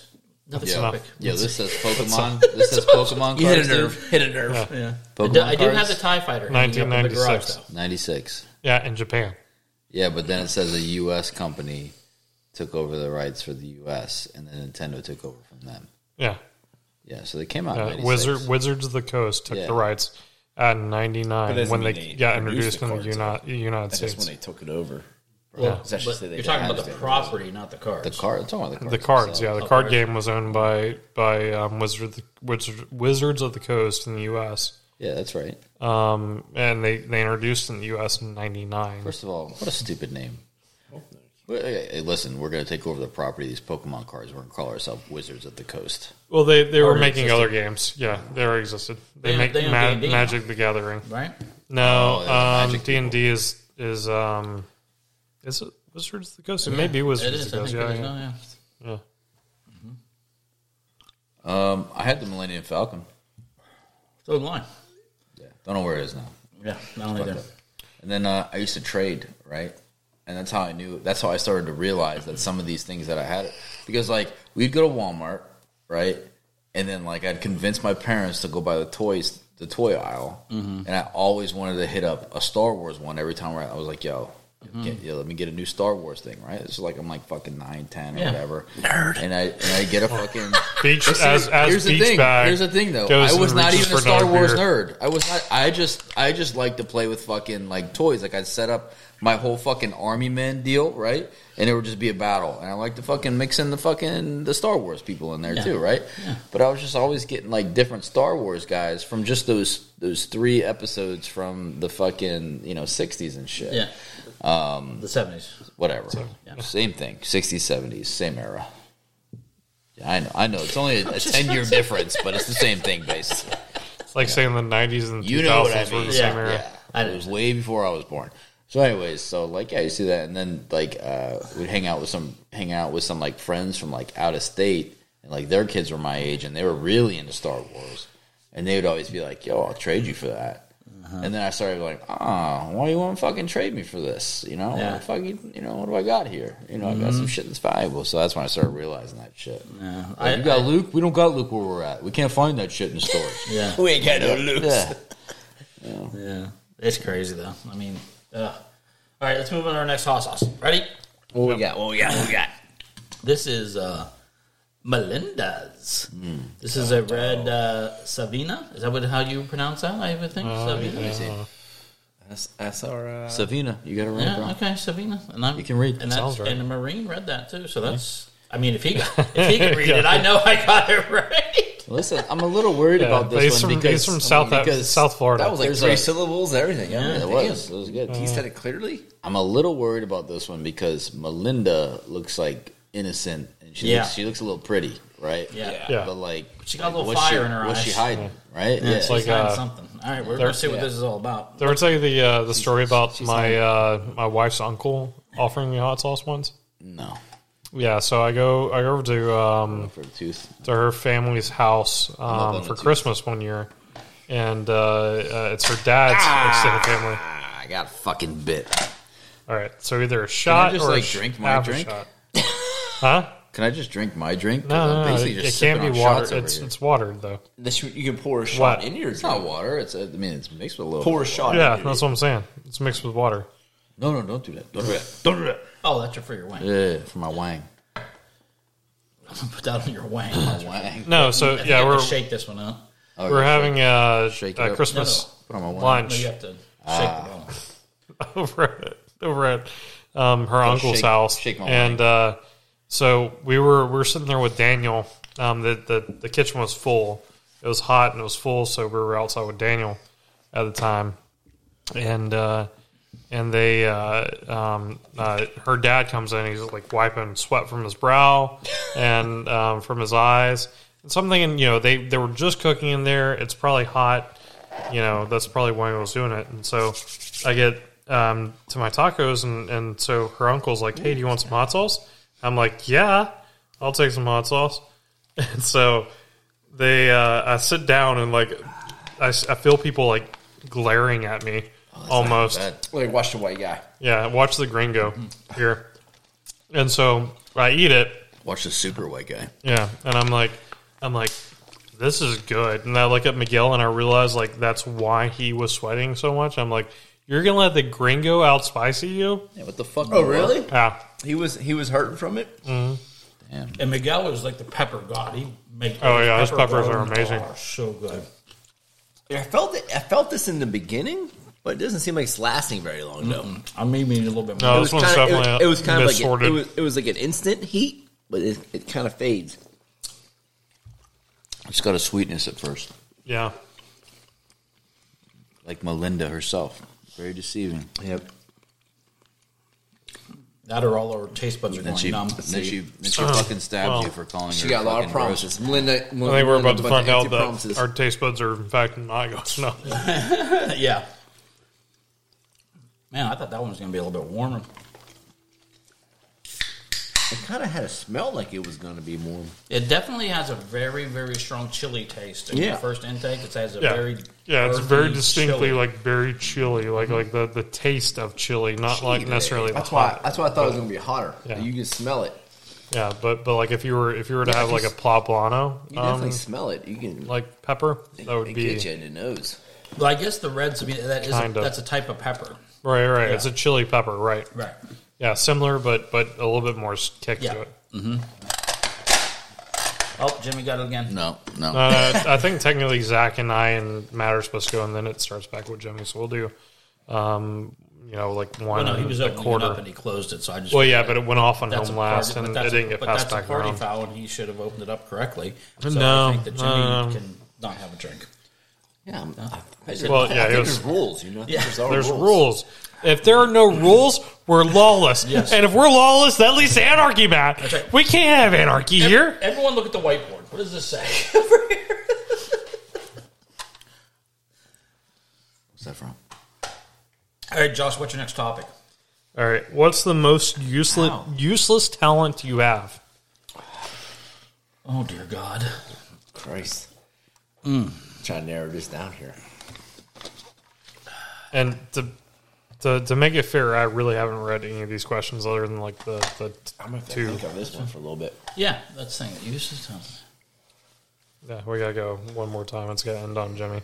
B: another
G: Yeah.
B: topic.
G: Yeah, this says Pokemon. this says Pokemon.
J: You hit
G: cards,
J: a
G: dude.
J: nerve. Hit a nerve.
B: Yeah, I
G: Pokemon
B: did, I did have
G: cards?
B: the Tie Fighter. hanging up in the garage,
A: 1996.
B: though.
G: Ninety-six.
A: Yeah, in Japan.
G: Yeah, but then it says a U.S. company took over the rights for the U.S. and then Nintendo took over from them.
A: Yeah,
G: Yeah, so they came out. in
A: uh,
G: 96.
A: Wizard Wizards of the Coast took
G: Yeah.
A: the rights at '99
H: doesn't
A: when they,
H: mean they
A: got introduced
H: produced the
A: in the
H: cards.
A: United, United
H: That's just when
A: States.
H: they took it over.
B: Well,
H: It's actually
B: but
H: so they
B: you're
H: did
B: talking
H: have
B: about the
H: to.
B: property, not the cards.
G: The card. It's all the cards.
A: The cards, yeah.
G: themselves.
A: The card game was owned by by um, Wizard, Wizard, Wizards of the Coast in the U.S.
G: Yeah, that's right.
A: Um, and they, they introduced in the U.S. in '99.
G: First of all, what a stupid name. Well, Hey, hey, listen, we're going to take over the property of these Pokemon cards. We're going to call ourselves Wizards of the Coast.
A: Well, they, they were
G: Already
A: making
G: existed.
A: other games. Yeah, they already existed. They,
G: They-
A: make
G: they own
A: Ma-
G: D&D now.
A: Magic the Gathering,
G: Right?
A: No,
G: Oh, they're
A: um, D and D is is um, is it Wizards of the Coast? It may
G: Yeah,
A: be Wizards
G: it is.
A: of the
G: I
A: Coast.
G: think it
A: Yeah,
G: is
A: yeah.
G: now, yeah.
A: yeah.
G: Um, I had the Millennium Falcon.
B: So did mine.
G: Don't know where it is now.
B: Yeah, I don't
G: Fucked
B: either.
G: up. And then uh, I used to trade, right? And that's how I knew. That's how I started to realize that some of these things that I had, because like we'd go to Walmart, right? And then like I'd convince my parents to go buy the toys, the toy aisle,
J: Mhm.
G: and I always wanted to hit up a Star Wars one every time. Right? I was like, yo. Get, yeah, let me get a new Star Wars thing, right? It's like I'm like fucking nine, ten, or
A: Yeah.
G: whatever, nerd, and I and I get a fucking
A: Beach-
G: But see,
A: as- as
G: here's
A: beach
G: the thing.
A: bag
G: Here's the thing, though.
A: goes
G: I was
A: and
G: not
A: reaches
G: even a
A: for another
G: Star Wars
A: beer.
G: nerd nerd. I was not. I just I just like to play with fucking like toys. Like I'd set up my whole fucking army men deal, right? And it would just be a battle. And I like to fucking mix in the fucking the Star Wars people in there
J: Yeah.
G: too, right? But I was just always getting like different Star Wars guys from just those those three episodes from the fucking you know sixties and shit.
B: Yeah.
G: Um,
B: The 70s.
G: whatever. Same thing. Sixties, seventies, same era. Yeah, I know. I know. It's only a, a ten year difference, but it's the same thing basically.
A: It's like saying the '90s and
G: You
A: 2000s
G: know what I
A: were
G: mean.
A: the same era.
G: It was way before I was born. So, anyways, so like, yeah, you see that, and then like, uh, we'd hang out with some, hang out with some like friends from like out of state, and like their kids were my age, and they were really into Star Wars, and they would always be like, "Yo, I'll trade you for that."
B: Uh-huh.
G: And then I started like, ah, why you want to fucking trade me for this? You know,
B: Yeah.
G: fucking, you know, what do I got here? You know, I got
B: Mhm.
G: some shit that's valuable. So that's when I started realizing that shit. Yeah.
B: I-
G: you got Luke? We don't got Luke where we're at. We can't find that shit in the stores.
B: Yeah.
G: we ain't got no Luke.
B: Yeah.
G: Yeah.
B: It's crazy, though. I mean, ugh. all right, let's move on to our next hot sauce. Ready?
G: What we got? What we got? What we got?
B: This is uh, Melinda's.
G: Hmm.
B: This is a red uh, Savina. Is that what how you pronounce that? I would think
G: Uh,
B: Savina.
G: That's, that's our uh, Savina. You got to
B: Yeah,
G: run, bro.
B: okay, Savina. And I'm,
G: You can read.
B: And,
G: That
B: that's,
G: sounds right.
B: and the Marine read that too. So that's. I mean, if he got, if he could read it, I know I got it right.
G: Listen, I'm a little worried
A: Yeah,
G: about
A: but
G: this
A: he's
G: one
A: from-
G: because
A: he's from
G: I mean,
A: South-
G: because
A: South Florida.
G: That was like
A: There's
G: three
A: a-
G: syllables, and everything. Yeah,
A: Yeah,
G: it was. It was good.
A: He said
G: it clearly. I'm a little worried about this one because Melinda looks like innocent, and she
B: Yeah.
G: looks, she looks a little pretty, right?
B: Yeah. Yeah.
G: But like,
B: She got a little
G: what's
B: fire
G: she,
B: in her
G: what's
B: eyes.
G: she hiding?
B: Yeah.
G: Right?
B: Yeah, she's
A: like,
B: hiding
A: uh,
B: something. All right, we're
A: there-
B: gonna see what
A: yeah.
B: this is all about.
A: They were telling you the uh, the story about my
B: like-
A: uh, my wife's uncle offering me hot sauce once.
G: No.
A: Yeah, so I go I go over to um
G: for tooth.
A: to her family's house
G: on
A: um,
G: the
A: for
G: tooth.
A: Christmas one year, and uh, uh, it's her dad's
G: Ah!
A: extended family.
H: Ah,
G: I got fucking bit.
A: All right, so either a shot
G: just,
A: or a
G: like,
A: sh-
G: drink my
A: half a
G: drink?
A: shot. huh?
G: Can I just drink my drink? 'Cause
A: No,
G: I'm
A: no, no,
G: basically
A: it,
G: just
A: it can't
G: sipping
A: be
G: on shots
A: water.
G: over
A: It's
G: here.
A: it's watered though.
H: This, you can pour a shot
A: What?
H: in your
G: It's
H: drink.
G: not water. It's I mean it's mixed with a little.
H: Pour a shot.
A: yeah,
H: in your
A: that's what I'm saying. It's mixed with water.
G: No, no, don't do that. Don't do that. Don't do that.
B: Oh, that's your for your wang.
G: Yeah, for my wang.
B: Put that on your wang.
G: wang.
A: No, so
B: I think you
A: yeah,
B: have to
A: we're
B: shake this one out.
A: we're having uh,
G: shake it
A: a
G: up.
A: Christmas
G: No, no. Put on my wine.
B: No,
A: lunch
B: you have to shake
G: Ah.
B: the bone.
A: over at, over at um, her uncle's
G: shake-
A: house,
G: shake my
A: and uh, so we were we were sitting there with Daniel. Um, the, the the kitchen was full. It was hot and it was full, so we were outside with Daniel at the time, and uh, and they uh, um, uh, her dad comes in. He's like wiping sweat from his brow and um, from his eyes. And something, you know, they they were just cooking in there. It's probably hot you know, that's probably why I was doing it. And so I get um, to my tacos, and, and so her uncle's like, hey, do you want some hot sauce? I'm like, yeah, I'll take some hot sauce. And so they, uh, I sit down and like, I, s- I feel people like glaring at me almost.
H: Like watch the white guy.
A: Yeah, watch the gringo here. And so I eat it.
G: Watch the super white guy.
A: Yeah, and I'm like, I'm like, this is good. And I look at Miguel and I realize like that's why he was sweating so much. I'm like, you're gonna let the gringo out spicy you? Ah,
G: Yeah, what the fuck?
H: Oh, really?
A: Yeah.
H: He was he was hurting from it.
B: And Miguel was like the pepper god. He made
A: Oh, yeah, those peppers are
B: bones
A: amazing.
B: so good.
H: I felt it, I felt this in the beginning, but it doesn't seem like it's lasting very long. No,
B: I may need a little bit
A: No,
B: more.
H: it
A: this
H: was
A: one's
H: kinda, it was-
A: definitely
H: it was kind of like a,
A: missorted.
H: it, was, it was like an instant heat, but it, it kind of fades.
G: It's got a sweetness at first.
A: yeah.
G: like Melinda herself. Very deceiving.
H: Yep.
B: That or all our taste buds are
G: Then
B: going
G: she,
B: numb.
G: then she, then she fucking stabbed you for calling
H: She
G: her.
H: got a lot
G: fucking
H: of promises.
G: gross.
H: Melinda,
A: I think we're about
H: Melinda,
A: to
H: but
A: find
H: empty
A: out that
H: promises.
A: our taste buds are in fact not going to know.
B: yeah. Man, I thought that one was going to be a little bit warmer.
H: It kind of had a smell like it was going to be warm.
B: It definitely has a very, very strong chili taste in
H: Yeah.
B: the first intake. It has a
A: Yeah,
B: very
A: yeah, it's very
B: earthy
A: distinctly
B: chili.
A: like very chili, like like the, the taste of chili, not like necessarily.
H: That's
A: the
H: why.
A: hot.
H: That's why I thought it was going to be hotter.
A: Yeah.
H: You can smell it.
A: Yeah, but but like if you were if you were to
H: Yeah,
A: have
H: if
A: like
H: you
A: a
H: s-
A: poblano,
H: You definitely
A: um,
H: smell it. You can.
A: like pepper, that
H: it
A: would be
H: gets you in the nose.
B: Well, I guess the reds. I mean, that is a,
A: Kind of.
B: that's a type of pepper,
A: right, right.
B: Yeah.
A: It's a chili pepper, right?
B: right?
A: Yeah, similar, but but a little bit more s- kick
B: Yeah.
A: to it.
B: Oh, Jimmy got it again.
G: No, no.
A: Uh, I think technically Zach and I and Matt are supposed to go, and then it starts back with Jimmy. So we'll do, um, you know, like
B: Well,
A: one
B: Oh, no, he was
A: a
B: opening it up
A: quarter.
B: and he closed it, so I just.
A: Well, yeah, but it went off on
B: That's
A: home
B: a party-
A: last,
B: but
A: and it
B: that's a-
A: didn't get
B: but
A: passed
B: that's
A: back
B: a party
A: around.
B: foul, and he should have opened it up correctly. So
A: No, um,
B: I think that Jimmy
A: no, no.
B: can not have a drink.
H: Yeah. I'm- I, I,
A: Well,
H: I
A: yeah, it
H: think
A: was-
H: there's rules. You know, I think
B: Yeah.
H: there's, our
A: There's rules. If there are no rules, we're lawless.
B: Yes.
A: And if we're lawless, that leads to anarchy, Matt.
B: right.
A: We can't have anarchy here.
B: Everyone, look at the whiteboard. What does this say?
G: What's that from?
B: All right, Josh, what's your next topic?
A: All right. What's the most useless useless talent you have?
B: Oh dear God!
H: Christ.
G: Hmm.
H: Trying to narrow this down here.
A: And to to, to make it fair, I really haven't read any of these questions other than like the, the t-
H: I'm going to
A: two.
H: think of this one for a little bit.
B: Yeah, that's the thing that uses time.
A: Yeah, we gotta go one more time. It's gonna end on Jimmy.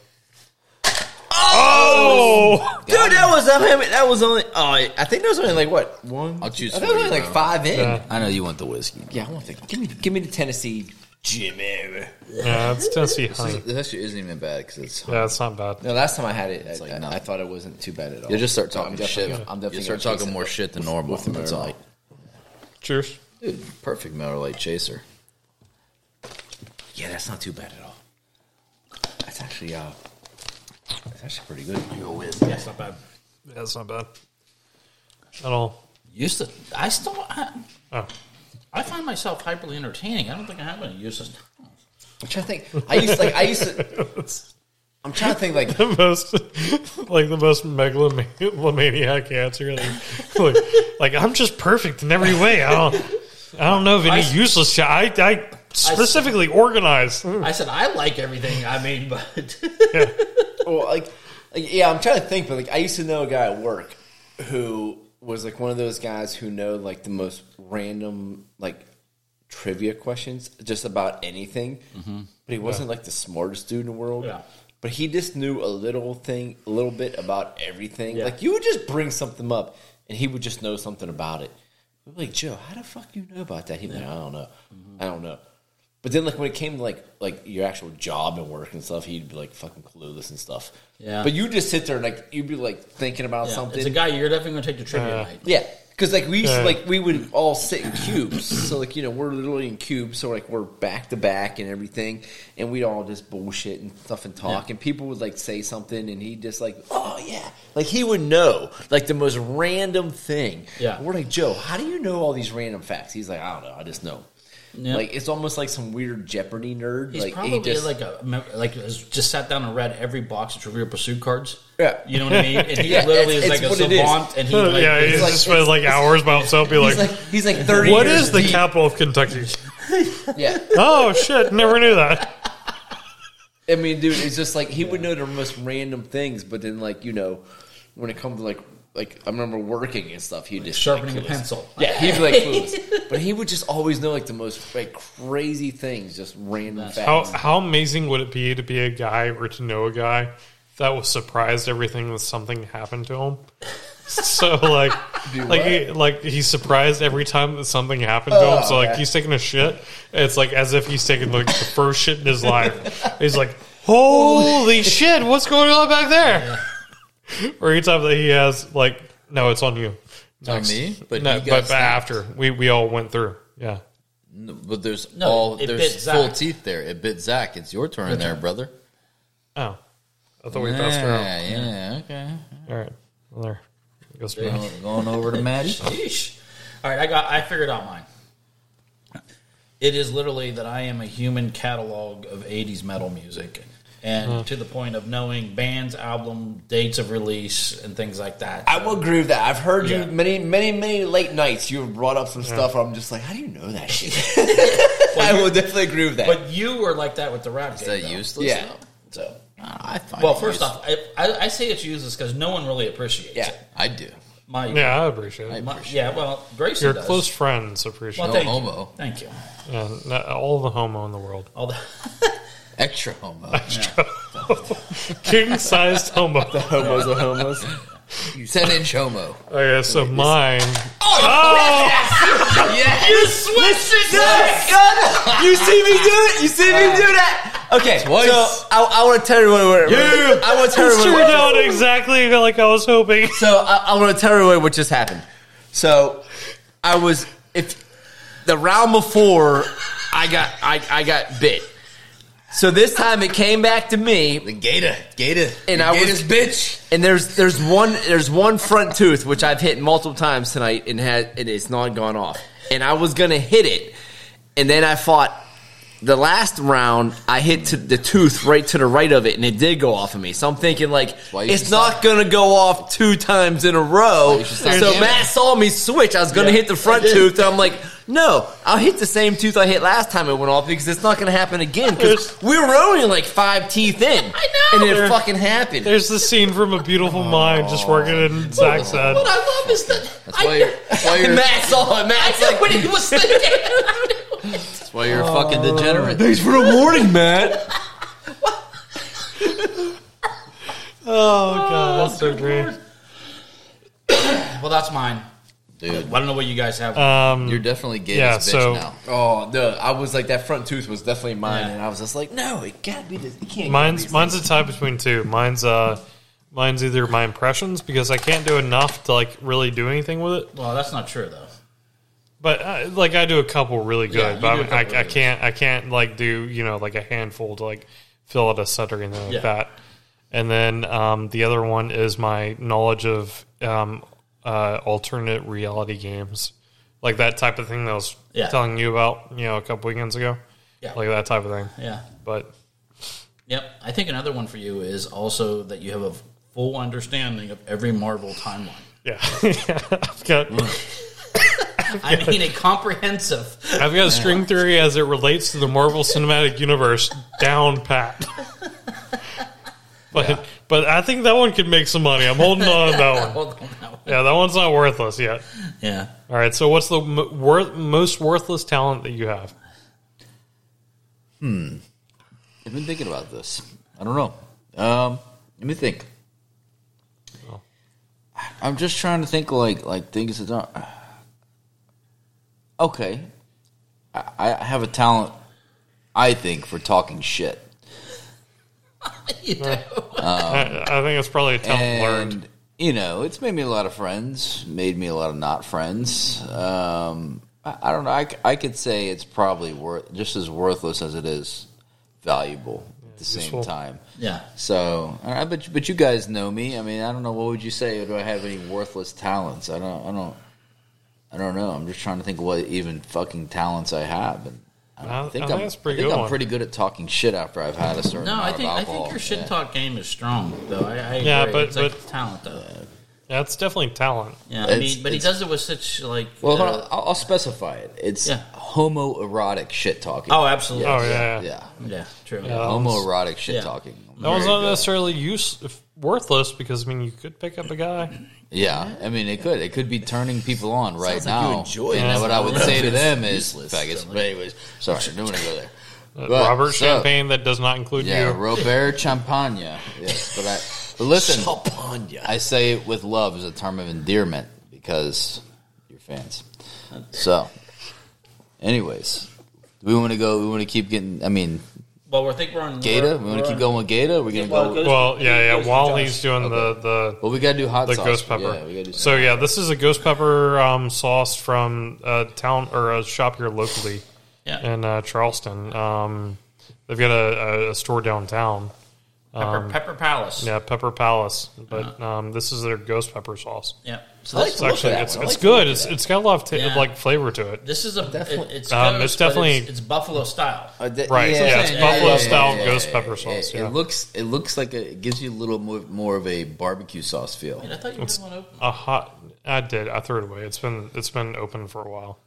H: Dude, that was I mean, that was only. Oh, I I think that was only like what one.
G: I'll choose
H: I think it was
G: three,
H: only like
G: bro.
H: five in. Yeah,
G: I know you want the whiskey.
H: I want to give me give me the Tennessee Jimmy.
A: Yeah, it's Tennessee honey.
G: This actually isn't even bad because it's.
A: Yeah, it's not bad.
H: No, last time I had it, I,
G: like
H: I- I
G: nothing.
H: thought it wasn't too bad at all.
G: You'll just start
H: So I'm
G: talking
H: definitely
G: shit.
H: gonna- I'm definitely
G: You'll start
H: gonna chase
G: talking
H: it
G: more
H: with-
G: shit than normal.
H: with the
G: that's
H: Miller
G: all.
H: Lite.
A: Cheers.
G: Dude, perfect Miller Lite chaser.
H: Yeah, that's not too bad at all. That's actually uh, that's actually pretty good.
B: That's not bad.
A: Yeah, it's not bad. At all.
B: Used to, I still. I,
A: Oh.
B: I find myself hyperly entertaining. I don't think I have any uses.
H: I'm trying to think. I used to, like I used to. I'm trying to think like
A: the most like the most megalomaniac answer. Like, like, like, I'm just perfect in every way. I don't I don't know of any
B: I-
A: useless shit. I, I specifically organize.
H: Mm,
B: I said I like everything. I mean, but
H: well, like, like, yeah, I'm trying to think, but like, I used to know a guy at work who was like one of those guys who know like the most random like trivia questions just about anything. But he wasn't like the smartest dude in the world.
B: Yeah.
H: But he just knew a little thing, a little bit about everything. Like you would just bring something up, and he would just know something about it. I'm like Joe, how the fuck you know about that? He'd be like, I don't know, I don't know. But then, like when it came to like like your actual job and work and stuff, he'd be like fucking clueless and stuff.
B: Yeah.
H: But you just sit there and like you'd be like thinking about
B: Yeah,
H: something.
B: It's a guy you're definitely going to take to trivia night.
H: Yeah, because like we used
A: Yeah.
H: to like we would all sit in cubes. so like you know we're literally in cubes. So like we're back to back and everything, and we'd all just bullshit and stuff and talk. And people would like say something, and he'd just like, oh yeah, like he would know like the most random thing.
B: Yeah.
H: we're like Joe, how do you know all these random facts? He's like, I don't know, I just know.
B: Yeah.
H: Like it's almost like some weird Jeopardy nerd.
B: He's
H: like
B: probably
H: he just
B: like a mem- like has just sat down and read every box of Trivial Pursuit cards.
H: Yeah.
B: you know what I mean. And he
H: Yeah,
B: literally
H: it's-
B: is like
H: it's
B: a
H: what it is.
B: savant, and he like,
A: yeah, he's
H: like-
A: just spent like hours by himself be like,
H: he's like he's like thirty.
A: What
H: years
A: is the
H: deep.
A: capital of Kentucky?
H: Yeah.
A: Oh shit, never knew that.
H: I mean, dude, it's just like he would know the most random things, but then like you know, when it comes to like like I remember working and stuff, he would just
B: sharpening
H: like,
B: a
H: clueless.
B: pencil.
H: Yeah, he'd be like clueless, but he would just always know like the most like crazy things, just random
A: How
H: facts.
A: how amazing would it be to be a guy or to know a guy that was surprised everything was something happened to him? So like like he, like he's surprised every time that something happened to
G: Oh,
A: him. So like he's taking a shit. and It's like as if he's taking like the first shit in his life. He's like, "Holy shit, what's going on back there?" Or each time that he has like, "No, it's on you."
G: Not me, but
A: No,
G: you
A: but,
G: got
A: but
G: snapped.
A: after we we all went through. Yeah.
G: No, But there's
B: No,
G: all
B: it
G: there's
B: bit Zach.
G: full teeth there. It bit Zach. It's your turn in there, brother.
A: Oh. I thought we passed her
G: Yeah,
A: out.
G: yeah, okay.
A: All right. Well, there. Goes to
G: Going,
A: mine.
G: going over to Maddie.
B: Sheesh. All right, I got. I figured out mine. It is literally that I am a human catalog of '80s metal music, and to the point of knowing bands, album dates of release, and things like that.
H: I will agree with that. I've heard
B: Yeah.
H: you many, many, many late nights. You have brought up some stuff. Where I'm just like, how do you know that shit? I will definitely agree with that.
B: But you were like that with the rap.
G: Is
B: game,
G: that
B: though.
G: useless?
H: yeah,
G: though?
B: So,
G: I find
B: well,
G: it
B: first
G: useless.
B: off, I, I, I say it's useless because no one really appreciates
H: yeah.
B: it.
G: I do.
B: My,
A: Yeah, I appreciate it.
B: my- yeah. Well, Grayson
A: Your
B: does.
A: close friends appreciate
B: Well,
A: it.
G: No
B: thank you.
G: homo.
B: Thank you.
A: And not- all the homo in the world.
B: All the,
G: Extra homo.
A: King sized homo.
H: Homos are homos.
G: Ten inch homo.
A: Okay, so mine.
H: you see me do it. You see me do that. Okay,
G: Twice.
H: so I, I want to tell everyone. What, yeah, I want to tell
A: It's
H: everyone.
A: turned
H: what-
A: out exactly like I was hoping.
H: So uh, I, I want to tell everyone what just happened. So I was if the round before I got I, I got bit. So this time it came back to me,
G: The gator. Gator.
H: And
G: The
H: I
G: gator's
H: was-
G: bitch.
H: and there's there's one there's one front tooth which I've hit multiple times tonight and had and it's not gone off. And I was gonna hit it, and then I fought the last round. I hit to the tooth right to the right of it, and it did go off of me. So I'm thinking like
G: why you
H: it's
G: should
H: not gonna go off two times in a row.
G: you should stop
H: So
G: doing
H: Matt
G: it.
H: saw me switch. I was gonna hit the front tooth, and I'm like. No, I'll hit the same tooth I hit last time it went off because it's not going to happen again. Because we were only like five teeth in, I know, and it fucking happened.
A: There's the scene from A Beautiful Mind just working in Zach's head.
H: What I love is that
G: That's why you're, that's why you're,
H: Matt saw it. Matt's like, what he was
G: that's why you're a fucking degenerate.
H: Thanks for the warning, Matt.
A: Oh, God, that's so great.
B: well, that's mine.
G: Dude,
B: I don't know what you guys have.
A: Uh,
G: you're definitely gator's
A: yeah,
G: bitch
A: so-
G: now.
H: Oh, no. I was like, that front tooth was definitely mine.
B: Yeah.
H: And I was just like, no, it can't be this. It can't
A: Mine's mine's a tie between two. Mine's uh, mine's either my impressions because I can't do enough to like really do anything with it.
B: well, that's not true though.
A: But uh, like I do a couple really good,
B: Yeah, you
A: but
B: do
A: I'm,
B: a couple
A: I, I
B: really good.
A: can't I can't like do you know like a handful to like fill out a set or anything like
B: Yeah.
A: that. And then um, the other one is my knowledge of um, uh, alternate reality games, like that type of thing that I was
B: Yeah.
A: telling you about you know a couple weekends ago,
B: Yeah.
A: like that type of thing.
B: Yeah.
A: But
B: Yep. I think another one for you is also that you have a full understanding of every Marvel timeline.
A: yeah, I've
B: Mm-hmm.
A: got.
B: I mean, a comprehensive.
A: I've got string theory as it relates to the Marvel Cinematic Universe down pat. But but I think that one could make some money. I'm holding on to that one.
B: Hold on, that one.
A: Yeah, that one's not worthless yet.
B: Yeah.
A: All right, so what's the m- wor- most worthless talent that you have?
G: I've been thinking about this. I don't know. Um, let me think. I'm just trying to think like like things that don't. Okay, I, I have a talent. I think for talking shit,
A: I, I think it's probably a talent
G: Um,
A: learned.
G: and you know, it's made me a lot of friends, made me a lot of not friends. Um, I, I don't know. I, c- I could say it's probably worth just as worthless as it is valuable at the
A: useful.
G: same time.
B: Yeah.
G: So, I but but you guys know me. I mean, I don't know. What would you say? Do I have any worthless talents? I don't. I don't. I don't know. I'm just trying to think what even fucking talents I have. And I, don't
A: I-
G: think
A: I
G: I
A: think
G: am
A: Oh, that's a pretty
G: I think
A: good
G: I'm
A: one.
G: pretty good at talking shit after I've had a certain.
B: No, I
G: amount
B: think
G: of
B: I
G: alcohol.
B: think your shit
G: Yeah.
B: talk game is strong though. I, I
A: Yeah,
B: agree.
A: but-
B: it's like
A: but-
B: talent though.
A: Yeah, it's definitely talent.
B: Yeah, I
G: It's-
B: mean, but he
G: it's-
B: does it with such like.
G: Well, hold
B: uh,
G: on. I'll, I'll specify it. It's
B: Yeah.
G: homoerotic shit talking.
B: oh, absolutely.
A: Oh yeah, yeah.
G: yeah,
B: yeah, true.
G: homoerotic shit
B: Yeah.
G: talking.
A: that one's
G: Very
A: not
G: good.
A: necessarily use worthless because I mean you could pick up a guy.
G: Yeah, I mean, it could. It could be turning people on right
H: like you
G: now.
H: enjoy
G: and
A: it.
G: what I would say to them is, faggots. But anyways, sorry, I don't want to go there. But,
A: Uh, Robert
G: so,
A: Champagne that does not include
G: Yeah,
A: you.
G: Robert Champagne. Yes, but I. But listen, I say it with love as a term of endearment because you're fans. So, anyways, do we want to go. We want to keep getting. I mean,
B: Well, we're think we're on
G: Gata.
B: we're-
G: We want
B: we're
G: to
B: on-
G: keep going with Gata. We're gonna
B: Well,
G: go.
B: it goes-
A: Well, yeah,
B: it
A: yeah.
B: goes to
A: While
B: Josh.
A: he's doing the the
G: Well, we gotta do hot
A: the
G: sauce.
A: ghost pepper.
G: Yeah, we gotta do
A: so yeah, this is a ghost pepper um, sauce from a town or a shop here locally
B: Yeah.
A: in uh, Charleston. Um, they've got a, a, a store downtown.
B: Pepper- Pepper Palace.
A: Yeah, Pepper Palace. But um, this is their ghost pepper sauce.
B: Yeah.
A: So
B: I like
A: it's
B: the look of
A: actually
B: that
A: it's,
B: one. I
A: it's
B: like the look
A: good.
B: of
A: It's
B: that.
A: it's got a lot of ta-
B: Yeah.
A: like flavor to it.
B: This is a
A: Definitely-
B: it- it's
A: Um, it's
B: ghost, but
A: definitely-
B: it's, it's buffalo style.
A: Right, yeah, it's buffalo style ghost pepper
G: sauce.
A: yeah.
G: It looks, it looks like a, it gives you a little more, more of a barbecue sauce feel.
B: I thought you
A: It's
B: didn't want to open.
A: a hot. I did. I threw it away. It's been it's been open for a while.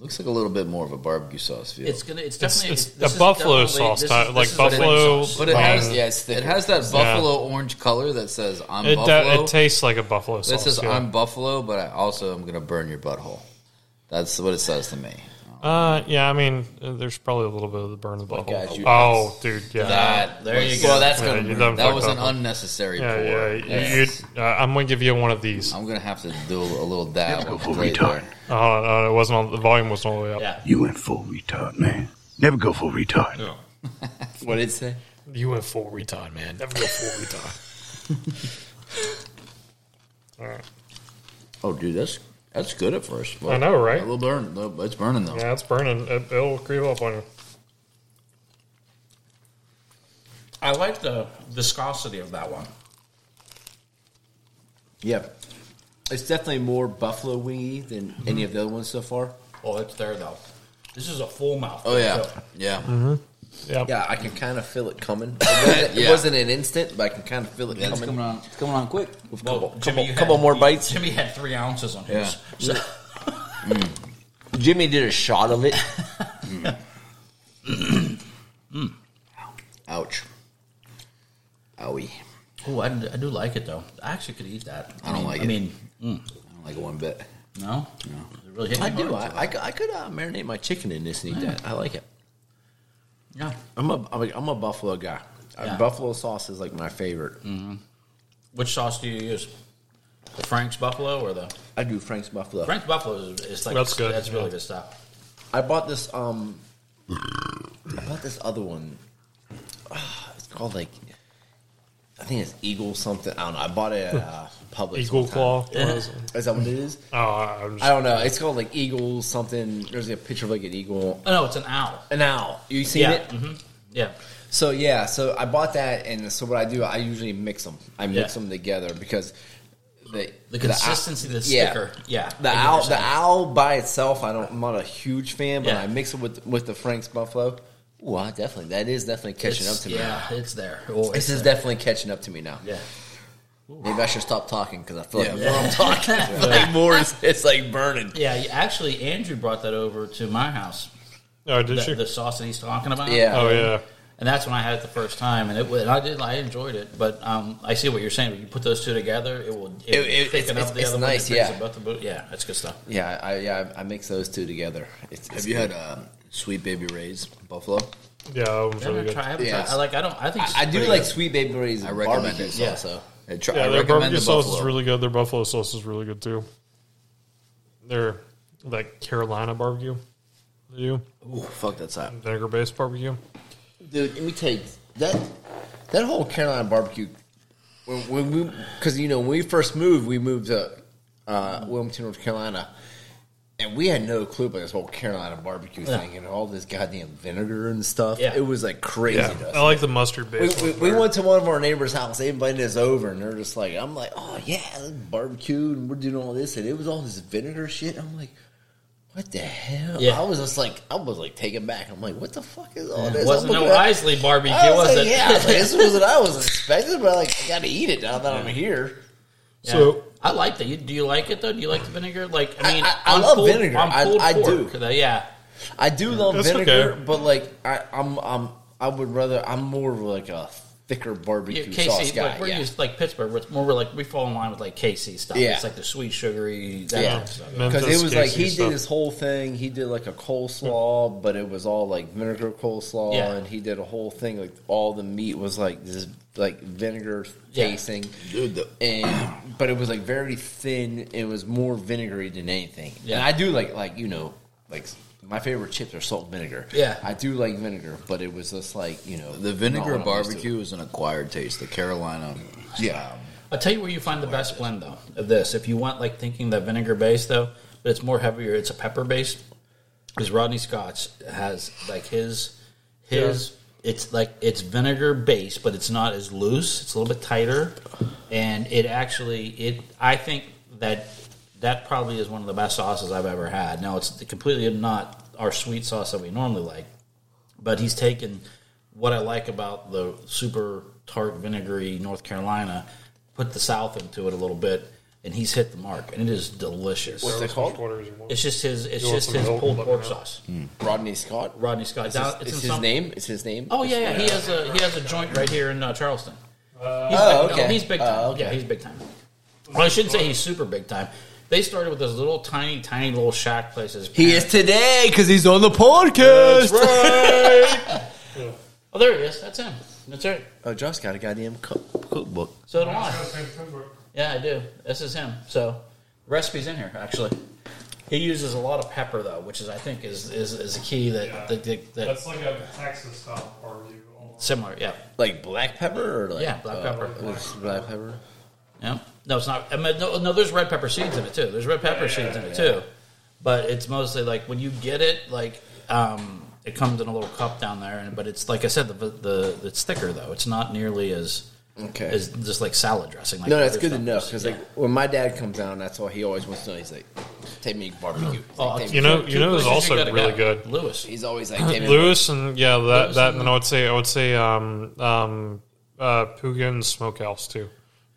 G: Looks like a little bit more of a barbecue sauce feel.
B: It's gonna. It's definitely
A: it's
B: this
A: a
B: is
A: buffalo
B: definitely-
A: sauce
B: this
A: type,
B: is-
A: like
B: this is a red
A: buffalo-
B: sauce.
G: But it has,
A: Um,
G: yeah, it's thick. it has that buffalo orange color that says "I'm
A: It do-
G: buffalo."
A: it tastes like a buffalo
G: That
A: sauce,
G: says
A: yeah.
G: "I'm buffalo," but I also am going to burn your butthole. That's what it says to me.
A: Uh, yeah. I mean, uh, there's probably a little bit of the burn of the
G: guys,
A: butthole.
G: you-
A: Oh, dude. Yeah.
G: That- there you go. Well, that's gonna burn.
A: done
G: That
A: fucked
G: was an
A: up.
G: unnecessary
A: Yeah,
G: pour.
A: yeah. you-
G: Yes.
A: you- uh, I'm gonna give you one of these.
G: I'm going to have to do a little dab. right there.
A: Oh, no, it wasn't. On, the volume wasn't all the way up.
B: Yeah.
M: You went full retard, man. Never go full retard.
G: what did it say?
A: You went full retard, man. Never go full retard. all right.
G: Oh, dude, that's that's good at first.
A: I know, right?
G: A little burn. little- It's burning though.
A: Yeah, it's burning. It, it'll creep up on you.
B: I like the viscosity of that one.
H: Yeah. It's definitely more buffalo wingy than any of the other ones so far.
B: Oh, it's there though. This is a full mouth.
G: Oh yeah, yeah.
H: Yeah, I can kind of feel it coming. It wasn't, it
G: Yeah.
H: wasn't an instant, but I can kind of feel it
G: it's
H: coming.
G: coming on. It's coming on quick.
H: With a
B: Well,
H: couple,
B: Jimmy,
H: couple,
B: you
H: couple
B: had-
H: more bites.
B: Jimmy had three ounces on his.
G: Yeah.
B: So-
J: Jimmy did a shot of it.
G: Ouch. Owie.
B: Oh, I, I do like it though. I actually could eat that.
G: I don't like
B: I
G: it.
B: mean, mm,
G: I don't like it one bit.
B: no, no, it really hit
H: I
B: me
H: do.
B: hard.
H: I, I, could- I could uh, marinate my chicken in this and eat that. I like it.
B: Yeah.
H: I'm a, I'm a, I'm a buffalo guy. Uh,
B: Yeah.
H: Buffalo sauce is like my favorite.
B: Which sauce do you use? The Frank's Buffalo or the
H: I do Frank's buffalo.
B: Frank's Buffalo is, is like
A: That's good,
B: That's really
A: yeah.
B: good stuff.
H: I bought this. Um, I bought this other one. Ah, It's called like I think it's Eagle something. I don't know. I bought it at uh, Publix.
A: Eagle
H: one time.
A: claw. What is it?
H: Is that what it is?
A: Oh, I- I'm
H: I
A: just,
H: don't know. It's called like Eagle something. There's a picture of like an eagle,
B: Oh no, it's an owl.
H: an owl. You seen
B: yeah.
H: it?
B: hmm Yeah.
H: So yeah, so I bought that, and so what I do, I usually mix them. I mix
B: Yeah.
H: them together because the
B: The
H: owl-
B: consistency of the sticker. Yeah,
H: the
B: I get what
H: owl,
B: you're
H: the
B: saying.
H: owl by itself, I don't. I'm not a huge fan, but
B: Yeah.
H: I mix it with with the Frank's Buffalo. Ooh, I definitely that is definitely catching
B: It's-
H: up to me.
B: yeah, it's there. Oh, it's
H: This is
B: there.
H: definitely catching up to me now.
B: Yeah.
H: Maybe I should stop talking because I feel like
G: Yeah.
H: more I'm talking, I feel like more is, it's like burning.
B: Yeah, you- actually, Andrew brought that over to my house.
A: oh, did
B: The,
A: you?
B: the sauce that he's talking about.
H: Yeah.
A: oh, yeah.
B: and that's when I had it the first time, and it wa- and I did I enjoyed it. But um, I see what you're saying. When you put those two together, it will
H: It-
B: it, will
H: it-
B: pick
H: it's-
B: it
H: it's-
B: up the
H: it's
B: other
H: nice,
B: one. it brings
H: yeah.
B: it up the boot. Yeah, that's good stuff.
H: Yeah, I yeah I I mix those two together. It's, it's
G: Have you
H: good.
G: had uh, Sweet Baby Ray's Buffalo?
A: Yeah, that one's
B: I haven't
A: really good.
B: tried. I haven't
G: Yeah.
B: tried- I like. I don't. I think it's
H: I, I do
B: pretty
H: like
B: good.
H: sweet baby rays.
G: I
H: and
G: recommend
H: barbecue
G: it.
H: sauce,
B: Yeah.
H: though.
G: I, try,
A: Yeah,
G: I
A: their
G: recommend
A: barbecue
G: the
A: sauce
G: Buffalo.
A: is really good. Their buffalo sauce is really good too. Their like Carolina barbecue, they do
G: Ooh, fuck that's hot.
A: vinegar based barbecue.
H: dude. Let me tell you that that whole Carolina barbecue. When, when we, because you know, when we first moved, we moved to uh, Wilmington, North Carolina, and we had no clue about this whole Carolina barbecue thing and all this goddamn vinegar and stuff.
B: Yeah.
H: It was like crazy.
A: Yeah, Oh,
H: to us.
A: I like the mustard
H: We,
A: based.
H: we, we went to one of our neighbors' house. They invited us over, and they're just like, "I'm like, oh yeah, let's barbecue, and we're doing all this, and it was all this vinegar shit." I'm like, "What the hell?"
B: Yeah.
H: I was just like, I was like taken back. I'm like, "What the fuck is all this?"
B: It wasn't no
H: I'm looking at-
B: Isley barbecue,
H: I was
B: was
H: like,
B: it?
H: "Yeah, I was like, this was what I was expecting, but like, I got to eat it now that I'm here."
B: Yeah.
A: So-
B: I like that. You, do you like it though? Do you like the vinegar? Like I mean,
H: I- I love vinegar. I- I do.
B: pork, though, yeah,
H: I do love
A: That's
H: vinegar,
A: okay.
H: but like, I, I'm, I'm, I would rather. I'm more of like a thicker
B: yeah
H: barbecue sauce
B: KC.
H: guy.
B: Like, we're
H: yeah.
B: used like Pittsburgh. where It's more we're like we fall in line with like KC stuff.
H: Yeah.
B: It's like the sweet, sugary. That
H: Yeah.
B: kind of stuff.
H: Because it was like he did his whole thing. He did like a coleslaw, but it was all like vinegar coleslaw,
B: Yeah.
H: and he did a whole thing. Like all the meat was like this, like vinegar
B: Yeah.
H: tasting,
G: Dude, the,
H: and but it was like very thin. It was more vinegary than anything. And
B: Yeah.
H: I do like like you know like my favorite chips are salt and vinegar.
B: Yeah.
H: I do like vinegar, but it was just like you know
G: the
H: not
G: vinegar
H: what I'm used to.
G: barbecue is an acquired taste. The Carolina.
H: Yeah,
B: I'll tell you where you find the best blend though of this. If you want like thinking that vinegar base though, but it's more heavier. It's a pepper base. Is Rodney Scott's has like his his It's like it's vinegar based, but it's not as loose. It's a little bit tighter, and it actually it. I think that that probably is one of the best sauces I've ever had. Now it's completely not our sweet sauce that we normally like, but he's taken what I like about the super tart vinegary North Carolina, put the South into it a little bit, and he's hit the mark, and it is delicious.
H: What's it called?
B: It's just his. It's just his pulled pork sauce.
H: Rodney Scott.
B: Rodney Scott.
H: Is
B: Down-
H: his,
B: it's
H: is
B: in
H: his
B: some-
H: name? It's his name.
B: Oh yeah, yeah. He has a he has a joint right here in uh, Charleston.
A: Uh,
B: He's
H: oh,
B: big,
H: okay.
B: he's big time.
H: Oh, okay.
B: Yeah, he's big time. Well, I shouldn't say he's super big time. They started with those little tiny, tiny little shack places.
J: He is today because he's on the podcast.
B: Oh, there he is. That's him. That's right.
H: Oh, Josh got a goddamn cook- cookbook.
B: So do I. Yeah, I do. This is him. So recipes in here actually. He uses a lot of pepper though, which is I think is is, is a key that that, that, that
A: That's like a Texas style barbecue.
B: similar. Yeah,
H: like black pepper or like
B: Yeah, black pepper.
H: it's black pepper.
B: Yeah. No, it's not. I mean, no, no, there's red pepper seeds in it too. There's red pepper seeds in it too, but it's mostly like when you get it, like um, it comes in a little cup down there. And but it's like I said, the the it's thicker though. It's not nearly as
H: Okay.
B: as just like salad dressing. Like
H: no,
B: the
H: that's
B: other
H: good
B: stuff
H: to know
B: is.
H: because like when my dad comes down, that's all he always wants to know. He's like, "Take me barbecue." He's
B: Oh,
H: like, "Take me
A: You know,
H: barbecue."
A: you know, is
B: places you
A: also
B: gotta
A: really
B: go.
A: good.
B: Lewis.
H: he's always like, "Take me
A: Lewis and yeah, that
B: Lewis
A: that,
B: and-
A: and then I would say I would say um um uh Pugin's Smokehouse too.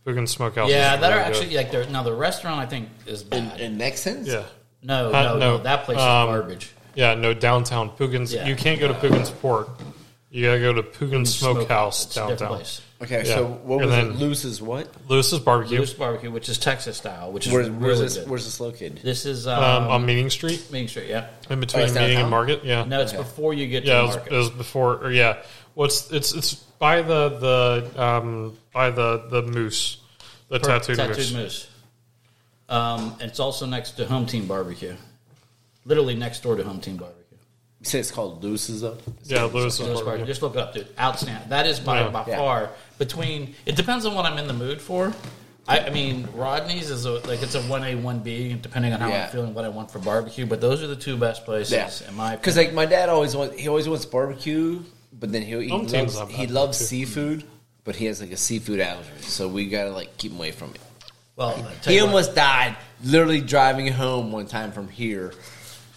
A: Pugin's Smokehouse.
B: Yeah,
A: is
B: that
A: really
B: are
A: good.
B: actually like they're now the restaurant I think is bad.
H: barbecue." In next sense,
A: yeah.
B: no,
A: Uh,
B: no, no, that place
A: um,
B: is garbage.
A: Yeah, no downtown Pugin's.
B: Yeah.
A: You can't go to Pugin's Port. You gotta go to Pugin's Smokehouse
B: Mm, It's a different
A: downtown.
B: place.
H: Okay,
A: Yeah.
H: so what
A: And
H: was it?
A: then-
H: Lewis's what?
A: Lewis's Barbecue.
B: Lewis Barbecue, which is Texas style, which is
H: Where's,
B: really
H: where's this?
B: good.
H: Where's this located?
B: this is
A: um,
B: um,
A: on Meeting Street,
B: Main Street. Yeah,
A: in between
H: it's
A: Meeting
H: downtown?
A: and Market. Yeah,
B: no, it's before you get
A: yeah,
B: to
A: it
B: the
A: was,
B: market.
A: it was before. Or yeah, what's it's it's by the the um by the the moose, the
B: Per-
A: tattooed, moose.
B: Um, and it's also next to Home Team Barbecue. Literally next door to Home Team Barbecue.
H: You said it's called Lewis's though.
A: Yeah, Lewis's
B: Those
A: Barbecue.
B: barbecue- Just look it up, dude. Outstanding. That is by,
A: Yeah.
B: by
H: Yeah.
B: far between. It depends on what I'm in the mood for. I, I mean, Rodney's is a, like it's a one A one B depending on how
H: Yeah.
B: I'm feeling, what I want for barbecue. But those are the two best places in my
H: because like my dad always wants he always wants barbecue, but then he'll, he
A: Some teams
H: loves,
A: have
H: he
A: that
H: loves
A: too.
H: seafood, but he has like a seafood allergy, so we gotta like keep him away from it.
B: Well, I tell
H: He
B: you what,
H: almost died literally driving home one time from here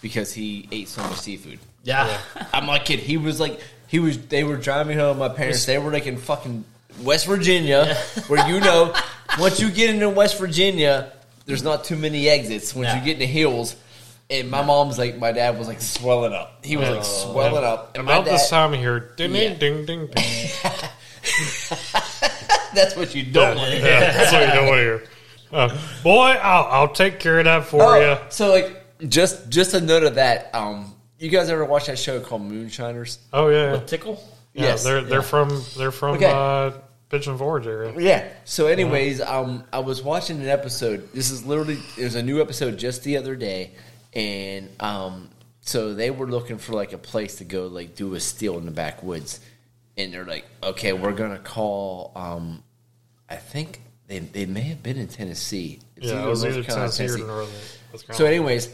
H: because he ate so much seafood.
B: yeah.
H: I'm not kidding. He was like he was. They were driving home. My parents. They were like in fucking West Virginia, where you know, once you get into West Virginia, there's not too many exits. Once
B: Yeah.
H: you get in the hills, and my mom's like, my dad was like swelling up. He was like swelling up. And my
A: About this
H: dad,
A: time of year, ding
H: Yeah.
A: ding ding ding. ding.
H: that's what you don't want.
A: yeah, that's what you don't want to hear. Uh, boy, I'll, I'll take care of that for
H: Oh,
A: you.
H: so like just just a note of that. Um, you guys ever watch that show called Moonshiners?
A: Oh yeah, yeah.
B: Tickle.
A: Yeah,
H: Yes.
A: they're they're from they're from
H: Okay.
A: uh, Pigeon Forge area.
H: Yeah. So, anyways, um, I was watching an episode. This is literally there's a new episode just the other day, and um, so they were looking for like a place to go like do a steal in the backwoods, and they're like, okay, we're gonna call. Um, I think they they may have been in Tennessee. It's
A: yeah, it was either Tennessee or Northern. North
H: So,
A: Carolina.
H: anyways,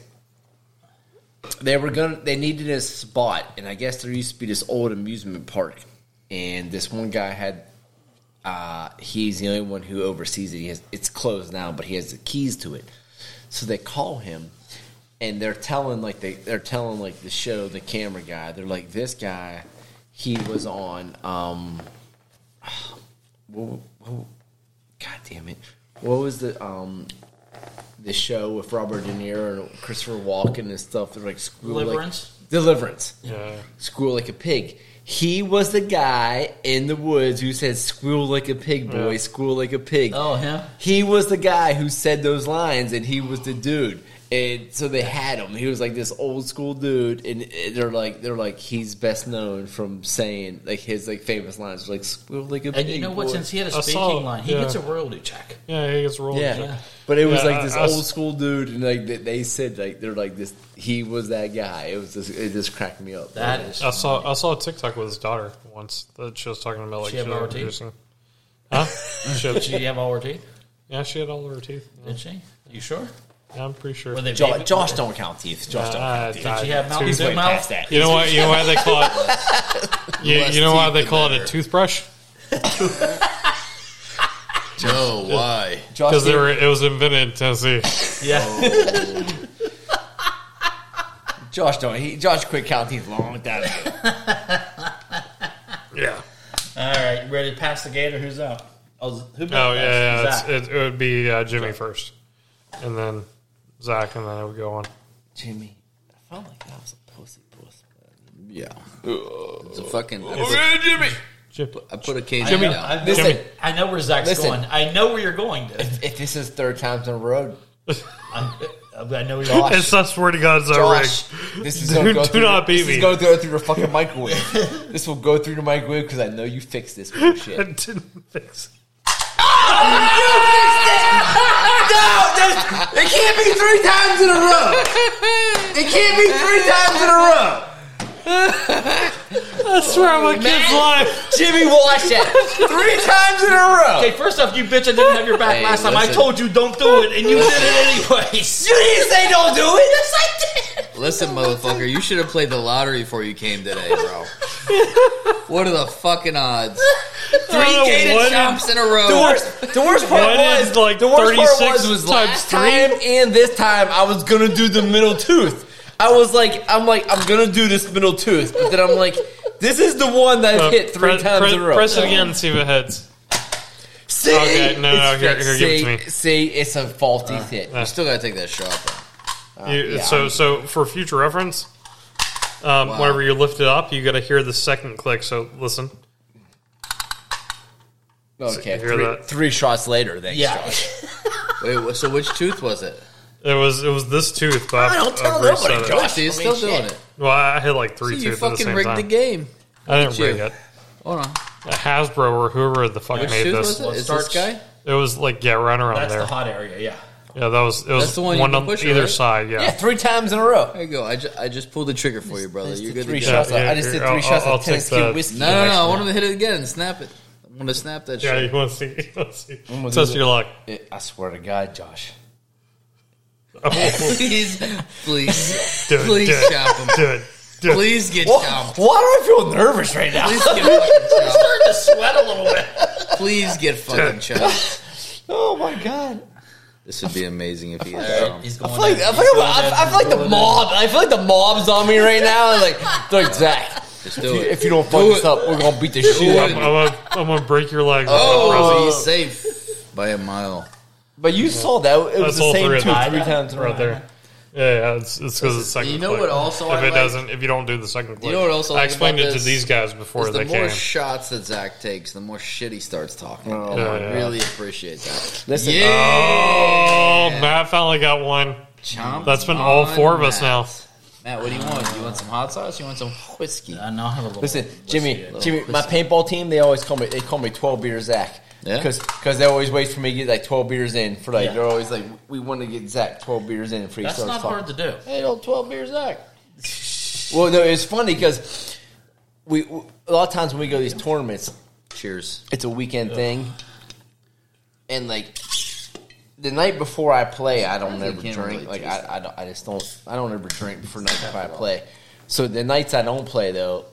H: they were gonna they needed a spot, and I guess there used to be this old amusement park, and this one guy had. Uh, he's the only one who oversees it. He has, it's closed now, but he has the keys to it. So they call him, and they're telling like they they're telling like the show the camera guy. They're like this guy, he was on um, what, what, God damn it, what was the um the show with Robert De Niro and Christopher Walken and stuff. They're like school
B: Deliverance?
H: like, deliverance,
A: yeah,
H: squeal like a pig. He was the guy in the woods who said "squeal like a pig, boy, squeal like a pig."
B: Oh, him?
H: He was the guy who said those lines, and he was the dude. And so they had him. He was like this old school dude, and uh, they're like, they're like, he's best known from saying like his like famous lines, like "squeal like a pig."
B: And you know what?
H: boy."
B: Since he had a
A: I
B: speaking
A: saw-
B: line, he
A: yeah.
B: gets a royalty check.
A: yeah, he gets rolled.
H: Yeah. But it was
A: Yeah,
H: like this
A: I- I s-
H: old school dude, and like they, they said, like they're like this. He was that guy. It was just, it just cracked me up.
B: That is
A: I saw I saw a TikTok with his daughter once that she was talking about like
B: She had
A: she was
B: lower teeth?
A: producing. Huh? she had,
B: Did you have all her teeth?
A: yeah, she had all her teeth.
B: Did she? You sure?
A: Yeah, I'm pretty sure.
B: Were they
H: Josh,
B: baby-
H: Josh don't count teeth. Josh don't
A: Uh,
H: count teeth.
A: uh,
B: Did you have Mountain
H: He's
B: Dew
H: way
B: mouth?
H: past that.
A: You know what? You know why they call it? You, you know why they call it a toothbrush?
G: No, why?
H: Josh,
A: Because they were. It was invented in Tennessee.
H: Josh don't. He, Josh quit counting teeth long time ago.
A: Yeah.
B: All right, ready to pass the gator? Who's up? Oh, who
A: Oh
B: passed?
A: yeah. yeah
B: Who's
A: it's,
B: that?
A: it, it would be uh, Jimmy first, and then Zach, and then it would go on.
H: Jimmy, I felt like I was a pussy puss.
G: Yeah. It's a fucking.
H: Jimmy.
G: I put a cage
A: Jimmy.
G: down.
B: I know,
H: Listen.
B: listen, I know where Zach's
H: Listen.
B: going. I know where you're going. Dude.
H: If this is third times in a row,
B: I, I know where you're going.
H: Josh,
A: It's I swear to God, it's not rigged.
H: Josh, this is
A: Dude,
H: gonna go
A: do
H: through,
A: not beat
H: this is
A: me.
H: gonna go through the fucking microwave. this will go through the microwave because I know you fixed this bullshit.
A: It didn't fix.
H: It can't be three times in a row. It can't be three times in a row.
A: That's where my kid's life.
H: Jimmy watched it three times in a row.
B: Okay, first off, you bitch, I didn't have your back
G: Hey,
B: last time. I
G: listen.
B: told you don't do it, and you did it anyways.
H: You didn't say don't do it. Yes, I did.
G: Listen, motherfucker, you should have played the lottery before you came today, bro. what are the fucking odds? Three gated jumps in a row.
H: The worst, the worst part
A: What
H: was
A: is, like,
H: the worst part
A: 36
H: was, was
A: times
H: last
A: three?
H: time and this time I was gonna do the middle tooth. I was like, I'm like, I'm gonna do this middle tooth, but then I'm like, this is the one that I've
A: Uh,
H: hit three
A: pre-
H: times
A: pre-
H: in a row.
A: Press it again and see if it hits.
H: See?
A: Okay, no, no,
H: It's
A: here-
H: fixed.
A: here, give it
H: see,
A: to me.
H: See, it's a faulty hit.
G: You still gotta take that shot. Though.
A: You,
H: yeah,
A: so, so for future reference, um,
G: Wow.
A: whenever you lift it up, you got to hear the second click. So listen. hear
H: Okay, three,
A: that?
H: three shots later, thanks,
B: Yeah.
H: Josh.
G: Wait, wh- so which tooth was it?
A: It was it was this tooth, but I
H: don't tell nobody,
A: it.
H: Josh.
G: See, he's
H: I
G: still
H: mean,
G: doing
H: shit.
G: it.
A: Well, I hit like three
G: See, you
A: teeth at the
G: fucking
A: same
G: rigged
A: time.
G: the game.
A: I didn't
G: you.
A: rig it.
G: Hold on.
A: Hasbro or whoever the fuck
G: Which
A: made
G: tooth
A: this.
G: was it?
A: It?
G: Is this guy?
A: was like yeah, right around
N: That's
A: there.
N: the hot area, yeah.
A: yeah, that was it was
G: That's the one
A: one,
G: you can
A: on
G: push it,
A: either
G: right?
A: side. Yeah.
H: Yeah, three times in a row.
G: There you go. I, ju- I just pulled the trigger for you, brother. You're good
H: Three
G: to go.
H: shots.
A: Yeah, yeah,
H: I just did
A: yeah,
H: 3
A: I'll-
H: shots
A: I'll
H: of
A: take
H: Tennessee
A: that.
H: whiskey.
G: No, no, no. I want him to hit it again and snap it. I'm gonna snap that
A: Yeah,
G: shit.
A: you want to see? You want to see?
H: I'm gonna
A: Test
H: do
A: your
H: it.
A: luck.
H: It- I swear to God, Josh.
G: please, please,
A: Do it.
G: please
A: do it.
G: chop him.
A: Do it. Do it.
G: Please get
H: Why,
G: chopped.
H: why do I feel nervous right now?
G: Please get fucking chopped.
B: Starting to sweat a little bit.
G: Please get fucking chopped.
H: Oh my god!
G: This would be amazing if he had chopped.
B: He's going.
H: I feel like, I feel like, I feel like the mob. I feel like the mob's on me right now. Like, they're like Zach,
G: Just do it.
H: if you don't fuck
G: Do
H: this
G: it.
H: up, we're gonna beat the shit out
A: I'm,
H: of
A: I'm,
H: you.
A: gonna, I'm gonna break your legs.
G: Oh, he's safe by a mile.
H: But you saw that it was
A: That's all
H: the same
A: three
H: two,
A: of them.
H: three times in a row.
A: right there. Yeah, yeah, it's because it's second.
G: You know
A: click.
G: what also
A: If
G: I
A: it
G: like-
A: doesn't, if you don't do the second click,
G: You know what also I
A: I
G: like
A: explained
G: about
A: it to
G: this
A: these guys before
G: Is the
A: they
G: more
A: came.
G: shots that Zach takes, the more shit he starts talking. and
A: Yeah,
G: I
A: yeah.
G: really appreciate that.
H: Listen, uh,
A: oh, Matt finally got one.
G: Chomp
A: That's been all
G: on
A: four of us
G: Matt.
A: now.
G: Matt, what do you want? You want some hot sauce? You want some whiskey?
B: I know. I have a little.
H: Listen, Jimmy, Jimmy, my paintball team, they always call me, they call me 12 beater Zach.
G: Yeah.
H: Because they always wait for me to get like 12 beers in for like,
B: Yeah.
H: they're always like, we want to get Zach 12 beers in for he
B: That's
H: starts
B: not
H: talking.
B: hard to do.
G: Hey, old twelve beer Zach.
H: Well, no, it's funny because we, we, a lot of times when we go to these tournaments,
G: Cheers.
H: it's a weekend thing. And like, the night before I play, I don't
G: I
H: ever
G: think you can
H: drink.
G: relate
H: Like
G: to
H: I, I, don't, I just don't. I don't ever drink before night before I play. So the nights I don't play though,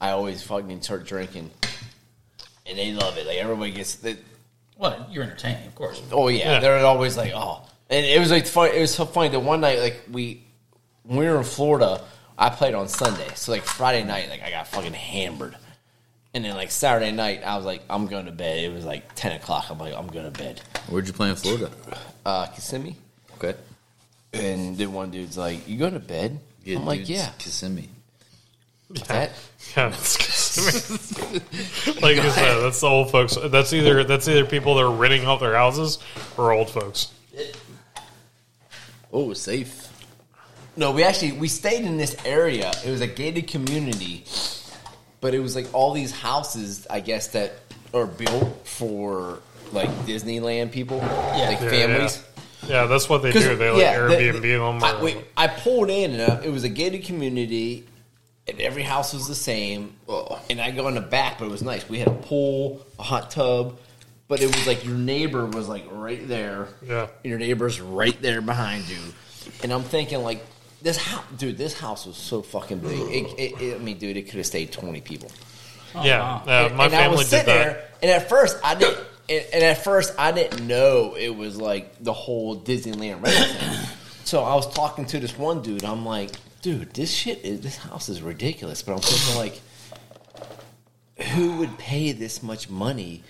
H: I always fucking start drinking, and they love it. Like everybody gets. They,
B: Well, you're entertaining, of course.
H: oh yeah,
A: Yeah.
H: they're always like oh, and it was like fun. It was so funny. The one night like we, when we were in Florida, I played on Sunday. So like Friday night, like I got fucking hammered. And then like Saturday night, I was like, I'm going to bed. It was like ten o'clock. I'm like, I'm going to bed.
G: Where'd you play in Florida?
H: Uh, Kissimmee.
G: Okay.
H: And then one dude's like, "You go to bed?" I'm like,
G: dudes,
H: "Yeah."
G: Kissimmee.
H: That-
A: Yeah, that's like you said, that's the old folks. That's either that's either people that are renting out their houses or old folks.
G: Oh, safe.
H: No, we actually we stayed in this area. It was a gated community, but it was like all these houses, I guess, that are built for like Disneyland people, like
A: Yeah,
H: families.
A: Yeah. Yeah, that's what they
H: 'Cause,
A: do. They like
H: the-
A: Airbnb
H: the-
A: them.
H: I,
A: or-
H: wait, I pulled in, and uh, it was a gated community, and every house was the same. And I go in the back, but it was nice. We had a pool, a hot tub, but it was like your neighbor was like right there.
A: Yeah.
H: And your neighbor's right there behind you. And I'm thinking like this house, dude. This house was so fucking big. It, it, it, I mean, dude, it could have stayed 20 people. oh,
A: yeah, uh, my family did that.
H: sitting and at first I didn't. And, and at first I didn't know it was like the whole Disneyland rental thing. So I was talking to this one dude. I'm like, dude, this shit, is, this house is ridiculous. But I'm thinking like, who would pay this much money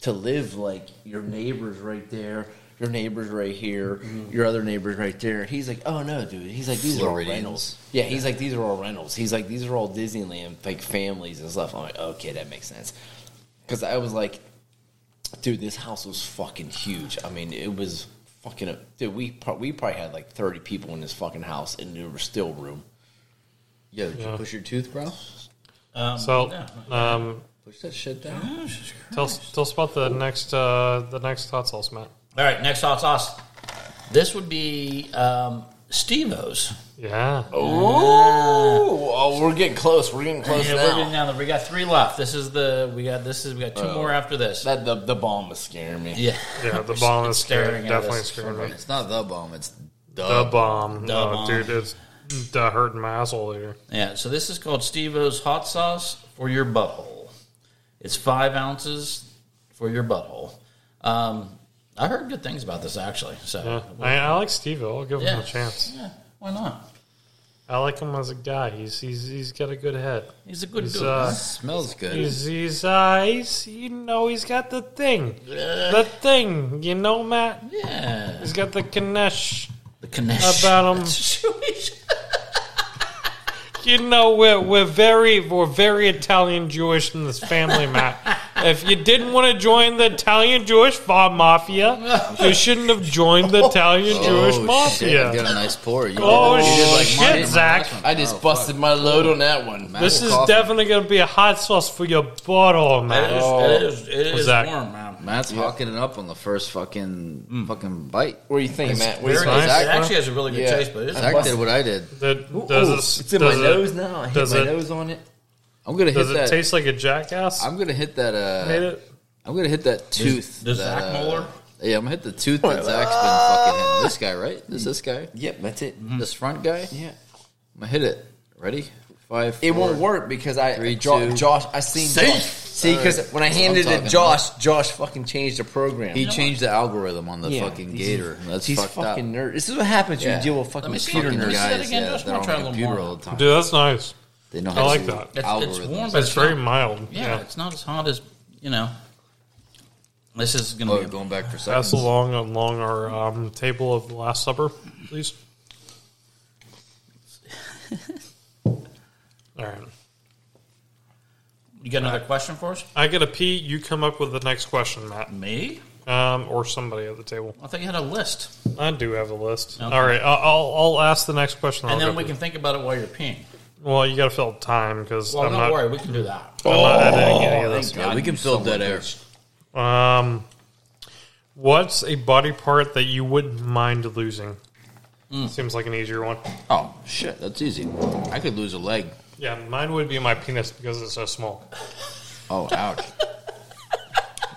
H: to live like your neighbors right there? Your neighbors right here,
G: Mm-hmm.
H: your other neighbors right there. He's like, oh no, dude. He's like, these are all
G: Floridians.
H: rentals. Yeah, he's like, these are all rentals. He's like, these are all Disneyland like families and stuff. I'm like, okay, that makes sense. Because I was like, dude, this house was fucking huge. I mean, it was fucking. Dude, we pro- we probably had like thirty people in this fucking house, and there was still room.
G: Yeah, did you push your tooth, bro?
A: Um, so, um,
G: Push that shit down.
A: tell us, tell us about the next uh, the next hot sauce, Matt.
B: All right, next hot sauce. This would be um, Steve-O's.
A: Yeah.
H: Oh, oh, we're getting close. We're getting close
B: Yeah,
H: now.
B: we're getting down there. We got three left. This is the we got this is we got two more after this.
H: that the the bomb was scaring me.
B: Yeah,
A: Yeah, the bomb is scaring,
B: staring at
A: definitely
B: us.
A: scaring me.
G: It's not the bomb. It's
A: The bomb.
B: The
A: No,
B: bomb.
A: dude, it's the hurting my asshole here.
B: Yeah, so this is called Steve-O's hot sauce for your butthole. It's five ounces for your butthole. Um, I heard good things about this actually.
A: Yeah.
B: So
A: I, I like Steve. I'll give him
B: Yeah.
A: a chance.
B: yeah, why not?
A: I like him as a guy. He's he's he's got a good head.
B: He's a good
A: He's,
B: dude.
A: uh,
G: Smells good.
A: He's he's uh he's you know he's got the thing, the thing. You know, Matt.
B: yeah,
A: He's got the kinesh
B: the connection.
A: about him. You know, we're we're very we're very Italian Jewish in this family, Matt. If you didn't want to join the Italian Jewish fa- mafia, you shouldn't have joined the Italian
H: Oh,
A: Jewish mafia.
G: Oh, Shit, you got a nice pour. You
A: Oh
G: you did like mine.
A: shit, Zach!
H: I just busted my load on that one.
G: Oh, Matt
A: This is
G: was coughing.
A: definitely going to be a hot sauce for your bottle,
B: It
A: man.
B: is, it is, it is
A: Zach.
B: warm, man.
G: Matt's hocking it up on the first fucking fucking bite.
H: What do you think, Matt? What do you
B: Very
H: think?
B: nice.
A: nice,
B: It
A: huh?
B: actually has a really good
H: Yeah.
B: taste, but it is
G: Zach did what I did.
A: That-
H: Ooh,
A: does
H: ooh,
A: this-
H: it's in my
A: does it-
H: nose now. I hit
A: does
H: my
A: it-
H: nose on it.
G: I'm gonna hit
A: Does it
G: that.
A: taste like a jackass?
G: I'm gonna hit that. Uh,
A: Made it.
G: I'm gonna hit that tooth.
B: does
G: that,
B: Zach
G: uh,
B: Muller?
G: Yeah, I'm gonna hit the tooth that Zach's been fucking hitting. This guy, right? This this guy,
H: uh, Yep, that's it.
A: Mm-hmm.
G: this front guy.
H: Yeah.
G: I'm gonna hit it. Ready? Five.
H: It will
G: four.
H: won't work because I
G: Three,
H: Jo-
G: two.
H: Josh. I seen Josh. See, because when I
G: That's what
H: handed
G: I'm
H: it
G: talking
H: to Josh, Josh fucking changed the program.
G: He changed the algorithm on the
H: Yeah,
G: fucking
H: he's-
G: gator. That's
H: He's
G: fucked up.
H: fucking nerd. This is what happens when
G: Yeah.
H: you deal with fucking
B: Let me see.
H: computer
B: Let me
H: nerds.
B: see that
G: guys,
B: again,
G: yeah,
B: Josh. I'm
G: they're
B: gonna
G: on
B: try a
G: the
B: little
G: computer
B: more.
G: all the time.
A: Dude, that's nice.
G: They know how
A: I
G: to
A: like
G: use
A: that.
B: It's, it's
G: algorithms.
B: warm, but
A: It's very
B: not-
A: mild.
B: Yeah,
A: Yeah,
B: it's not as hot as you know. This is gonna
G: Oh,
B: be.
G: going back for
A: pass
G: seconds.
A: along along our um, table of the Last Supper, please. All right.
B: You got another question for us?
A: I get a pee. You come up with the next question, Matt,
B: Me?
A: um, or somebody at the table.
B: I thought you had a list,
A: I do have a list.
B: Okay.
A: All right, I- I'll I'll ask the next question.
B: and
A: I'll
B: then
A: go
B: we
A: through.
B: can think about it while you're peeing.
A: Well, you got to fill up time because
B: Well,
A: I'm
B: don't
A: not.
B: worry, Oh, we can do that.
A: I'm not editing any of this.
G: Yeah, we can fill dead air.
A: Um, what's a body part that you wouldn't mind losing?
B: Mm.
A: Seems like an easier one.
G: Oh shit, that's easy. I could lose a leg.
A: Yeah, mine would be my penis because it's so small.
G: Oh ouch.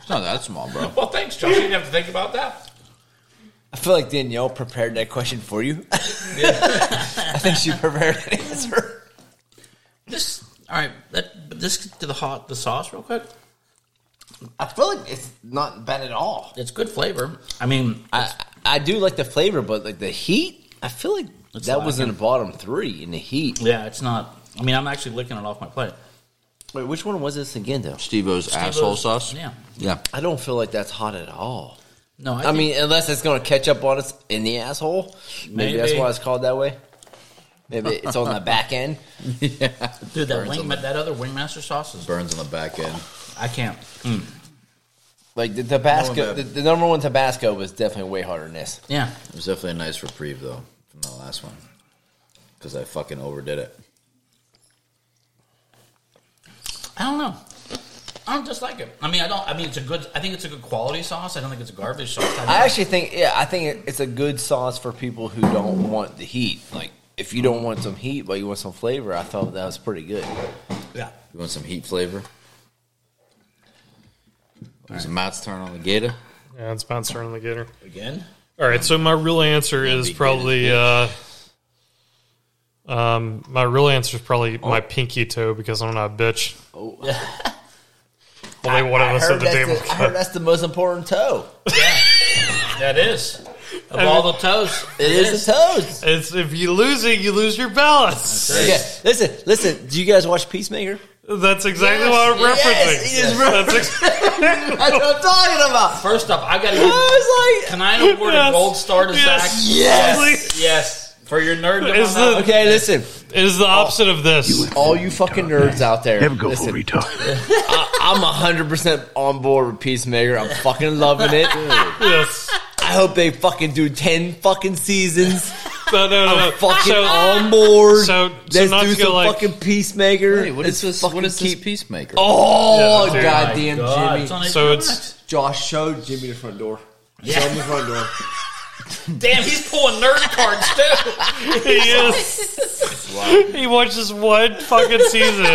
G: it's not that small, bro.
B: Well, thanks, Josh. You didn't have to think about that.
H: I feel like Danielle prepared that question for you. I think she prepared an answer.
B: This, all right. That, but this to the hot the sauce real quick.
H: I feel like it's not bad at all.
B: It's good flavor. I mean,
H: I I do like the flavor, but like the heat, I feel like
B: It's
H: that was in the bottom three in the heat.
B: yeah, it's not. I mean, I'm actually licking it off my plate.
H: Wait, which one was this again though?
G: Steve O's asshole sauce.
B: Yeah.
G: Yeah.
H: I don't feel like that's hot at all.
B: No, I,
H: I,
B: think-
H: mean, unless it's going to catch up on us in the asshole. Maybe, that's
B: Maybe.
H: why it's called that way. Maybe it's on the back end.
B: dude, that
G: burns
B: wing,
G: on the-
B: that other wingmaster sauce is.
G: Burns on the back end.
B: I can't.
H: Like the
G: No
H: Tabasco,
G: one
H: the,
G: bad.
H: the number one Tabasco was definitely way harder than this.
B: Yeah,
G: It was definitely a nice reprieve though from the last one because I fucking overdid it.
B: I don't know. I don't dislike it. I mean, I don't. I mean, it's a good. I think it's a good quality sauce. I don't think it's a garbage sauce. I, mean,
H: I actually think, yeah, I think it- it's a good sauce for people who don't want the heat. Like if you don't want some heat but you want some flavor, I thought that was pretty good.
B: yeah.
G: You want some heat flavor? It's Matt's turn on the gator.
A: Yeah, it's Matt's turn on the gator.
G: Again?
A: All right, so my real answer is probably. Uh, um, my real answer is probably
H: Oh.
A: my pinky toe because I'm not a bitch. Oh. Only one of us at the table.
G: I heard that's the most important toe.
B: That is. Of all the toes.
G: It is the toes.
A: It's if you lose it, you lose your balance.
H: Yeah, listen, listen. Do you guys watch Peacemaker?
A: That's exactly what I'm
H: Yes,
A: referencing.
H: he just That's what I'm talking about.
B: First off, I got to
H: I was like,
B: Can I award a gold star to
A: Yes.
B: Zach?
H: Yes.
B: Yes. For your nerd.
A: Is the
H: Okay, listen.
A: it is the opposite of this.
H: All you fucking nerds out there,
O: Never go
H: listen.
O: for retard.
H: I'm 100% on board with Peacemaker. I'm fucking loving it. I
A: Yes.
H: hope they fucking do 10 fucking seasons.
A: No, no, no.
H: I'm
A: no.
H: fucking Oh
A: So-
H: on board.
A: so- so
H: Let's
A: not
H: do
A: to go
H: some
A: like-
H: fucking Peacemaker.
G: Hey, what
H: Let's
G: is this?
H: fucking
G: What is this
H: keep-
G: peacemaker?
H: Oh,
A: Yeah, dude.
H: goddamn Jimmy.
A: So it's
H: Josh, show Jimmy the front door. Show him the front door.
B: Damn, he's pulling nerd cards too.
A: he is. He watches one fucking season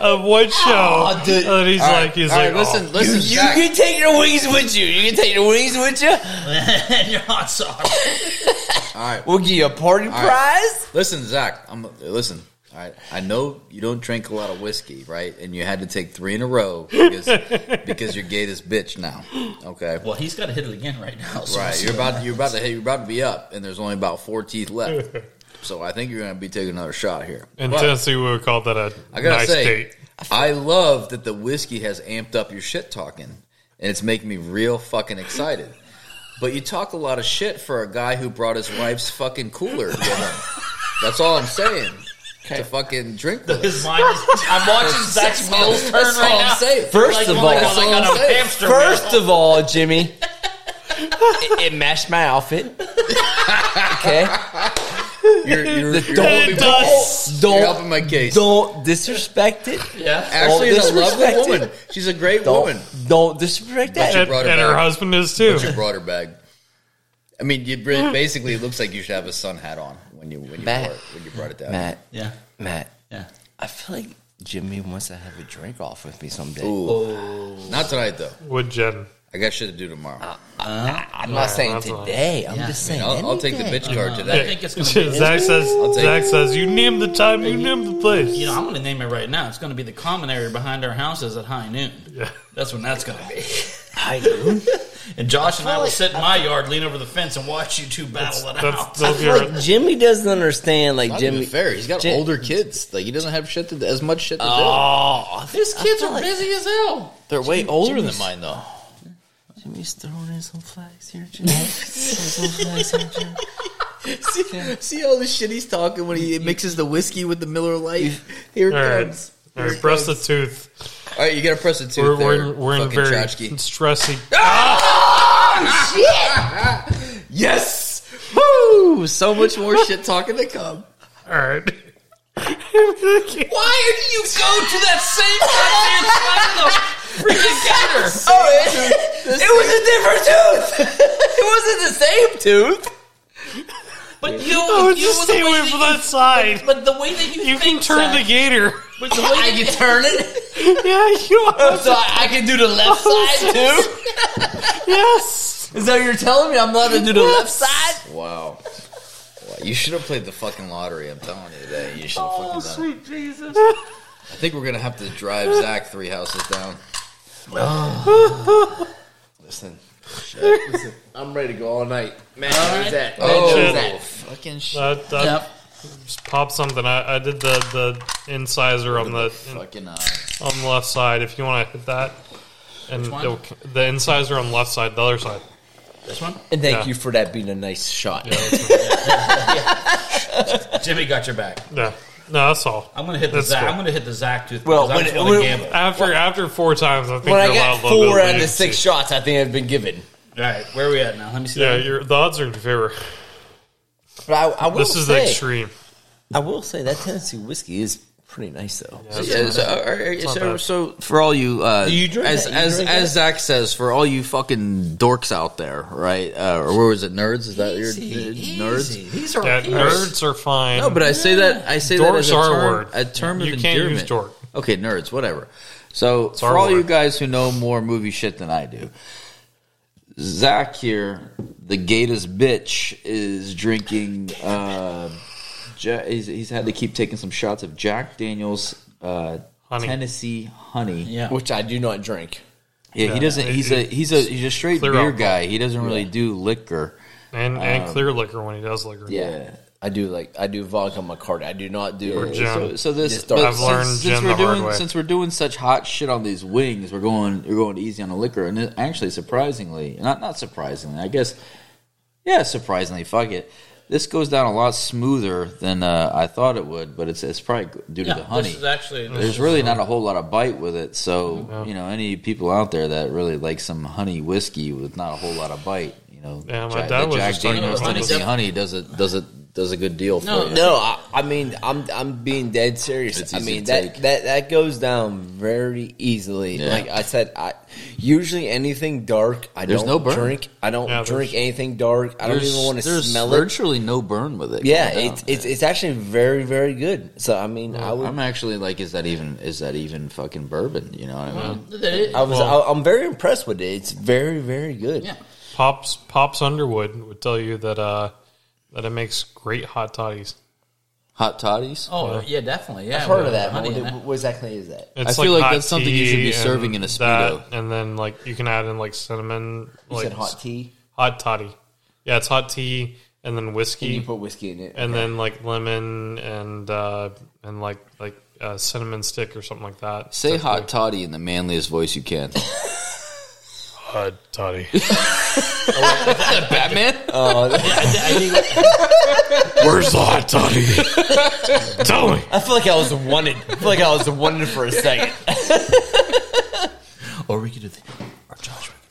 A: of one show,
H: Oh, dude.
A: and he's
G: All right,
A: like, he's
G: all
A: like,
G: right,
A: listen,
G: listen, listen,
H: You
G: Zach.
H: can take your wings with you. You can take your wings with you.
B: and your hot sauce.
G: All right,
H: We'll give you a party prize.
G: listen, Zach. I'm listen. All right, I know you don't drink a lot of whiskey, right? And you had to take three in a row because because you're gay this bitch now. Okay,
B: Well, he's got to hit it again right now. So
G: right. You're about you're about to you're about to be up, and there's only about four teeth left. So I think you're going to be taking another shot here.
A: "Oh, in
G: But
A: Tennessee, we would call that a
G: I gotta
A: nice
G: say,
A: date.
G: I love that the whiskey has amped up your shit talking, and it's making me real fucking excited. But you talk a lot of shit for a guy who brought his wife's fucking cooler with him. That's all I'm saying. To fucking drink with us.
B: His mind is, I'm watching Zach's wheels turn
G: That's all
B: right
G: I'm
B: now.
G: saying.
H: First of all,
B: Like,
G: all
B: I got
G: I'm
B: a
G: saying.
B: hamster wheel.
H: First of all, Jimmy, it, it matched my outfit. Okay,
G: You're, you're, you're,
H: don't-
G: helping,
A: It
G: my-
A: does.
G: you're
H: don't
G: helping my case.
H: don't disrespect it.
B: Yeah.
G: Ashley is a
H: don't
G: lovely
H: disrespect
G: woman.
H: it.
G: She's a great
H: Don't
G: woman.
H: don't
G: But
H: disrespect that.
G: you-
A: and,
G: brought it
A: and her
G: back.
A: husband is too.
G: She brought her bag. I mean, you br- basically it looks like you should have a sun hat on when you when you
H: Matt.
G: brought, when you brought it down.
H: Matt,
B: Yeah.
H: Matt,
B: Yeah.
H: I feel like Jimmy wants to have a drink off with me someday.
G: Ooh. Not tonight though.
A: Would Jen?
G: I got shit to do tomorrow.
H: Uh, Ah. I'm not saying
A: that's all.
H: today. I'm just saying.
G: I'll, I'll take the bitch
H: anything. Uh,
G: card
B: I
G: today.
B: think it's going to be.
A: Zach says.
G: take
A: Zach
G: it.
A: says you name the time, you name the place.
B: You know, I'm going to name it right now. It's going to be the common area behind our houses at high noon. Yeah. That's when that's going to be.
H: Hi, dude.
B: And Josh and I will sit in my yard, lean over the fence, and watch you two battle it out.
A: That's those are your-
H: Like Jimmy doesn't understand. Like
G: Not
H: Jimmy,
G: even fair. He's got
H: Jim-
G: older kids. Like he doesn't have shit to do, as much shit to
H: Oh,
B: These kids
H: feel
B: are
H: like-
B: busy as hell.
G: do. They're way older than mine though.
H: Jimmy's throwing in some flags here, Jimmy. some flags here, Jimmy.
G: See, see all the shit he's talking when he mixes the whiskey with the Miller Lite. Here it
A: All right.
G: comes.
A: All right, press the tooth.
G: All right, you gotta press the tooth
A: We're,
G: there.
A: we're, we're in
G: fucking
A: very
G: tchotchke.
A: stressy.
G: Yes. Woo! So much more shit talking to come.
A: All right.
B: Why do you go to that same goddamn side of the freaking gutter?
H: Oh, it, it was a different tooth. it wasn't the same tooth.
B: But you,
A: I would
B: you
A: just
B: the
A: stay
B: way
A: away
B: that
A: from
B: you-
A: that side.
B: But the way that you,
A: You can
B: think,
A: turn the
B: Zach,
A: gator.
B: But the way that you
H: Turn it
A: Yeah, you are.
H: so I, I can do the left side too.
A: Yes.
H: So you're telling me I'm not gonna do the left side?
G: Wow. Wow, You should have played the fucking lottery. I'm telling you today. You should have
A: Oh,
G: fucking done it.
B: Jesus.
G: I think we're gonna have to drive Zach three houses down.
H: Listen, listen, I'm ready to go all night. Man, who's that?
G: Oh,
A: shit.
G: fucking shit.
A: That,
H: Uh,
A: that
B: Yep.
A: just popped something. I, I did the, the incisor on the
G: Fucking uh,
A: on the left side. If you want to hit that, and
B: one?
A: the, the incisor on the left side, the other side.
B: This one?
H: And thank
A: Yeah.
H: you for that being a nice shot.
B: Jimmy got your back.
A: Yeah. No, that's all.
B: I'm gonna hit the
A: That's
B: Zach.
A: cool.
B: I'm gonna hit the Zach tooth.
H: Well,
B: because I
H: when-
B: just wanna
H: when-
B: gamble.
A: After after four times, I think
H: When
A: you're
H: I
A: allowed
H: got
A: a little
H: four
A: bit
H: out of the
A: leniency.
H: six shots, I think I've been given.
B: All right, where are we at now? Let me see.
A: Yeah,
B: that.
A: your, the odds are in your favor.
H: But I, I will
A: This is
H: say,
A: extreme.
H: I will say that Tennessee whiskey is pretty nice though.
G: Yeah, so, all right,
A: not
G: so,
A: bad.
G: so for all you, uh,
H: Do you drink
G: as
H: that? You
G: as
H: drink
G: as
H: that?
G: Zach says, for all you fucking dorks out there, right? Uh, or where was it, nerds? Is that your uh, nerds?
B: These are
H: Oh,
A: Yeah, nerds are fine.
G: No, but I say that I say that
A: dorks
G: as a
A: are
G: term,
A: a word.
G: a term of
A: you can't
G: endearment.
A: use dork.
G: Okay, nerds, whatever. So for all you guys who know more movie shit than I do, Zach here, the Gator's bitch, is drinking. Uh, Ja- he's, he's had to keep taking some shots of Jack Daniels uh,
P: Honey.
G: Tennessee honey,
P: Yeah.
G: which I do not drink. Yeah,
P: Yeah.
G: he doesn't. He's a he's a he's a straight
A: Clear
G: beer
A: alcohol.
G: guy. He doesn't really do liquor
A: and and
G: Um,
A: clear liquor when he does liquor.
G: Yeah.
P: I do like I do vodka Bacardi. I do not do
A: Or gin.
G: So, so this,
P: Just
G: but
P: dark-
G: since, since we're doing since we're doing such hot shit on these wings, we're going we're going easy on the liquor, and it, actually, surprisingly, not not surprisingly, I guess, yeah, surprisingly, fuck it, this goes down a lot smoother than uh, I thought it would, but it's it's probably due
B: Yeah,
G: to the
B: this
G: honey.
B: is actually-
G: there's really not a whole lot of bite with it, so you know, any people out there that really like some honey whiskey with not a whole lot of bite, you know,
A: Yeah, my
G: Jack,
A: dad
G: the
A: was
G: Jack
A: just talking
G: Daniel's
A: about
G: Tennessee
A: this.
G: honey does it does it does a good deal for
H: No,
G: you.
H: no, I, I mean, I'm I'm being dead serious.
G: It's
H: I
G: easy
H: mean
G: to
H: that,
G: take.
H: that that goes down very easily.
G: Yeah.
H: Like I said, I usually anything dark. I
G: There's
H: don't
G: no burn.
H: drink. I don't
G: Yeah,
H: drink
G: there's-
H: anything dark. I don't
G: There's-
H: even want to
G: there's
H: smell it.
G: virtually no burn with it.
H: Yeah,
G: going down.
H: it's it's it's actually very very good. So I mean, I would.
G: I'm actually like, is that even is that even fucking bourbon? You know what I mean?
H: I was. I, I'm very impressed with it. It's very very good.
A: Pops Pops Underwood would tell you that uh that it makes great hot toddies.
G: Hot toddies?
A: Yeah.
B: Oh yeah, definitely. Yeah,
H: I've heard
B: with
H: of that.
B: honey
H: What,
B: in it.
H: what exactly is that?
A: It's
G: feel like
A: hot
G: that's something you should be
A: tea
G: serving
A: and
G: in a Speedo.
A: that, and then like you can add in like cinnamon.
H: You
A: like
H: said hot tea?
A: hot toddy. Yeah, it's hot tea and then whiskey.
H: And you put whiskey in it,
A: and
H: okay.
A: then like lemon and uh and like like uh, cinnamon stick or something like that.
G: Say hot toddy in the manliest voice you can.
A: hot toddy.
G: Batman?
H: Oh, Where's
A: the hot toddy? Tell me.
H: I feel like I was wanted. I feel like I was wanted for a second.
G: or we could do the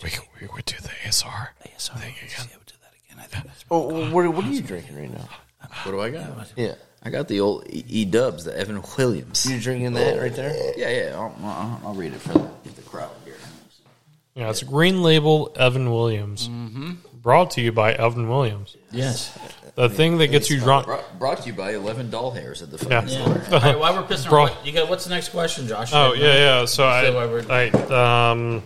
A: we could, we could do the ASR. ASR thing again.
H: what, what are you drinking right now?
G: What do I got? Yeah, I got the old E E Dubs, the Evan Williams.
H: You drinking that right there?
G: Yeah, yeah. I'll, I'll, I'll read it for the, the crowd here.
A: Yeah, it's Green Label Evan Williams.
G: Mm-hmm.
A: Brought to you by Evan Williams.
G: Yes.
A: The thing that gets you drunk.
G: Brought, brought to you by Eleven Doll Hairs at the
A: Yeah.
G: fucking store.
A: Yeah.
B: All right, while we're pissing,
A: Bro.
B: on, what, you got what's the next question, Josh?
A: Oh yeah, yeah. So
B: Say
A: I,
B: why we're-
A: I, um,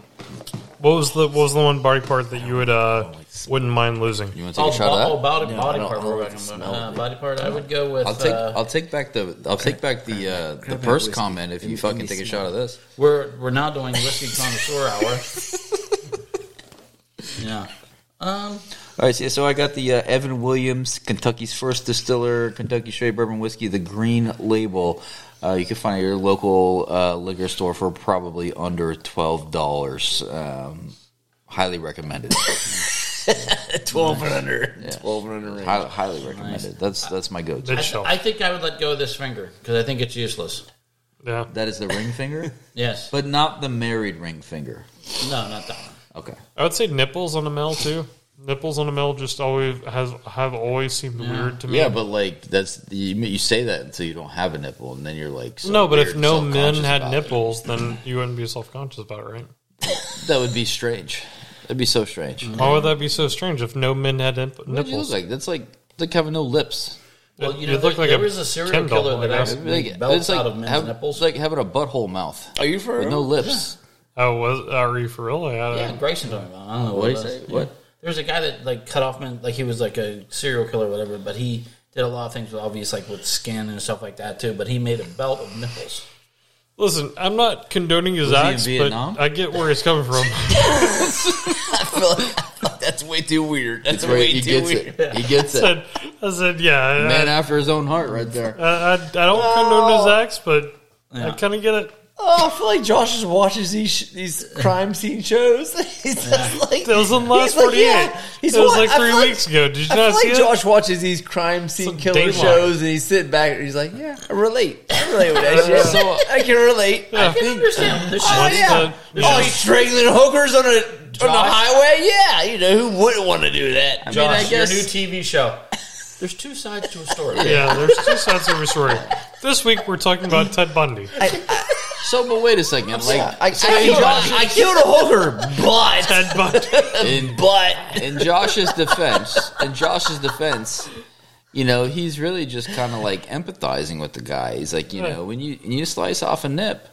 A: what was the what was the one body part that you would uh wouldn't mind losing?
G: Oh, You want
B: Oh, bo- oh, body, body part. we're talking about. Uh, body part. I would go with.
G: I'll take
B: uh,
G: I'll take back the I'll take back the uh, the
B: Grab that
G: purse
B: whiskey.
G: comment if
B: Let me-
G: you
B: let
G: fucking
B: me
G: take a
B: smell
G: shot of this.
B: We're we're now doing whiskey connoisseur hour. yeah. Um.
G: All right, so, so I got the uh, Evan Williams, Kentucky's first distiller, Kentucky straight bourbon whiskey, the green label. Uh, you can find it at your local uh, liquor store for probably under twelve dollars. Um, highly recommended.
H: 12 and under.
G: Yeah.
H: 12 and under.
G: Hi- highly recommended. That's that's my go-to.
B: I, th- I think I would let go of this finger because I think it's useless.
A: Yeah.
G: That is the ring finger.
B: Yes.
G: but not the married ring finger.
B: No, not that one.
G: Okay.
A: I would say nipples on a male too. Nipples on a male just always has have always seemed weird to me.
G: Yeah, but like that's you, you say that until you don't have a nipple, and then you're like so
A: no, but if
G: weird,
A: no men
G: self-conscious
A: had
G: about it.
A: nipples, then you wouldn't be self conscious about it, right?
G: that would be strange. That'd be so strange.
A: Why would that be so strange if no men had nip- Mm-hmm. nipples?
G: What do Mm-hmm. you look like? That's like like having no lips.
B: Well, you
A: You
B: know,
A: look
B: there,
A: like
B: there
A: a
B: was a serial
A: Ken doll,
B: killer
A: I
B: that
A: guess.
B: actually
G: Like,
B: belts
G: it's like
B: out of men's
G: have-
B: nipples.
G: it's like having a butthole mouth.
H: Are you for
G: with no lips?
A: Oh, was are you for real? Yeah,
B: Yeah, Grayson talking about. it. I don't know
G: What'd
B: what
G: he
B: it
G: say?
B: was.
G: What?
B: There was a guy that like cut off men, like he was like a serial killer or whatever, but he did a lot of things with obvious like with skin and stuff like that too. But he made a belt of nipples.
A: Listen, I'm not condoning his
G: Was he
A: acts,
G: in
A: but
G: Vietnam?
A: I get where he's coming from.
H: That's way too weird. That's
G: It's right,
H: way
G: he
H: too
G: gets
H: weird.
G: it. He gets
A: I
G: it.
A: said, I said, yeah.
G: Man
A: I,
G: after his own heart, right there.
A: I, I don't condone his acts, but I kind of get it.
H: Oh, I feel like Josh just watches these these crime scene shows. He's just like
A: That was in the last
H: he's like,
A: 48.
H: yeah. He's
A: that was
H: wa-
A: like
H: I
A: three
H: feel like-
A: weeks ago. Did you not
H: I feel
A: see
H: like
A: it?
H: Josh watches these crime scene killer
A: Dateline.
H: shows and he's sitting back and he's like, "Yeah, I relate. I relate with that shit.
G: So-
H: I can relate.
A: Yeah. I
B: can understand this
H: Oh
A: shit.
H: yeah.
A: The-
H: oh,
A: yeah.
H: he's strangling hookers on a on the
B: Josh?
H: highway. Yeah, you know who wouldn't want to do that? I
B: Josh,
H: mean, I guess
B: your new TV show. There's two sides to a story.
A: Yeah, there's two sides of a story. This week we're talking about Ted Bundy.
G: So, but wait a second. Like
H: I,
G: so
H: I
G: in
H: killed,
G: Josh-
H: I killed a hooker, but
A: Ted Bundy.
G: in,
H: but
G: in Josh's defense, in Josh's defense, you know, he's really just kind of like empathizing with the guy. He's like, you
A: Yeah.
G: know, when you when you slice off a nip,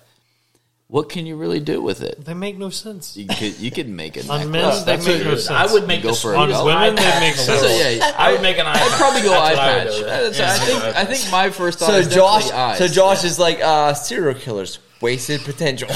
G: what can you really do with it?
A: They make no sense.
G: You could you could make it.
A: On men, they make no sense. I would make
G: go
A: the
G: for a
A: on
G: dollar.
A: women, they make sense.
B: I would make an eye
G: I'd probably go
B: patch.
G: eye
B: That's what I would
G: patch.
B: do.
G: That's-
B: Yeah.
G: I think I think my first thought
J: So
G: is
J: Josh,
G: definitely eyes.
J: so Josh is like uh, serial killers, wasted potential.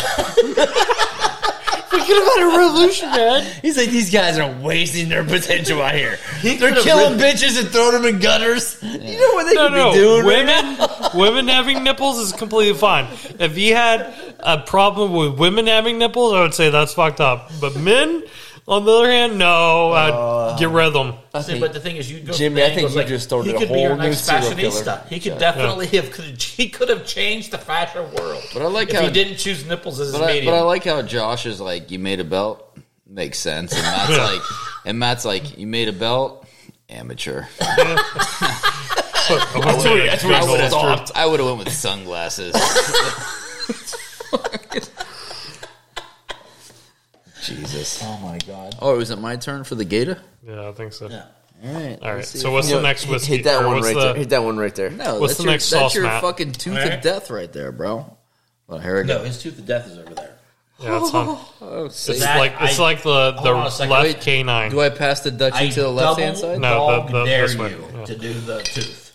D: Forget about a revolution, man.
J: He's like, these guys are wasting their potential out here. They're
D: could've
J: killing bitches and throwing them in gutters. You know what they
A: no,
J: could
A: no.
J: be doing? right
A: women, women having nipples is completely fine. If you had a problem with women having nipples, I would say that's fucked up. But men, on the other hand, no, I'd get rid of them.
B: See, but the thing is, you go
J: Jimmy, I think you just started
B: he
J: a
B: could be your
J: whole new
B: next
J: serial
B: fashionista.
J: killer.
B: He could
J: Yeah.
B: definitely have could have, he could have changed the fashion world.
G: But I like
B: if
G: how-
B: he didn't choose nipples as his
G: But I,
B: medium.
G: but I like how Josh is like, you made a belt, makes sense, and Matt's like, and Matt's like, you made a belt, amateur.
A: That's what- that's what he
G: I would have
A: said.
G: stopped. I would have went with sunglasses. Jesus. Oh my god. Oh, is it my turn for the Gator?
A: Yeah, I think so.
G: All right.
A: All right.
G: let's see
A: So
G: if-
A: what's
G: Yeah,
A: the next
G: hit-
A: whiskey?
J: Hit that
A: Or
J: one
A: what's
J: right
A: the-
J: there. Hit that one right there.
G: No,
A: What's
G: that's
A: the
G: your,
A: next
G: that's
A: sauce,
G: your
A: Matt?
G: fucking tooth of death right there, bro. Well, here we go.
B: no, his tooth of death is over there.
A: Yeah, it's fine.
G: Oh, see.
A: It's
B: That-
A: like it's
B: I-
A: like the
B: Hold
A: the
B: on a second.
A: left
G: Wait.
A: canine.
G: Do I pass the Dutchie
B: I
G: to the left hand
B: double
G: side?
A: No,
B: dog
A: the- the-
B: dare
A: this way.
B: you
A: Yeah.
B: to do the tooth.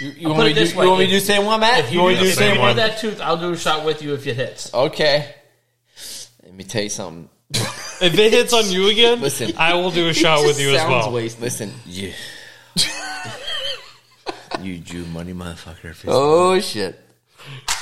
J: You, you
B: I'll
J: want
B: put
J: me
B: it
J: to
B: this
J: do-
B: way.
J: you want me to do the same one, Matt?
B: If
J: You
B: you,
J: want me
B: do,
J: to do the
A: the
B: if you
A: same
J: same
B: do
A: one?
B: that tooth, I'll do a shot with you if it hits.
J: Okay. Let me tell you something.
A: If it hits on you again,
J: Listen.
A: I will do a shot with you as well.
G: Oh.
J: Listen, you. you Jew money motherfucker.
G: Oh shit.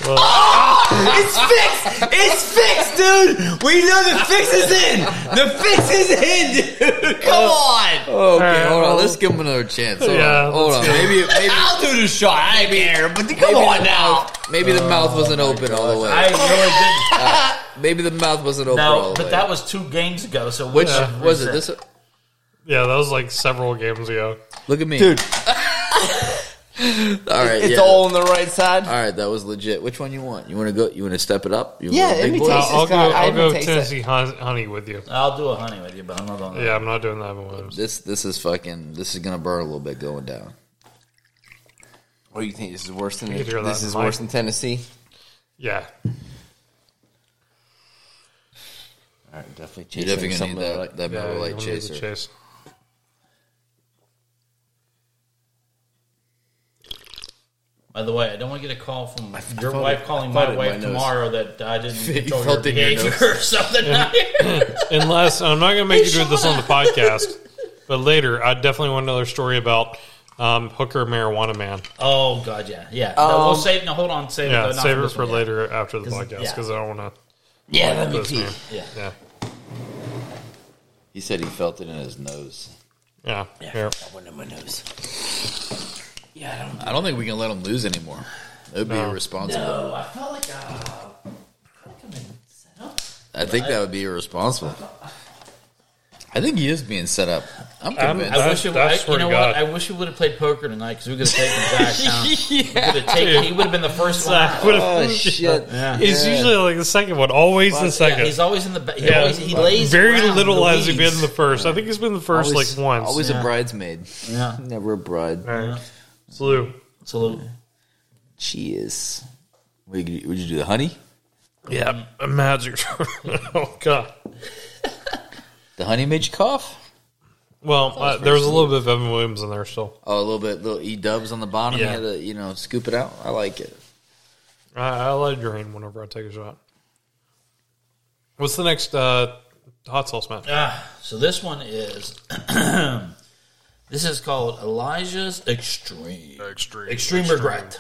J: It's fixed! It's fixed, dude! We know the fix is in! The fix is in, dude! Come on!
G: Uh, oh, Okay,
A: right,
G: hold on.
A: well-
G: Let's give him another chance. Hold
A: Yeah,
G: on. Hold on.
A: let's go.
G: Maybe maybe
J: I'll do the shot. I ain't here, but come
G: maybe
J: on
G: the
J: now. Oh,
G: mouth- Maybe the mouth wasn't open all the way.
B: I really didn't.
G: maybe the mouth wasn't open all
B: No,
G: the
B: but
G: way.
B: that was two games ago. So
G: Which
B: yeah.
G: was it? This
A: Yeah, that was like several games ago.
G: Look at me.
J: Dude.
G: All right.
J: It's
G: yeah.
J: all on the right side.
G: All right, that was legit. Which one you want? You want to go? You want to step it up? You
J: Yeah,
G: want a
J: let me
G: big boy?
A: Uh,
J: taste
A: I'll
J: this
A: go.
J: guy. I
A: I'll
J: haven't
A: go
J: tasted it.
A: Tennessee hon- honey with you.
B: I'll do a honey with you, but I'm not on that.
A: Yeah, I'm not doing that one.
G: This this is fucking. This is gonna burn a little bit going down.
J: What do you think? This is worse than
A: You could hear that
J: this
A: in
J: is
A: the mic.
J: worse than Tennessee.
A: Yeah,
J: All right, definitely
G: You're
J: chasing
G: definitely gonna need that, that
A: yeah.
G: Miller
A: you'll
G: Lite
A: need to
G: chaser.
A: chase.
B: By the way, I don't want to get a call from your
J: felt
B: wife
J: it-
B: calling
J: I felt it
B: my
J: in
B: wife
J: my nose.
B: tomorrow that I didn't control your
G: felt it in your
B: behavior or something.
A: Unless I'm not going to make you do this on the podcast, but later I definitely want another story about um, hooker marijuana man.
B: oh god, yeah, yeah. No, we'll
J: Um,
B: save. No, hold on, save it.
A: Yeah,
B: though, not
A: save
B: for
A: it
B: this
A: for
B: one.
A: later after the
B: 'Cause-
A: podcast
B: yeah.
A: because I don't want to.
J: Yeah, let me
A: this
J: pee.
A: man.
B: Yeah.
A: Yeah,
G: He said he felt it in his nose.
A: yeah. Here.
J: I went in my nose.
G: I don't think we can let him lose anymore. That would be irresponsible.
B: Oh, I felt like uh, I'm in setup.
G: I think that would be irresponsible. I think he is being set up. I'm
J: Um,
G: convinced.
B: I
A: I-
B: wish it,
A: I
B: I,
A: swear
B: you know
A: to
B: what?
A: God.
B: I wish we would have played poker tonight because we could have taken Zach down. We could have taken.
A: Dude.
B: He would have been the first one. out.
A: What if-
G: oh shit!
A: He's usually like the second one, always the second.
B: Yeah, he's always in the. ba- He,
A: Yeah.
B: always, he lays
A: Very
B: around,
A: little has he
B: Louise.
A: been the first. I think he's been the first
G: Always-
A: like once.
G: Always a bridesmaid.
B: Yeah.
G: Never a bride.
A: All right. Salute.
B: Salute.
G: Cheers. Would you, would you do the honey?
A: Yeah, imagine. oh god.
G: The honey made you cough?
A: Well, uh, there's a little bit of Evan Williams in there still.
G: Oh, a little bit, little e dubs on the bottom.
A: Yeah.
G: Yeah, the, you know, scoop it out. I like it.
A: I, I let it drain whenever I take a shot. What's the next uh, hot sauce match?
B: Ah, so this one is. this is called Elijah's Extreme
A: Extreme.
B: Extreme Regret.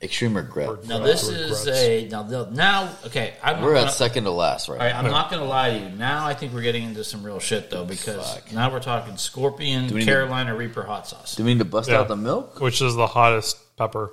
G: Extreme regret.
B: Now this is a now the- now okay. I'm
G: We're
B: not
G: at
B: gonna,
G: second to last, right?
B: all right, I'm not going to lie to you. Now I think we're getting into some real shit though because now we're talking Scorpion
G: we need to-
B: Carolina Reaper hot sauce.
G: Do we need to bust out the milk?
A: Which is the hottest pepper?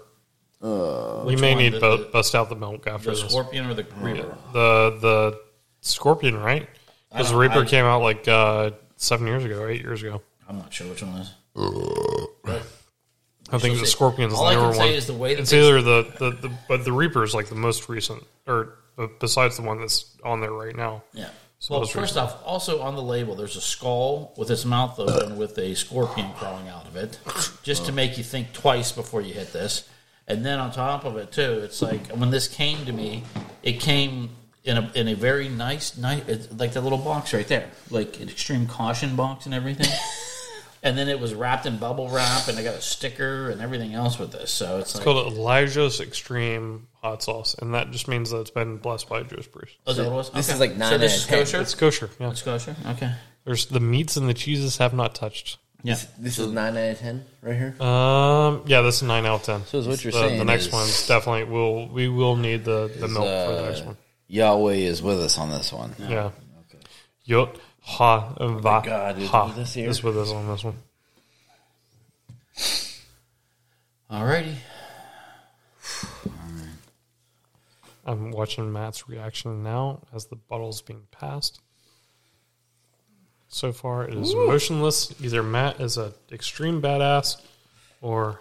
A: you may
B: Uh, one?
A: need
B: The-
A: bu-
B: the-
A: bust out the milk after
B: the
A: this.
B: Scorpion or the Reaper?
A: the the scorpion, right? Because
B: don't-
A: Reaper
B: I-
A: came out like uh, seven years ago, eight years ago.
B: I'm not sure which one it is.
A: I think the
B: see.
A: scorpion is
B: All
A: the
B: I
A: newer
B: can say
A: one.
B: is the way that
A: it's
B: they-
A: either the, the, the but the Reaper is like the most recent, or uh, besides the one that's on there right now.
B: Yeah.
A: So
B: Well,
A: let's read
B: first
A: it.
B: off, also on the label, there's a skull with its mouth open with a scorpion crawling out of it, just to make you think twice before you hit this. And then on top of it, too, it's like when this came to me, it came in a, in a very nice, nice it's like that little box right there, like an extreme caution box and everything. and then it was wrapped in bubble wrap, and I got a sticker and everything else with this. So it's,
A: It's
B: like,
A: called Elijah's Extreme Hot Sauce, and that just means that it's been blessed by Joe's Bruce.
B: Oh, is that what it was?
J: This
B: Okay.
J: is like nine
B: So this
J: out
B: is
J: of ten.
B: kosher.
A: It's kosher. Yeah.
B: It's kosher. Okay.
A: There's the meats and the cheeses have not touched.
B: Yeah.
J: This is nine out of ten right here.
A: Um. Yeah, this is nine out of ten.
G: So is what you're
A: the, The
G: saying
A: next
G: is- uh,
A: one's definitely will we will need the the milk for the next one.
G: Yahweh is with us on this one.
A: Yeah. Yot ha va
G: God, is
A: ha
G: with us here?
A: is with us on this one.
B: Alrighty.
A: I'm watching Matt's reaction now as the bottle's being passed. So far, it is motionless. Either Matt is an extreme badass, or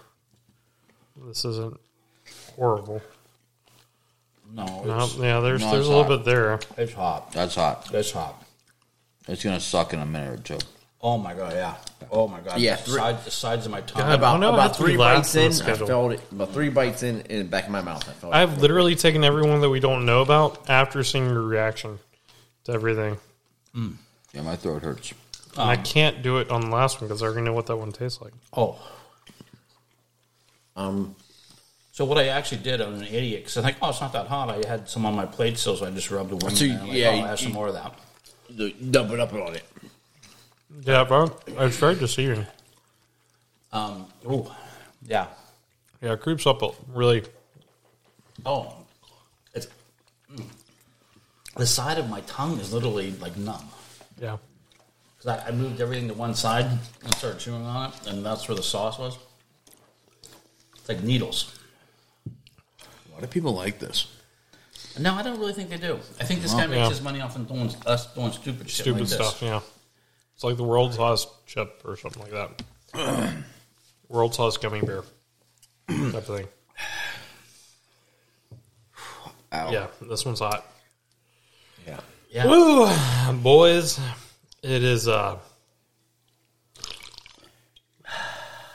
A: this isn't horrible.
B: No.
A: No,
G: it's-
A: yeah, there's
G: no,
A: there's
G: it's
A: a little
G: hot.
A: bit there.
B: It's hot.
G: That's hot.
B: It's hot.
G: It's gonna suck in a minute or two.
B: Oh my god, yeah. Oh my god.
J: Yeah,
B: The,
J: three-
B: side, the sides of my tongue.
A: God, I
J: About,
A: don't know how
J: about
A: to
J: three
A: relax
J: bites
A: on
J: in,
A: the
J: I
A: schedule.
J: felt it. About three bites in, in the back of my mouth, I felt it.
A: I've literally taken everyone that we don't know about after seeing your reaction to everything.
G: Yeah, my throat hurts.
A: and I can't do it on the last one because I already know what that one tastes like.
B: Oh.
J: Um,
B: So what I actually did, I'm an idiot because I think, oh, it's not that hot. I had some on my plate still, so I just rubbed one.
J: So,
B: in there. I'm like,
J: yeah,
B: oh,
J: you-
B: I have some
J: you-
B: more of that.
J: Dumping up on it.
A: Yeah, bro. I tried to see you.
B: Um, ooh, yeah.
A: Yeah, it creeps up a- really.
B: Oh, it's mm. the side of my tongue is literally like numb
A: Yeah.
B: because I, I moved everything to one side and started chewing on it, and that's where the sauce was. It's like needles.
G: A lot of people like this.
B: No, I don't really think they do. I think this guy makes
A: Yeah.
B: his money off on doing, us doing stupid shit
A: Stupid
B: like this.
A: stuff. Yeah. It's like the world's hottest chip or something like that. world's hottest gummy bear type of thing.
G: Ow.
A: Yeah, this one's hot.
G: Yeah.
B: Yeah.
A: Woo, boys, it is. uh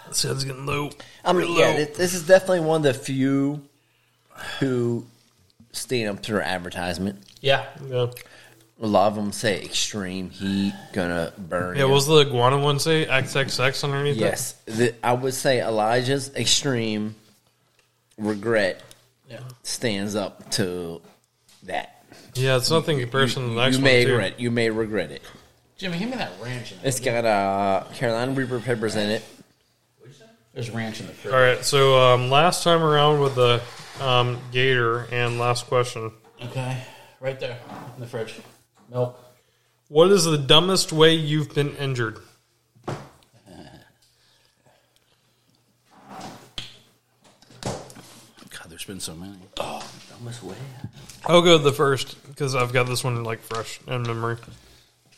A: This head's getting low.
J: I mean, yeah, thi- this is definitely one of the few who stand up to their advertisement.
B: Yeah.
A: Yeah.
J: A lot of them say extreme heat, gonna burn.
A: Yeah,
J: you.
A: what was the iguana one say? XXX underneath it?
J: yes. The, I would say Elijah's extreme regret stands up to that.
A: Yeah, it's nothing in comparison to the next
J: You
A: one.
J: may
A: too.
J: regret. You may regret it.
B: Jimmy, give me that ranch. In there.
J: It's got uh, Carolina Reaper peppers in it.
B: There's ranch in the fridge.
A: All right, so um, last time around with the um, gator and last question.
B: Okay, right there in the fridge. Milk.
A: What is the dumbest way you've been injured?
B: God, there's been so many. Oh, dumbest way.
A: I'll go the first because I've got this one like fresh in memory.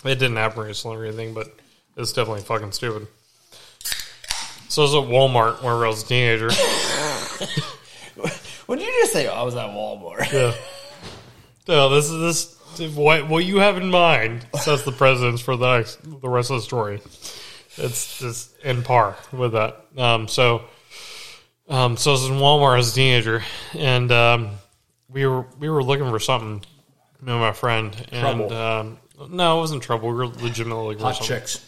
A: It didn't happen recently or anything, but it's definitely fucking stupid. So I was at Walmart where I was a teenager.
J: What did you just say? Oh, I was at Walmart.
A: Yeah. No, this is this what what you have in mind says the presidents for the next, the rest of the story. It's just in par with that. Um, so, um, so I was in Walmart as a teenager, and um, we were we were looking for something. Me and my friend, and
B: Trouble.
A: um, no, it wasn't trouble. We were legitimately looking for
B: Hot
A: something.
B: chicks.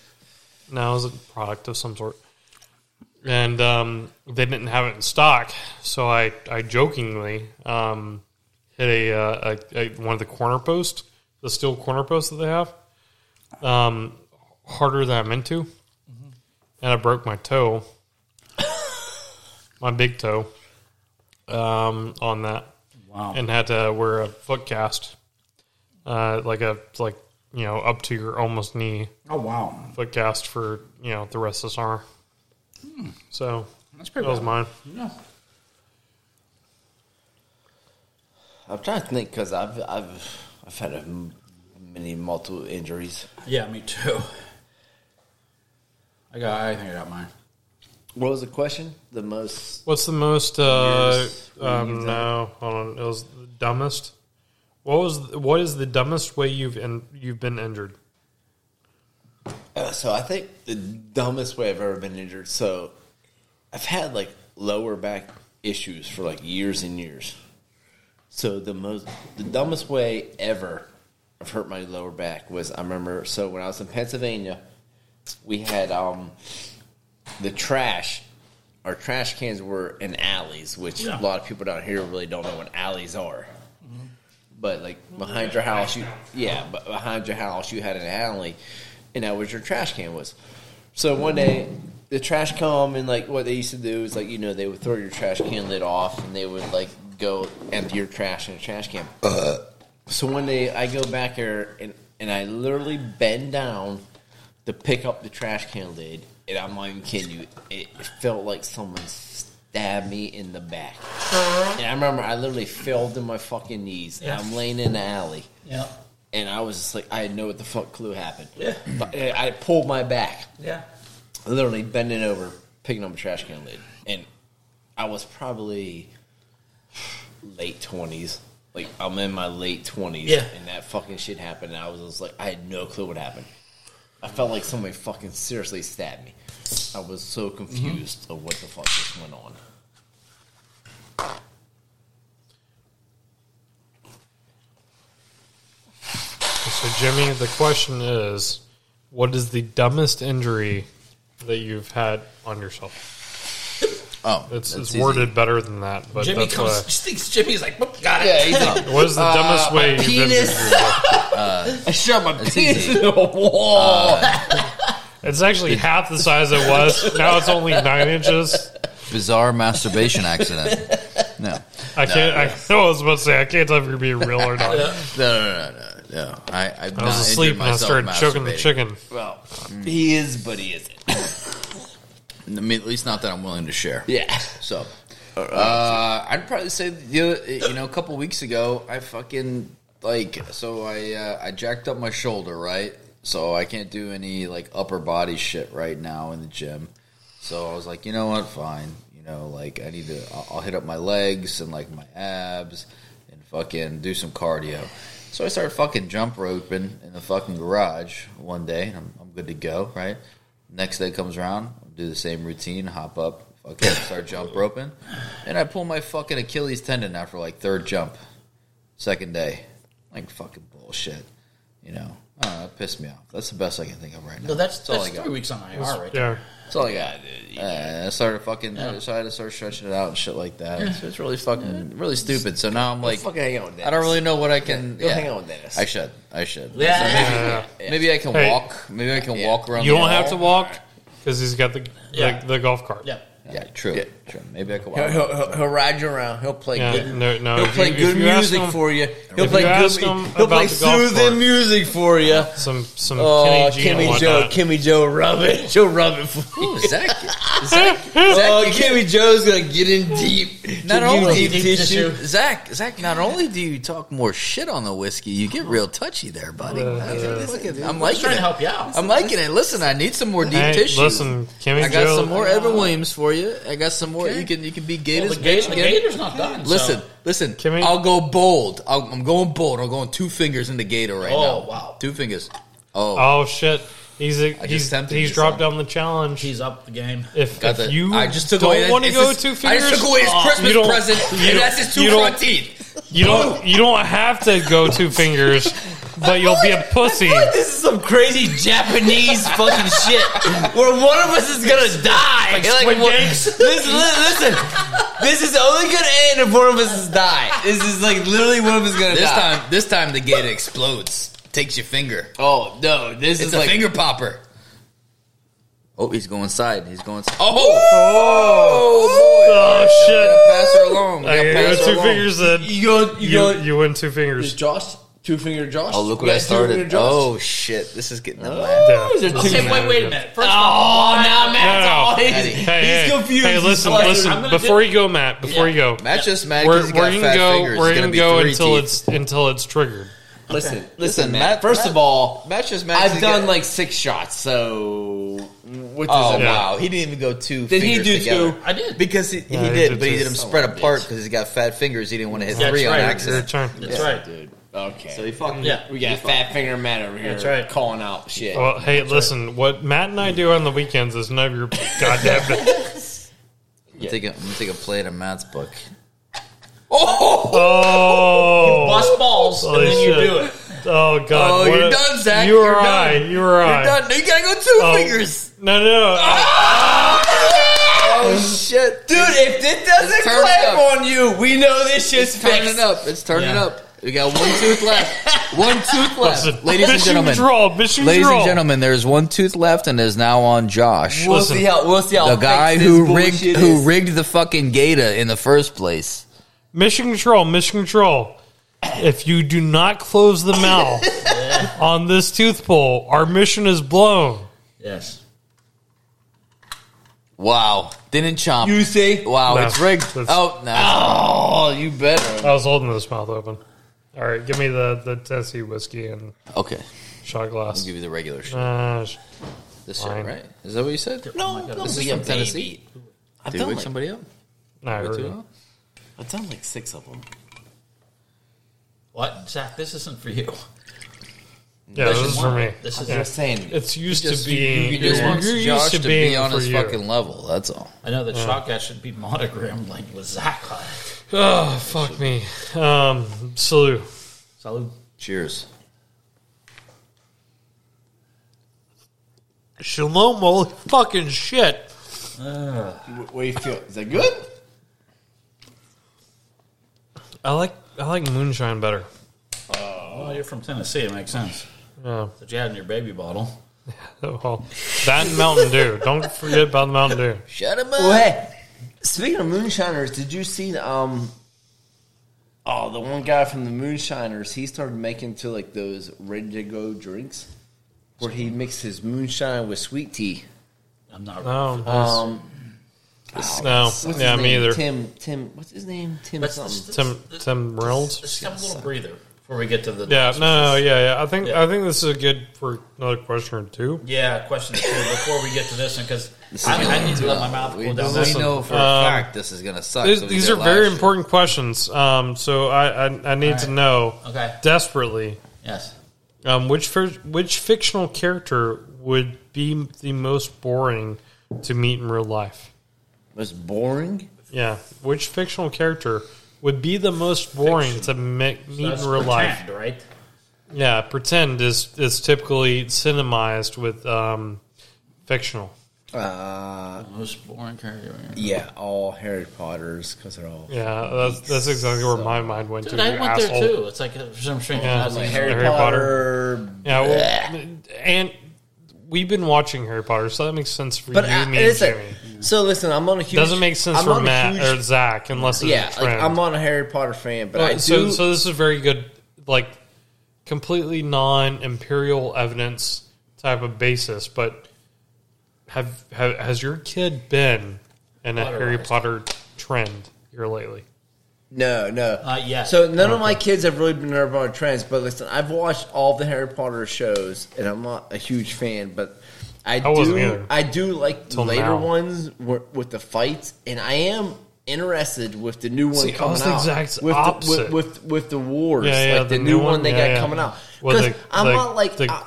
A: No, it was a product of some sort. And um, they didn't have it in stock, so I, I jokingly um, hit a, uh, a, a one of the corner posts, the steel corner posts that they have, um, harder than I'm into, and I broke my toe, my big toe, um, on that,
B: Wow.
A: and had to wear a foot cast, uh, like a like you know up to your almost knee
B: Oh wow.
A: foot cast for you know the rest of the summer. So
B: That's
A: that
B: pretty.
A: was
B: bad.
A: mine.
B: Yeah.
J: I'm trying to think because I've I've I've had a m- many multiple injuries.
B: Yeah, me too. I got. I think I got mine.
J: What was the question? The most
A: What's the most? Uh,
J: Weirdest-
A: um, no, hold on. It was the dumbest What was what is the dumbest way you've in, you've been injured?
H: Uh, so I think the dumbest way I've ever been injured. So I've had like lower back issues for like years and years. So the most, the dumbest way ever I've hurt my lower back was I remember. So when I was in Pennsylvania, we had um the trash. Our trash cans were in alleys, which
K: Yeah.
H: a lot of people down here really don't know what alleys are. But like behind your house, you yeah, but behind your house you had an alley, and that was your trash can was. So one day, the trash come and like what they used to do is like you know they would throw your trash can lid off and they would like go empty your trash in a trash can. So one day I go back there and and I literally bend down to pick up the trash can lid, and I'm not even kidding you, it felt like someone stabbed me in the back. And I remember I literally fell to my fucking knees, and I'm laying in the alley.
B: Yeah.
H: And I was just like, I had no what the fuck clue happened.
B: Yeah.
H: But uh, I pulled my back,
B: Yeah.
H: literally bending over, picking up a trash can lid, and I was probably late twenties. Like I'm in my late twenties,
B: Yeah.
H: and that fucking shit happened. And I was just like, I had no clue what happened. I felt like somebody fucking seriously stabbed me. I was so confused of what the fuck just went on.
A: So Jimmy, the question is, what is the dumbest injury that you've had on yourself?
G: Oh,
A: it's,
G: that's
A: it's
G: easy.
A: worded better than that, but
B: Jimmy
A: that's
B: comes.
A: what I-
B: Just thinks Jimmy's like, "Whoop, got it.
H: Yeah, he's like,
A: What is the dumbest way you've been injured?
H: I shot my
G: That's
H: penis
G: easy.
H: in the wall.
A: It's actually half the size it was. Now it's only nine inches.
G: Bizarre masturbation accident. No.
A: I can't. I, I was about to say I can't tell if you're being real or not.
G: No, no, no, no, no. I, I've
A: I
G: not
A: was asleep
G: injured
A: and I
G: myself
A: started choking the
G: masturbating.
A: chicken.
H: well, he is, but he isn't.
G: I mean, at least not that I'm willing to share.
H: Yeah.
G: So, uh, I'd probably say the other, you know a couple weeks ago I fucking like so I uh, I jacked up my shoulder right, so I can't do any like upper body shit right now in the gym. So I was like, you know what, fine. You know, like I need to I'll, I'll hit up my legs and like my abs and fucking do some cardio. So I started fucking jump roping in the fucking garage one day. and I'm, I'm good to go, right? Next day comes around, do the same routine, hop up, fucking start jump roping, and I pull my fucking Achilles tendon after like third jump, second day, like fucking bullshit, you know. I don't know, it pissed me off. That's the best I can think of right now.
B: No, that's,
G: all
B: that's
G: I got.
B: three weeks on IR right there.
A: Yeah.
G: That's all I got. dude. Uh, I started fucking.
B: Yeah.
G: So I had to start stretching it out and shit like that. It's, it's really fucking, really stupid. So now I'm like,
H: fucking hang out with Dennis.
G: I don't really know what I can.
H: Go hang out with Dennis.
G: I should. I should.
B: Yeah.
A: Yeah.
G: So maybe I can
A: Hey.
G: walk. Maybe I can walk around.
A: You
G: the
A: don't have to
G: wall.
A: walk because he's got the, the-
B: Yeah.
A: the golf cart.
B: Yeah.
G: Yeah, true. True. Maybe I can
H: He'll,
G: walk.
H: he'll, he'll- he'll ride you around. He'll play
A: Yeah,
H: good.
A: no, no,
H: He'll
A: if
H: play
A: you-
H: good
A: if you ask
H: music
A: him-
H: for you. He'll
A: if
H: play
A: you
H: good.
A: ask him
H: He'll play
A: about the golf
H: soothing
A: cart.
H: music for you.
A: Some some
H: Oh,
A: Kenny G and
H: Kimmy Joe,
A: whatnot.
H: Kimmy Joe, rub it. She'll rub it for you.
G: Ooh, Zach.
H: Oh, Kimmy Joe's gonna get in deep.
G: Not
H: Give
G: only-
H: deep,
G: Deep
H: tissue.
G: Zach, Zach, not only do you talk more shit on the whiskey, you get real touchy there, buddy. I'm liking
B: Trying to
G: it.
B: help you out.
G: I'm liking it. Listen, I need some more deep
A: Hey,
G: tissue.
A: listen, Kimmy
G: I got
A: Joe.
G: some more Evan Williams for you. I got some more. You can you can be gay
B: Well,
G: as
B: the, Gator,
G: bitch
B: the
G: again.
B: Gator's not done. so-
G: Listen, listen.
A: Can we-
G: I'll go bold. I'll, I'm going bold. I'm going two fingers in the Gator right now.
B: Oh, wow.
G: Two fingers. Oh,
A: Oh shit, he's a, he's
G: tempted
A: he's
G: you,
A: dropped
G: son.
A: on the challenge.
B: he's up the game.
A: if
G: got
A: if
G: the-
A: you
G: I just took away.
A: don't want to
G: it's
A: go
G: his-
A: two fingers,
G: I just took away his
A: oh,
G: Christmas
A: you don't-
G: present,
A: you
G: and
A: don't-
G: that's his two
A: you don't-
G: front teeth.
A: You don't you don't have to go two fingers, but you'll be a pussy.
J: This is some crazy Japanese fucking shit where one of us is gonna die. Like,
A: Squid
J: what-
A: Games.
J: listen, li- listen. This is only gonna end if one of us is die. This is like literally one of us is gonna
G: This
J: die.
G: time, this time the Gator explodes. Takes your finger.
J: Oh no, this
G: It's
J: is
G: a
J: like
G: finger popper. Oh, he's going side. He's going. Side.
J: oh.
A: Oh shit!
G: Pass her along. We gotta
A: Okay,
G: pass
A: go
G: her
A: two
G: along.
A: fingers then.
J: You go, you
A: You,
J: go.
A: you win two
H: Is
A: fingers.
H: Josh two finger Josh?
G: Oh, look what
H: Yeah,
G: I
H: two-finger
G: started.
H: Josh.
G: Oh shit, this is getting oh.
A: Yeah.
B: Okay, wait, wait a minute. First off,
J: Oh, now Matt's
A: No, no.
J: all
G: Eddie.
J: his.
G: He's
A: Hey, hey,
J: confused.
A: Hey,
J: He's
A: listen,
J: like-
B: I'm
A: listen.
B: gonna
A: Before
B: do-
A: you go, Matt. Before
B: Yeah.
A: you go,
G: Matt just mad
A: we're,
G: because
A: we're
G: he's got
A: gonna
G: fat
A: go.
G: fingers.
A: We're
G: it's
A: gonna
G: gonna be
A: go
G: three
A: until
G: teeth.
A: it's until it's triggered.
J: Listen, listen,
G: Listen,
J: Matt.
G: Matt-
J: First of all,
G: Matt just mad. 'cause
J: I've
G: he
J: done
G: got-
J: like six shots, so what
G: Oh
J: does it
A: Yeah.
G: wow, he didn't even go two.
J: Did he
G: fingers
J: do
G: together.
J: two?
B: I did.
G: Because he,
A: Yeah,
G: he
A: he
G: did,
A: did
G: but he
A: two.
G: did them spread apart because he's got fat fingers. He didn't want to hit
B: That's
G: three on
B: right.
A: Your
G: accident.
A: turn.
B: That's right.
H: dude. Okay.
Q: So he fucking
H: Yeah.
Q: We got
H: He
Q: fat
H: fucked.
Q: finger Matt over here.
H: That's right.
Q: Calling out shit.
A: Well, hey,
Q: That's right.
A: listen. What Matt and I do on the weekends is none of your goddamn business.
G: I'm taking I'm gonna take a plate of Matt's book.
A: Oh, oh.
G: bust balls, and then you do it.
A: Oh god!
G: Oh,
A: What
G: you're
A: a-
G: done, Zach.
A: You or
G: You're
A: I?
G: done.
A: You or I?
G: You're done. You gotta go two
A: Oh.
G: fingers. Ah!
A: No, no, no.
G: Oh shit,
H: Dude, if this doesn't
G: Turn it
H: clap
G: up.
H: on you, we know this shit's
G: It's turning
H: fixed.
G: up. It's turning up. We got one tooth left. One tooth left.
A: Listen,
G: ladies and
A: mission
G: gentlemen.
A: draw, mission
G: ladies
A: draw.
G: and gentlemen, there's one tooth left and is now on Josh.
H: We'll see how we'll see how
G: the
H: fixed
G: guy
H: this
G: who
H: bullshit
G: rigged
H: is.
G: who rigged the fucking Gata in the first place.
A: Mission control, mission control. If you do not close the mouth on this tooth pull, our mission is blown.
G: Yes. Wow. Didn't chomp.
H: You see?
G: Wow,
A: No.
G: it's rigged.
A: That's-
G: oh no. Oh, you better.
A: I was holding this mouth open. All right, give me the, the Tennessee whiskey and
G: Okay.
A: shot
G: I'll
A: glass.
G: give you the regular shit.
A: Uh, sh-
G: This
A: Fine.
G: shit, right? Is that what you said?
H: No, no,
G: this
H: we
G: is
H: got
G: from Tennessee.
H: I've
G: Did you
H: done
G: wake
H: like-
G: somebody up?
A: no, I
G: Way
A: heard
G: too
A: it.
G: low?
H: I've done like six of them.
B: What, Zach? This isn't for you.
A: Yeah, this, is for me.
B: This is.
A: Yeah.
H: Just saying.
A: It's used
G: He just-
A: to being.
G: he just
A: you're-
G: wants
A: you're
G: Josh to, be on
A: for
G: his
A: you.
G: fucking level. That's all.
B: I know that shot guy should be monogrammed like with Zach on it.
A: Oh fuck me. Um, salute.
B: Salud.
G: Cheers.
A: Shalom, holy fucking shit.
Q: What do you feel? Is that good?
A: I like I like moonshine better.
B: Well, Oh, you're from Tennessee. It makes sense.
A: Yeah.
B: That you had in your baby bottle.
A: Well, that and Mountain Dew. Don't forget about the Mountain Dew.
G: Shut him up.
H: Well, hey, speaking of moonshiners, did you see um? Oh, the one guy from the Moonshiners, he started making to like those ready to go drinks, where he mixed his moonshine with sweet tea.
B: I'm not.
A: No,
H: Um,
A: no,
H: what's
A: yeah,
H: his
A: me
H: name?
A: either.
H: Tim, Tim, what's his name? Tim
B: Let's-
H: something.
B: let's-
A: Tim Tim Reynolds.
B: Let's have a little breather before we get to the.
A: Yeah, no, no, yeah, yeah. I think I think this is good for another question or two.
B: Yeah, question two before we get to this one because I, I need to let my mouth
G: We,
B: cool down.
G: we
A: Listen,
G: know for
A: um,
G: a fact this is gonna suck.
A: These,
G: so we
A: these
G: did
A: are
G: live
A: very
G: shit.
A: important questions. Um, so I I, I need to know
B: Okay.
A: desperately
B: Yes.
A: um, which fir- which fictional character would be the most boring to meet in real life.
H: was boring.
A: Yeah, which fictional character would be the most boring to me- meet in real
B: That's
A: life?
B: pretend, right?
A: Yeah, pretend is is typically cinemized with um, fictional.
H: Uh,
B: Most boring character.
H: yeah, all Harry Potters because they're all
A: Yeah, that's that's exactly where my mind went
B: Dude,
A: to.
B: I
A: you
B: went
A: asshole.
B: there too. It's like uh, for some strange.
A: Yeah,
B: I was like,
A: Harry
H: Harry Potter.
A: Yeah, well, and we've been watching Harry Potter, so that makes sense for
H: But
A: you,
H: I,
A: me, and
H: listen,
A: Jimmy.
H: so listen, I'm on a huge.
A: Doesn't make sense
H: I'm
A: for
H: on a
A: Matt
H: huge-
A: or Zach unless it's
H: yeah,
A: a
H: like,
A: trend.
H: I'm on a Harry Potter fan, but I do.
A: so, so this is very good, like completely non-imperial evidence type of basis. But have, have has your kid been in a Harry Potter trend here lately?
H: no, no.
B: Uh, yeah.
H: So none of my kids have really been Harry Potter trends, but listen, I've watched all the Harry Potter shows, and I'm not a huge fan, but I,
A: wasn't
H: do.
A: either.
H: I do like the
A: Till
H: later
A: now.
H: ones where, with the fights, and I am interested with the new one
A: See, I
H: coming
A: was the
H: out.
A: exact
H: with,
A: opposite.
H: The, with, with with the wars,
A: Yeah, yeah,
H: like the, new, one, they
A: yeah,
H: got
A: yeah.
H: coming out.
A: Well,
H: Because
A: the-
H: I'm
A: the-
H: not like.
A: the
H: I-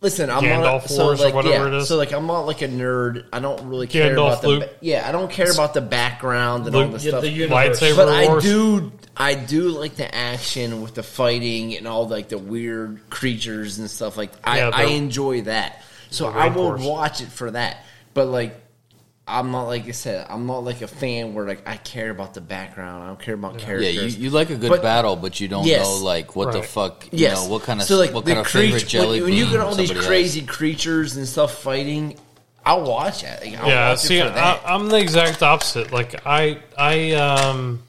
H: Listen, I'm
A: Gandalf
H: not so
A: Wars or
H: like
A: whatever
H: yeah,
A: it is?
H: so like I'm not like a nerd. I don't really care
A: Gandalf,
H: about the
A: Luke.
H: yeah. I don't care about the background and all
A: Luke,
H: the
A: yeah,
H: stuff
B: the universe.
A: Lightsaber
H: but I
A: wars.
H: do, I do like the action with the fighting and all like the weird creatures and stuff. Like I,
A: Yeah,
H: I
A: the-
H: enjoy that, so
A: the
H: I will
A: rancors.
H: watch it for that. But like, I'm not like I said, I'm not like a fan where like I care about the background. I don't care about
G: Yeah,
H: characters.
G: you, you like a good
H: But-
G: battle, but you don't
H: Yes.
G: know like what the
A: Right.
G: fuck, you
H: Yes.
G: know, what kind of
H: so like
G: what
H: the
G: kind of favorite
H: creature,
G: jelly
H: when, when you
G: bean
H: get all these
G: somebody has.
H: crazy creatures and stuff fighting, I'll watch it. Like, I'll
A: yeah,
H: watch
A: see,
H: it Oh, for that.
A: I, I'm the exact opposite. Like I, I, um,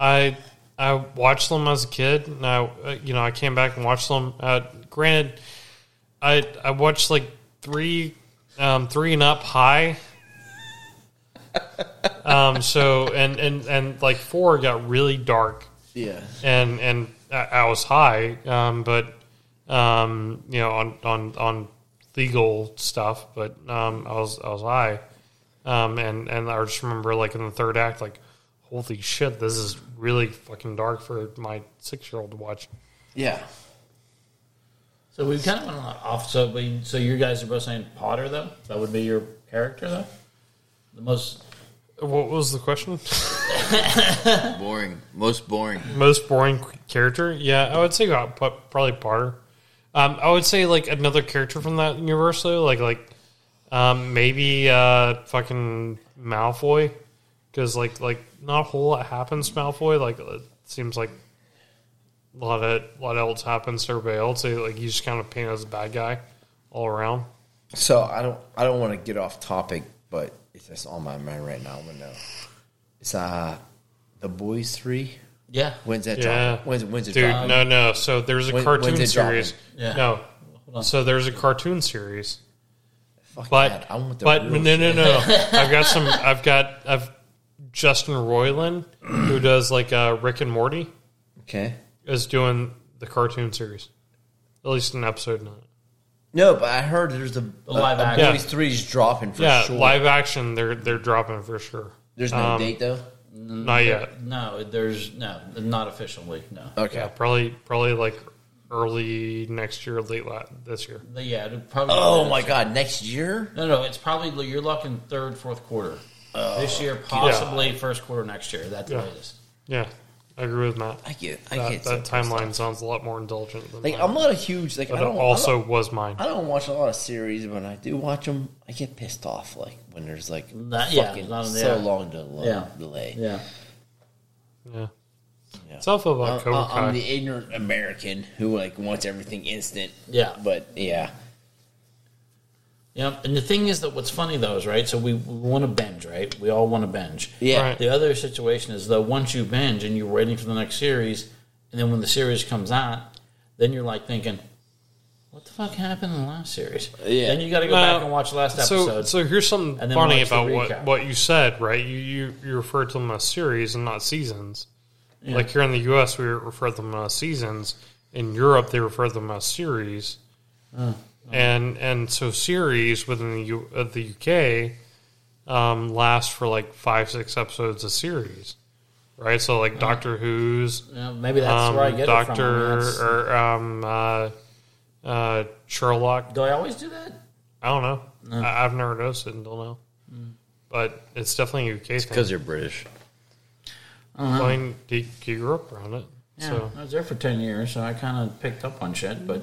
A: I, I watched them as a kid, and I, uh, you know, I came back and watched them. Uh, granted, I, I watched like three, um, three and up high. um. So and and and like four got really dark
H: yeah,
A: and and I, I was high, um, but um, you know, on on on legal stuff, but um, I was I was high, um, and and I just remember like in the third act, like holy shit, this is really fucking dark for my six year old to watch.
H: Yeah.
B: So we kind of went off. So, we, so you guys are both saying Potter, though. That would be your character, though. The most.
A: What was the question?
G: boring. Most boring.
A: Most boring character? Yeah, I would say uh, po- probably Potter. Um, I would say like another character from that universe though, like like um, maybe uh, fucking Malfoy, because like like not a whole lot happens to Malfoy. Like it seems like a lot of a lot else happens to everybody else. So, like he's just kind of painted as a bad guy all around.
H: So I don't I don't want to get off topic, but it's just on my mind right now. I want to know. It's uh the boys three.
B: Yeah.
H: When's that?
A: Yeah.
H: Dropping? When's when's it?
A: Dude,
H: dropping?
A: no, no. So there's a
H: When- when's
A: cartoon
H: it dropping?
A: series. No. So there's a cartoon series. but
H: that. I want the
A: but
H: real
A: no, no, no,
H: shit.
A: I've got some. I've got I've Justin Roiland who does like uh, Rick and Morty
H: Okay.
A: is doing the cartoon series, at least an episode in it.
H: No, but I heard there's a, a,
B: live
H: a
B: action.
H: boys three is dropping for
A: yeah,
H: sure.
A: live action. They're they're dropping for sure.
H: There's no
A: Um,
H: date though. Mm,
A: Not yet.
B: No, there's no, not officially. No.
H: Okay.
A: Yeah, probably probably like early next year, late la- this year.
B: But yeah, it'd probably.
H: Oh my god, next year?
B: No, no, it's probably you're looking third, fourth quarter
H: Oh.
B: this year, possibly first quarter next year. That's
A: Yeah.
B: the latest.
A: Yeah, I agree with Matt.
H: I get, I
A: that,
H: get
A: that timeline sounds a lot more indulgent than
H: Like
A: mine.
H: I'm not a huge like.
A: But
H: I don't,
A: it also
H: I don't,
A: was mine.
H: I don't watch a lot of series, but when I do watch them, I get pissed off. Like when there's like
B: Not- yeah,
H: fucking
B: not-
H: so
B: yeah.
H: long delay.
B: Yeah.
H: delay.
B: Yeah.
A: Yeah. It's off of uh,
H: I'm,
A: like Cobra Kai.
H: I'm Uh, the ignorant American who like wants everything instant.
B: Yeah.
H: but yeah,
B: Yep. And the thing is that what's funny though is right. So we, we want to binge, right? We all want to binge.
H: yeah.
A: Right.
B: The other situation is though, once you binge and you're waiting for the next series, and then when the series comes out, then you're like thinking, "What the fuck happened in the last series?"
H: Yeah.
B: Then you got to go
A: Well,
B: back and watch the last
A: so,
B: episode.
A: so here's something
B: and then
A: funny
B: watch the
A: about what,
B: recap.
A: what you said, right? You, you you refer to them as series and not seasons. Like here in the U.S., we refer to them as seasons. In Europe, they refer to them as series. and and so series within the U, uh, the U.K. Um, last for like five six episodes a series, right? So like Doctor Who's,
B: Yeah, maybe that's
A: um,
B: where I get it from. I
A: Doctor
B: mean, that's-
A: or um, uh, uh, Sherlock.
B: do I always do that?
A: I don't know. I, I've never noticed it until now. But it's definitely a UK thing.
H: you're British.
A: Fine, you, you grew up around it.
B: Yeah,
A: So
B: I was there for ten years, so I kind of picked up on shit. But,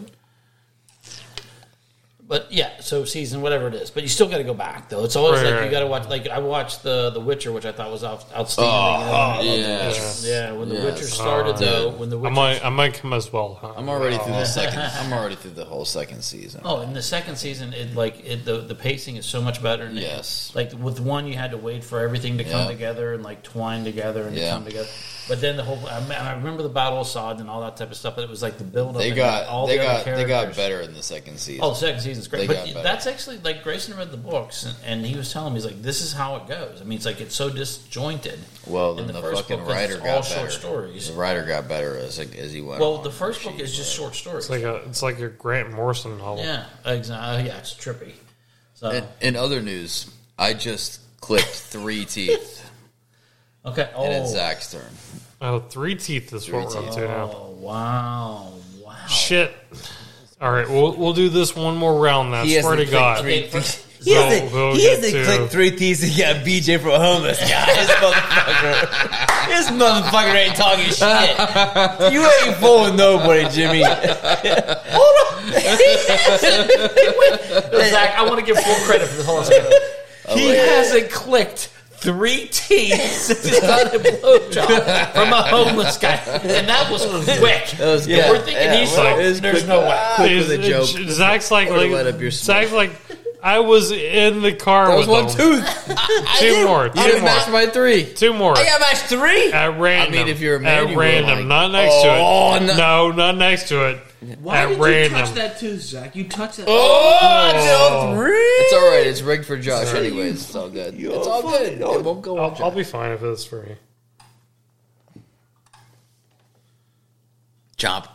B: but yeah, so season whatever it is, but you still got to go back though. It's always
A: Right,
B: like
A: right,
B: you
A: right.
B: got to watch. Like I watched the The Witcher, which I thought was out, outstanding. Oh,
G: Yes.
B: yeah, when The
G: Yes. Uh,
B: Witcher started, though, when The
A: I
B: Witcher,
A: might, I might come as well. Huh?
G: I'm already through the second. I'm already through the whole second season.
B: oh, in the second season, it like it, the the pacing is so much better. And it-
G: Yes.
B: like with one, you had to wait for everything to come
G: Yeah.
B: together and like twine together and to
G: Yeah.
B: come together. But then the whole, I, mean, I remember the battle of Sod and all that type of stuff. But it was like the build up.
G: They got they got they got better in the second season.
B: Oh, the second season's great,
G: They
B: but
G: got better.
B: that's actually like Grayson read the books, and, and he was telling me he's like, "This is how it goes." I mean, it's like it's so disjointed.
G: well,
B: in
G: then the,
B: first
G: fucking
B: book, 'cause
G: writer
B: it's
G: got
B: all
G: better.
B: short stories.
G: The writer got better as as he went.
B: Well,
G: on.
B: the first book
G: oh, Jeez,
B: is just
G: Lord.
B: short stories.
A: It's like a, it's like a Grant Morrison novel.
B: yeah, exactly. Yeah, it's trippy. So
G: In, in other news, I just clipped three teeth,
B: okay. Oh,
G: and it's Zach's turn.
A: Oh, Three Teeth is what we're up to now.
B: oh, wow, wow.
A: Shit. All right, we'll we'll do this one more round. Now,
H: He
A: swear to
H: hasn't
A: God.
H: clicked
B: Okay, first-
H: He
A: We'll-
H: hasn't,
A: we'll
H: he
A: get
H: hasn't
A: to-
H: clicked three T's and got BJ for homeless, guys. motherfucker. this motherfucker ain't talking shit. You ain't fooling nobody, Jimmy.
B: Zach, I want to give full credit for the whole
G: Oh,
B: He hasn't clicked three teeth since he got a blowjob from a homeless guy, and that was quick.
G: was
B: And We're thinking he's like, "There's no way."
A: Is-
G: with a joke.
A: Zach's like,
G: Or to
A: like
G: light up your smoke.
A: Zach's like, I was in the car
G: That was
A: with
G: one
A: them.
G: tooth.
A: Two more,
G: You
A: two
G: didn't
A: more,
G: match my three.
A: two more.
H: I got match three.
A: At random.
G: if you're a man,
A: at
G: you would,
A: random,
G: like-
A: not next
G: Oh,
A: to it.
G: no-
A: No. not next to it. at random.
R: that too, Zach? You touched that.
H: Oh, no, three.
G: It's all right. It's rigged for Josh, anyways. It's all good. It's all good. It won't
B: Oh,
G: go on.
A: I'll, I'll
G: Josh.
A: be fine if it's free.
B: oh.
G: Chomp.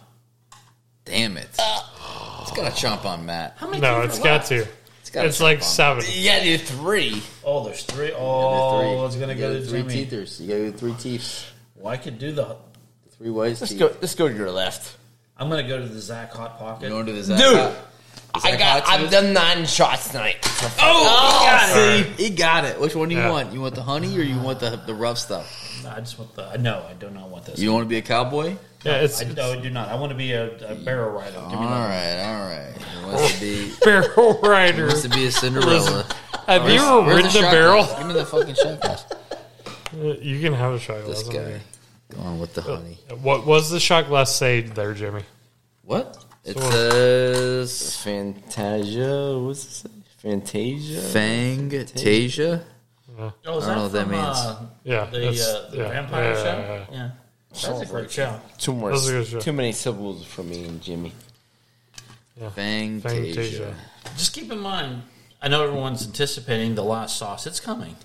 G: Damn it.
H: Uh.
G: It's got to chomp on Matt.
B: How many
A: No,
B: teeth
A: it's
B: are
A: got
B: left?
A: to.
G: gotta
A: It's like
G: chomp on.
A: seven.
H: You got your three.
B: Oh, there's three.
G: Three.
B: Oh, it's gonna
G: You
B: go
G: gotta
B: to
G: do three
B: Jimmy.
G: teethers. You got to three teeth.
B: Well, I could do the.
G: Three wise
H: Let's
G: teeth.
H: go. Let's go to your left.
S: I'm gonna go to the Zach Hot Pocket.
G: Going to the
H: Dude, I got. I've done nine shots tonight. Oh,
G: See, he got it. Which one do you want? You want the honey or you want the the rough stuff?
B: I just want the. No, I do not want this.
G: You want to be a cowboy?
B: No, I, no, I do not. I want to be a, a barrel rider.
G: All right, all right. He wants to be
A: barrel rider.
G: Wants to be a Cinderella.
A: Have
G: Where's-
A: you ever
G: where's
A: ridden a
G: shot
A: barrel?
G: glass? Give me the fucking shot glass.
A: You can have a shot glass.
G: This
A: I don't
G: guy going with the
B: Oh.
G: honey.
A: care. What was the shot glass say there, Jimmy?
G: What? It
A: So-
G: says
H: Fantasia. What's it say? Fantasia.
G: Fantasia.
A: Yeah.
B: Oh, is
G: I don't know what
B: that
G: that
B: from,
G: means.
B: uh,
A: Yeah,
B: the,
A: that's-
B: uh, the
A: yeah,
B: vampire
A: yeah,
B: show.
A: yeah,
B: Yeah,
A: yeah.
B: that's a great show.
H: Two more.
A: That's a good shot.
H: Too many syllables for me and Jimmy.
A: Yeah.
G: Fantasia.
B: Just keep in mind, I know everyone's anticipating the last sauce. It's coming.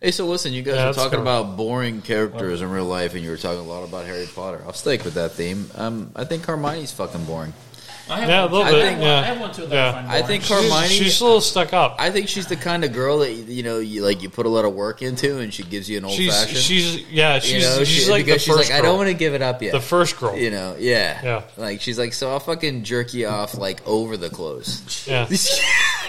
G: Hey, so listen, you guys
B: Yeah,
G: are
B: that's
G: talking
B: cool.
G: about boring characters in real life, and you were talking a lot about Harry Potter. I'll stick with that theme. Um, I think Hermione's fucking boring.
B: I
A: Yeah, a little
G: I
A: bit.
G: think-
A: yeah.
B: I have one too that I
A: yeah.
B: find
G: I think
A: She's-
G: Hermione.
A: She's, a little stuck up.
G: I think she's the kind of girl that you know, you like, you put a lot of work into, and she gives you an old
A: She's
G: fashioned.
A: she's yeah. She's she's
G: she-
A: like the
G: because
A: first.
G: she's like, I don't
A: girl.
G: want to give it up yet.
A: The first girl.
G: you know, yeah,
A: Yeah.
G: Like she's like, so I'll fucking jerk you off like over the clothes.
A: Yeah.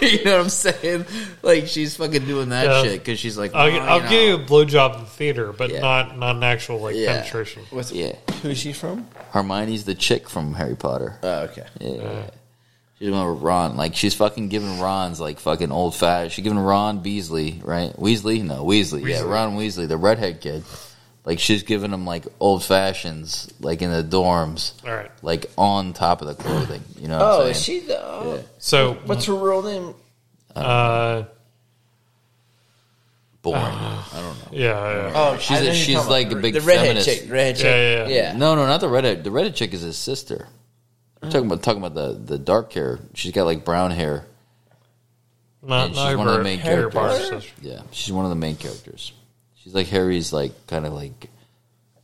G: you know what I'm saying? Like she's fucking doing that
A: Yeah.
G: shit because she's like,
A: I'll,
G: "Well,
A: I'll
G: you
A: give
G: know."
A: you a blowjob in the theater, but
G: Yeah.
A: not not an actual like
G: Yeah.
A: penetration.
G: yeah.
H: Who's she from?
G: Hermione's the chick from Harry Potter.
H: Oh, okay.
G: Yeah. She's going with Ron. Like, she's fucking giving Ron's, like, fucking old fat. She's giving Ron Beasley, right? Weasley? No, Weasley. Yeah,
A: Weasley.
G: Ron Weasley, the redhead kid. Like, she's giving him, like, old fashions, like, in the dorms.
A: All right.
G: Like, on top of the clothing. You know what
H: Oh,
G: I'm
H: is
G: saying?
H: she the? Oh,
A: So
H: What's her real name?
A: uh,
G: Boring.
A: Ah.
G: I don't know.
A: yeah, yeah.
H: Oh,
G: She's,
H: I know
G: a,
H: you're
G: she's
H: talking
G: like a
H: about
G: big
H: the redhead
G: feminist.
H: chick. Redhead chick.
A: Yeah, yeah,
H: yeah.
G: No, no, not the redhead. The redhead chick is his sister. We're talking about talking about the, the dark hair. She's got like brown hair.
A: Not,
G: And
A: not
G: she's one of the
A: her-
G: main
A: her bar
G: characters.
A: sister.
G: Yeah, she's one of the main characters. She's like Harry's, like kind of like,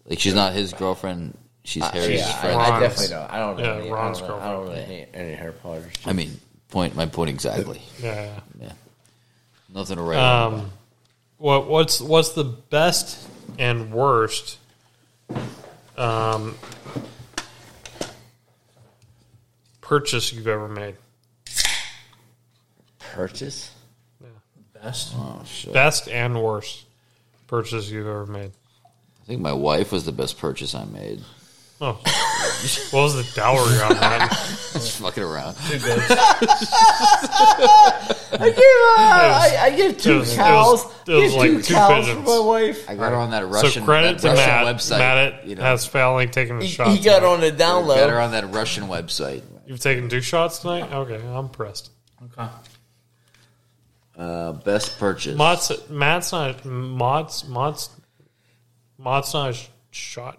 G: like she's not his girlfriend. She's Harry's
H: Uh, yeah, I,
G: friend.
H: I
A: Ron's.
H: definitely don't. I don't know.
A: Yeah,
H: any,
A: Ron's
H: I don't, know- I don't know any, any Harry Potter.
G: I mean, point my point exactly.
A: Yeah.
G: Yeah, nothing to write. home about.
A: Um, what what's what's the best and worst? Um, purchase you've ever made.
H: Purchase.
B: Best.
G: Oh shit!
A: Best and worst purchase you've ever made.
G: I think my wife was the best purchase I made.
A: Oh, what was the dowry on that?
G: Just fucking around.
H: I give. Uh, I,
A: was-
H: I give
A: it
H: two
A: was- it
H: cows.
A: was- it
H: I
A: was
H: give
A: like
H: two
A: two
H: cows for
A: pigeons.
H: my wife.
G: I got her on that Russian.
A: So credit to
G: that Russian
A: Matt.
G: website.
A: Matt
G: you know,
A: has finally taken a
H: He,
A: shot.
H: he got
A: tonight.
H: on the down
G: got her
H: low.
G: on that Russian website.
A: You've taken two shots tonight. Okay, I'm impressed.
B: Okay.
G: Uh, best purchase.
A: Mott's Matt's not Mott's Mott's Mott's not a sh- shot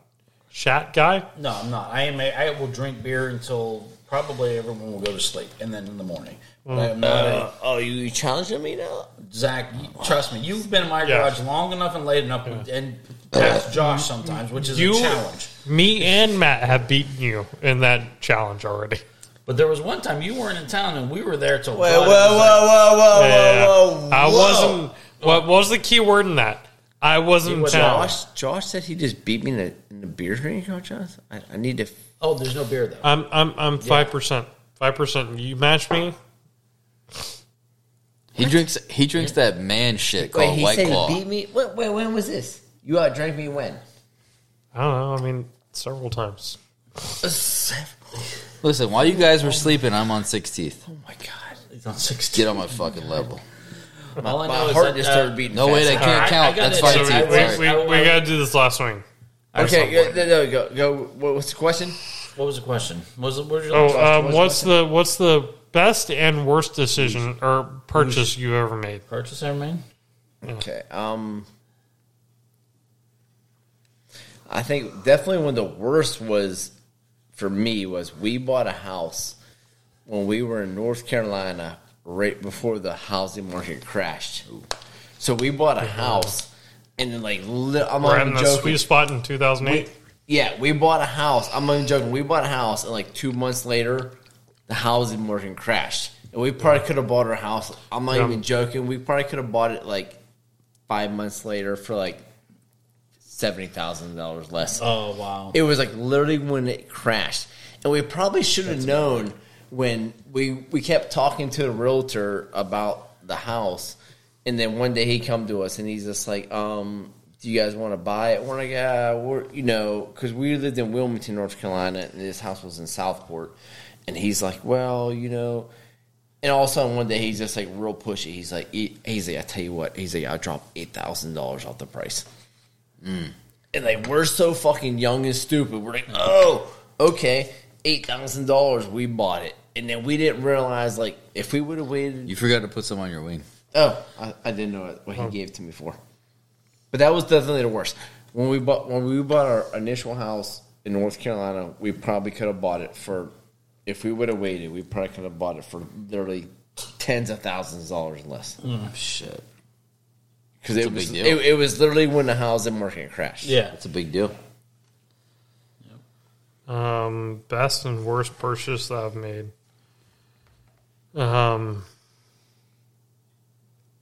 A: shat guy.
S: No, I'm not. I am. A, I will drink beer until probably everyone will go to sleep, and then in the morning. But I am not a-
H: Uh, oh, you, you challenging me now?
S: Zach, you- trust me, you've been in my
A: Yeah.
S: garage long enough and late enough, and past Josh sometimes, which is
A: You-
S: a challenge.
A: Me and Matt have beaten you in that challenge already.
B: But there was one time you weren't in town and we were there till.
H: Wait,
B: God, it
H: whoa,
B: was
H: whoa,
B: like-
H: whoa, whoa, whoa, whoa!
A: I
H: whoa.
A: wasn't. What was the key word in that? I wasn't in town.
H: Josh, Josh said he just beat me in the, in the beer drink contest. I, I need to.
B: Oh, there's no beer though.
A: I'm I'm I'm five percent. Five percent. You match me.
G: he drinks. He drinks that man shit
H: Wait,
G: called
H: he
G: White
H: said
G: Claw.
H: he beat me. Wait, wait, when was this? You outdrank me when?
A: I don't know. I mean, several times.
G: Listen, while you guys were sleeping, I'm on 16th.
H: Oh my god!
B: He's on sixteen.
G: Get on my fucking level.
B: All I know
H: My
B: is
H: heart
B: that,
H: just
B: uh,
H: started beating.
G: No, wait, I
H: fast.
G: can't
B: I- I
G: count.
B: got
G: That's
B: it.
A: So
G: five
A: we,
B: I-
G: teeth.
A: we,
B: I-
A: we, we gotta do this last swing.
H: Okay, go, no, no, go, go. What, what's the question?
B: What was the question? What was, the- what was your last
A: Oh, um, what's the what's the best and worst decision or purchase you've ever made?
B: purchase ever made?
H: Okay. Um, I think definitely one of the worst was for me was we bought a house when we were in North Carolina right before the housing market crashed. So we bought a house, and then like li- I'm
A: We're
H: not
A: having
H: even
A: the sweet
H: joking.
A: spot in 2008.
H: We- yeah, we bought a house. I'm not even joking. We bought a house, and like two months later, the housing market crashed. And we probably could have bought our house. I'm not
A: Yeah.
H: even joking. We probably could have bought it like five months later for like seventy thousand dollars less.
B: Oh wow.
H: It was like literally when it crashed. And we probably should have known when we we kept talking to the realtor about the house, and then one day he come to us and he's just like, um. Do you guys want to buy it? We're like, yeah, we're, you know, because we lived in Wilmington, North Carolina, and this house was in Southport. And he's like, well, you know, and all of a sudden one day he's just like real pushy. He's like, he- he's like, I tell you what, he's like, I dropped eight thousand dollars off the price. Mm. And like we're so fucking young and stupid. We're like, oh, okay, eight thousand dollars, we bought it, and then we didn't realize like if we would have waited,
G: You forgot to put some on your wing.
H: oh, I, I didn't know
A: Oh.
H: what, what he gave to me for. But that was definitely the worst. When we bought when we bought our initial house in North Carolina, we probably could have bought it for if we would have waited, we probably could have bought it for literally tens of thousands of dollars less.
A: Hmm.
G: Mm. Shit.
H: Because
G: That's
H: it
G: a
H: was
G: big
H: it,
G: deal.
H: it was literally when the housing market crashed.
G: Yeah. That's a big deal.
A: Um, best and worst purchase that I've made. Um,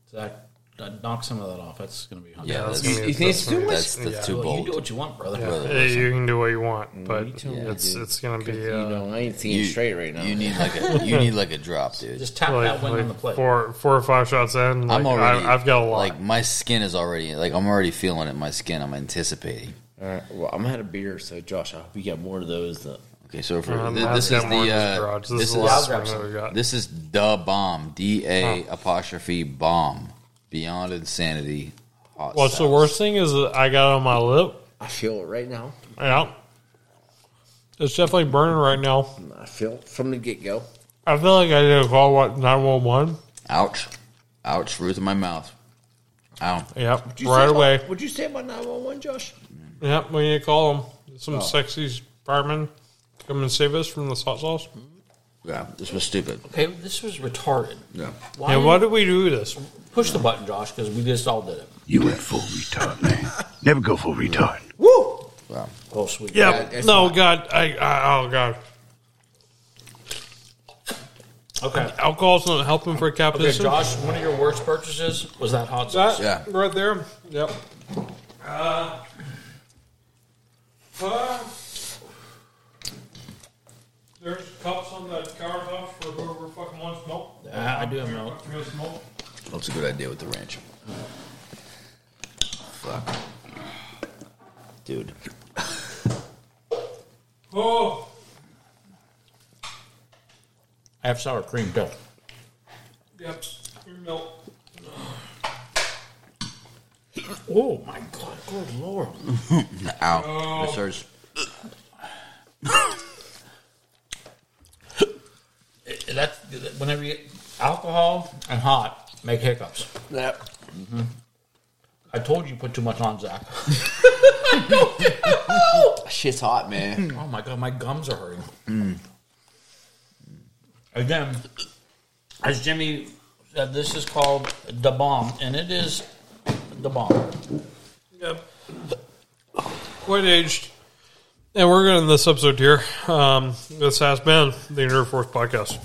B: Zach, uh, knock some of that off. That's going to be hard.
A: Yeah, Yeah, that's that's- gonna be you the think best it's too one. much? That's- that's too
B: Well, You
A: bold.
B: do what you want, brother.
A: Yeah, you can do what you want, but
B: you tell me,
A: it's
B: dude.
A: it's gonna be.
B: 'Cause, you
A: uh,
H: know, I ain't
G: seeing You- straight right now. you need like a- you need like a drop, dude. Just tap that one on the plate.
A: Four four or five shots in. Like,
G: I'm already.
A: I, I've got a lot.
G: Like my skin is already. Like I'm already feeling it. in My skin. I'm anticipating.
H: All right. Well, I'm out of beer, so Josh, I hope you got more of those. uh, Though.
G: Okay, so if we're,
A: Mm,
H: Um,
G: thi-
H: I've
G: this
H: got
G: is
H: more in
G: the
H: this
G: uh,
H: garage. This
G: this
H: is
G: is
H: the last one that we got.
G: this is the bomb. D A apostrophe bomb. Beyond insanity. Hot
A: What's the worst thing is that I got it on my lip.
H: I feel it right now.
A: Yeah, it's definitely burning right now.
H: I feel it from the get go.
A: I feel like I did a call what nine one one.
G: Ouch! Ouch! Root in my mouth. Ow!
A: Yep, right away.
H: Would you say about nine one one, Josh?
A: Yep, we need to call them. Some
H: Oh.
A: sexy firemen come and save us from the hot sauce.
G: Yeah, this was stupid.
B: Okay, this was retarded.
G: Yeah.
A: Yeah, why did we do this?
B: Push the button, Josh, because we just all did it.
C: You went full retard, man. Never go full retard.
H: Woo!
G: Wow.
B: Oh, sweet.
A: Yeah, no, God, I, I, oh God.
B: Okay.
A: Alcohol's not helping for
B: Okay,
A: capitalism.
B: Josh, one of your worst purchases was that hot
A: That
B: sauce.
A: right there. Yep. Uh, uh, there's cups on the countertop for whoever fucking wants milk.
B: Yeah, I do have milk.
A: You want smoke?
G: That's a good idea with the ranch. Fuck, dude.
A: Oh,
B: I have sour cream too.
A: yep. Your milk.
B: Oh my god, good lord.
G: Ow!
A: Oh.
G: This hurts.
B: It- it- That's whenever you alcohol and hot make hiccups.
H: Yep.
B: I told you put too much on, Zach.
H: Shit's hot, man.
B: oh my god, my gums are hurting. Again, as Jimmy said, this is called the bomb, and it is the bomb.
A: Yep. Quite aged. And we're going to end this episode here. Um, this has been the Interforce Podcast.